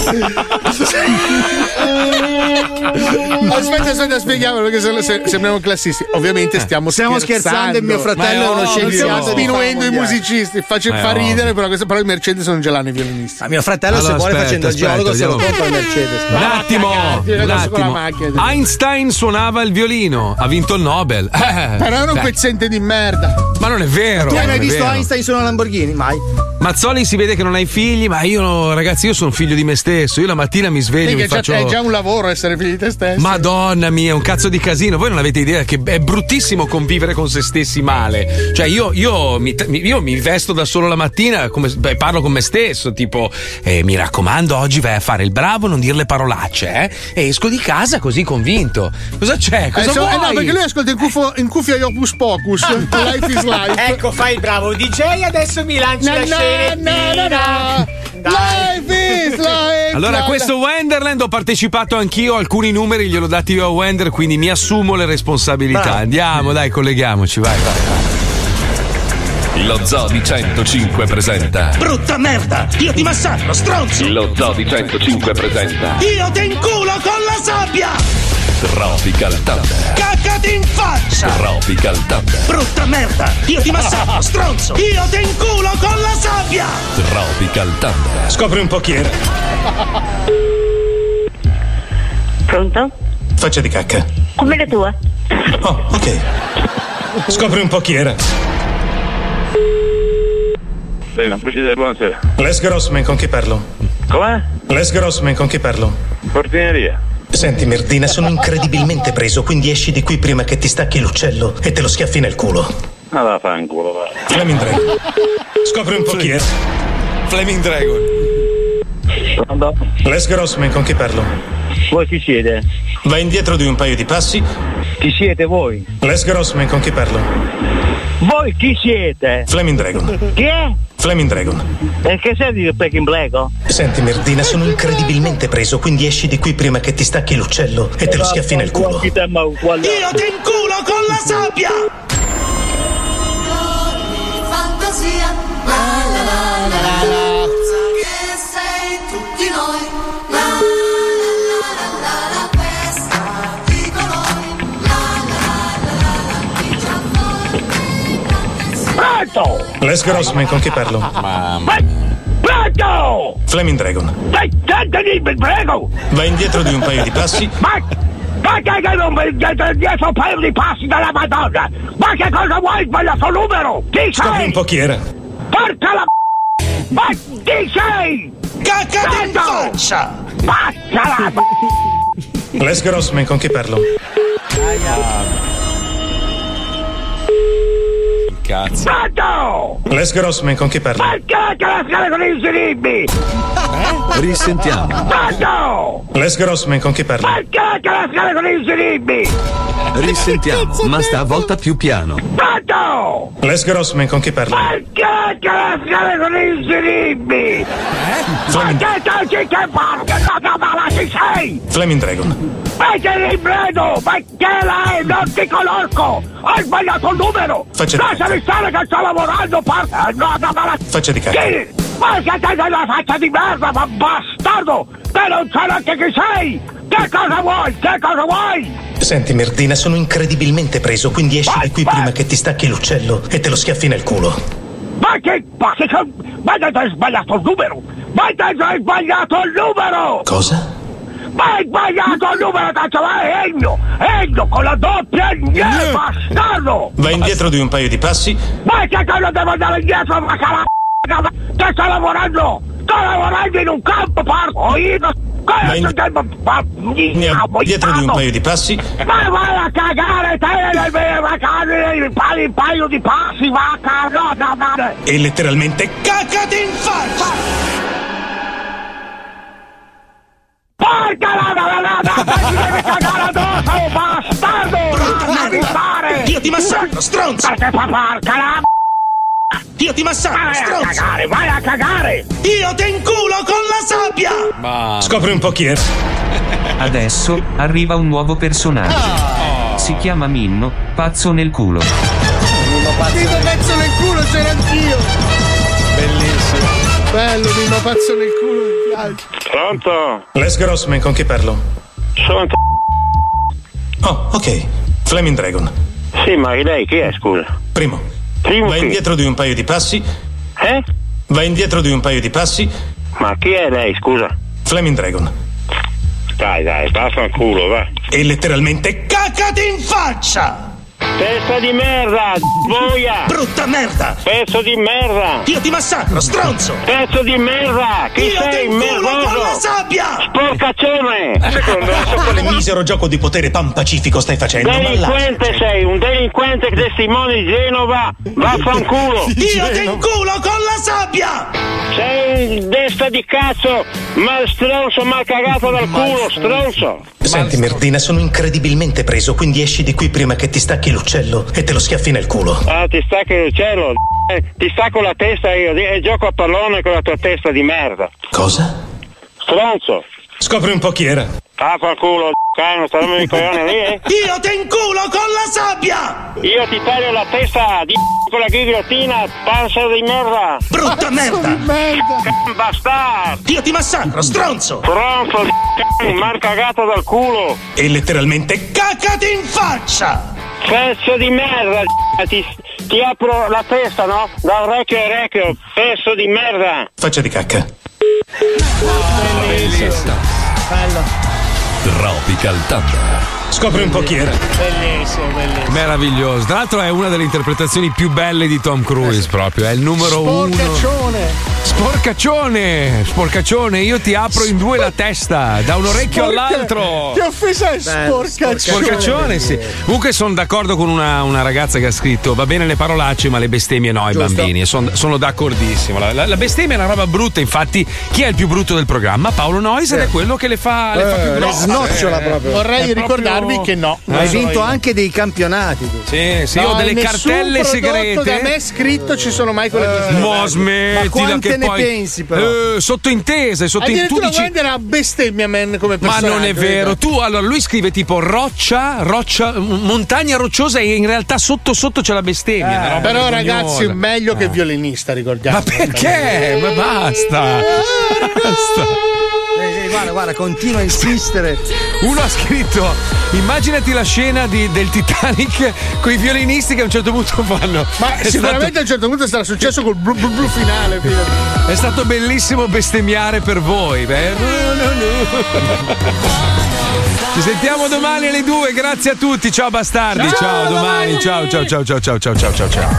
aspetta, aspetta, spieghiamolo perché se- se- sembriamo classisti. Ovviamente stiamo Eh. Stiamo scherzando. scherzando e mio fratello Ma è uno no, scienziato Stiamo di fama spinuendo i mondiale. musicisti. Face, Ma è fa ovvio. ridere, però, questo- però i Mercedes non ce l'hanno i violinisti. Ma mio fratello, se vuole, facendo il geologo, se lo compra il Mercedes. Un attimo, un attimo. eh. Einstein suonava il violino, ha vinto il Nobel. Ah, Eh, [laughs] Però era un beh. pezzente di merda. Ma non è vero. eh, Tu non hai mai è visto vero. Einstein suona Lamborghini? Mai. Mazzoli si vede che non hai figli, ma io, ragazzi, io sono figlio di me stesso. Io la mattina mi sveglio e mi Minchia, già- faccio. È già un lavoro essere figli di te stesso. Madonna mia, è un cazzo di casino. Voi non avete idea che è bruttissimo convivere con se stessi male. Cioè, io, io mi, io mi vesto da solo la mattina, come- beh, parlo con me stesso. Tipo, eh, mi raccomando, oggi vai a fare il bravo, non dire le parolacce. Eh? E esco di casa così convinto. Cosa c'è? Cosa Eh, so- eh, vuoi? no, perché lui ascolta in, cuffo- in cuffia gli Opus Pocus. Life is life. Ecco, fai il bravo DJ, adesso mi lanci Na, la na, scenettina. na, na, na. Dai. Life is life. Allora, La- questo Wenderland ho partecipato anch'io, alcuni numeri gliel'ho dati io a Wender, quindi mi assumo le responsabilità. Andiamo, dai, colleghiamoci, vai, vai. vai. Lo Zoo di 105 presenta. Brutta merda! Io ti massacro, stronzo! Lo Zoo di 105 presenta. Io ti inculo con la sabbia! Tropical Thunder. Caccati in faccia! Tropical Thunder. Brutta merda! Io ti massacro, stronzo! Io ti inculo con la sabbia! Tropical Thunder. Scopri un po' chi era. Pronto? Faccia di cacca. Come la tua? Oh, ok. Scopri un po' chi era. buonasera. Les Grossman, con chi parlo? Com'è? Les Grossman, con chi parlo? Portineria. Senti, Merdina, sono incredibilmente preso, quindi esci di qui prima che ti stacchi l'uccello e te lo schiaffi nel culo. Allora fanculo, va. Flaming Dragon. Scopri un po' chi è. Flaming Dragon. Les Grossman, con chi parlo? Voi chi siete? Vai indietro di un paio di passi. Chi siete voi? Les Grossman, con chi parlo? Voi chi siete? Flaming Dragon. Chi è? Flaming Dragon. E che serve il oh? Peking Blago? Senti, Merdina, sono incredibilmente preso, quindi esci di qui prima che ti stacchi l'uccello e te lo schiaffi nel culo. Io ti inculo con la sabbia! Fantasia. La la la la la. Che sei tutti noi. La la la la la la festa di colori. La la la la la Pronto! Les Grossman, con chi parlo? Mamma. Pronto! Flaming Dragon. Dai, sentami, mi prego! Vai indietro di un paio di passi. [laughs] Ma perché che non mi dietro dietro un paio di passi dalla Madonna? Ma che cosa vuoi? Sbaglia suo numero! Chi Scopri un sei? po' chi era. Porca la Ma chi sei? Cacca in faccia! Pazza la Les Grossman, con chi parlo? Cazzo. Pronto! Les Grossman, con chi parlo? Perché che la scala con i zirimbi? Eh? Risentiamo. Pronto! Les Grossman, con chi parlo? Perché che la scala con i zirimbi? Risentiamo, ma stavolta più piano. Pronto! Les Grossman, con chi parlo? Perché che la scala con i Eh? zirimbi? Ma che dici che parla? Ma ma chi sei? Flaming Dragon. Ma che libredo! Ma che l'hai? Non ti conosco! Ho sbagliato il numero! Faccia- Lasciami stare che sto lavorando, porca! No, no, ma la... Faccia di cacca. Chi? Ma che te la faccia di merda, ma bastardo! Te non sai neanche chi sei! Che cosa vuoi? Che cosa vuoi? Senti, Merdina, sono incredibilmente preso, quindi esci di qui prima che ti stacchi l'uccello e te lo schiaffi nel culo. Ma che... Ma che... Ma che hai sbagliato il numero! Ma che hai sbagliato il numero! Cosa? Ma hai sbagliato il numero, cazzo! Ma è Egno! Egno con la doppia N, bastardo! Vai indietro di un paio di passi. Ma che cosa devo andare indietro, ma che la c***a, ma- Che sto lavorando! Sto lavorando in un campo, porco! Io... Cosa che... Ma... ma- Dietro di un paio di passi. Ma vai a cagare, te le mie vacanze, il paio, il paio di passi, va a cagare! E letteralmente. Cacati in faccia! Porca la la la la! Ma ti devi cagare addosso, bastardo! Lasciami stare! Io ti massacro, stronzo! Perché fa porca la Io ti massacro, vai stronzo! a cagare, vai a cagare! Io ti inculo con la sabbia! Scopri un po' chi è. Adesso arriva un nuovo personaggio. Si chiama Minno, pazzo nel culo. Dito pezzo nel culo c'era anch'io. Bellissimo. Bello, mi ma pazzo nel culo mi piace. Pronto? Les Grossman, con chi parlo? Sono t- Oh, ok. Flaming Dragon. Sì, ma lei chi è, scusa? Primo. Vai chi? indietro di un paio di passi. Eh? Vai indietro di un paio di passi. Ma chi è lei, scusa? Flaming Dragon. Dai, dai, vaffanculo, va. E letteralmente. Cacati in faccia! Testa di merda, boia! Brutta merda! Pezzo di merda! Io ti massacro, stronzo! Pezzo di merda! Chi Io sei, ti inculo merdoso? con la sabbia! Sporcaccione! Secondo So Eh. quale misero gioco di potere pampacifico stai facendo, ma là- Delinquente sei, un delinquente testimone di Genova, vaffanculo! Io ti inculo con la sabbia! Sei un desta di cazzo, mal stronzo, mal cagato dal culo, stronzo! Senti, Merdina, sono incredibilmente preso, quindi esci di qui prima che ti stacchi l'uccelco e te lo schiaffi nel culo. Ah, ti stacco il cielo, eh, ti stacco la eh, testa io, e gioco a pallone con la tua testa di merda. Cosa? Stronzo! Scopri un po' chi era. Capo al culo, cano, sta dando il coglione lì, eh? [laughs] Io ti inculo con la sabbia! Io ti taglio la testa di con la ghigliottina, panza di merda! Brutta merda! Bastardo! Io ti massacro, stronzo! Stronzo di cani, marca gato dal culo! E letteralmente. Cacati in faccia! Pezzo di merda, ti, ti apro la testa, no? Da orecchio a orecchio, pezzo di merda! Faccia di cacca. Bello. Tropical Thunder. Scopri un po' chi era. Bellissimo, bellissimo. Meraviglioso. Tra l'altro è una delle interpretazioni più belle di Tom Cruise proprio, è il numero uno. Porcaccione. Sporcaccione, sporcaccione, io ti apro in due la testa, da un orecchio Sporca- all'altro. Che offesa è sporcaccione? Sporcaccione, sì. Comunque sono d'accordo con una, una ragazza che ha scritto: va bene le parolacce, ma le bestemmie no ai Giusto. bambini. E son- sono d'accordissimo. La, la- la bestemmia è una roba brutta, infatti, chi è il più brutto del programma? Paolo Nois ed è quello che le fa, Ah, le fa più grosse. Eh. Vorrei È proprio- ricordarvi che no. Hai vinto anche dei campionati. Tu. Sì, sì, io ho delle cartelle segrete. Da me scritto ci sono mai quelle cose. Mo smettila Eh, Ma quante che ne poi- pensi, però? Eh, sottointese, sottointese. Tu Addirittura dici- Wender ha bestemmia man come Ma personaggio. non è vero, tu allora lui scrive tipo roccia, roccia, m- montagna rocciosa e in realtà sotto sotto c'è la bestemmia. una eh, roba Eh, Eh, Però vergognosa. ragazzi, meglio che violinista, ricordiamo. Eh, Ma perché? Ma basta. Sì, sì, guarda, guarda, continua a insistere. Uno ha scritto: Immaginati la scena di- del Titanic con i violinisti che a un certo punto fanno. Ma È sicuramente stato- a un certo punto sarà successo col blu blu blu finale. fidati. È stato bellissimo bestemmiare per voi. beh. Ci sentiamo domani alle 2, grazie a tutti, ciao bastardi, ciao, Ciao, domani, ciao ciao ciao ciao ciao ciao ciao ciao.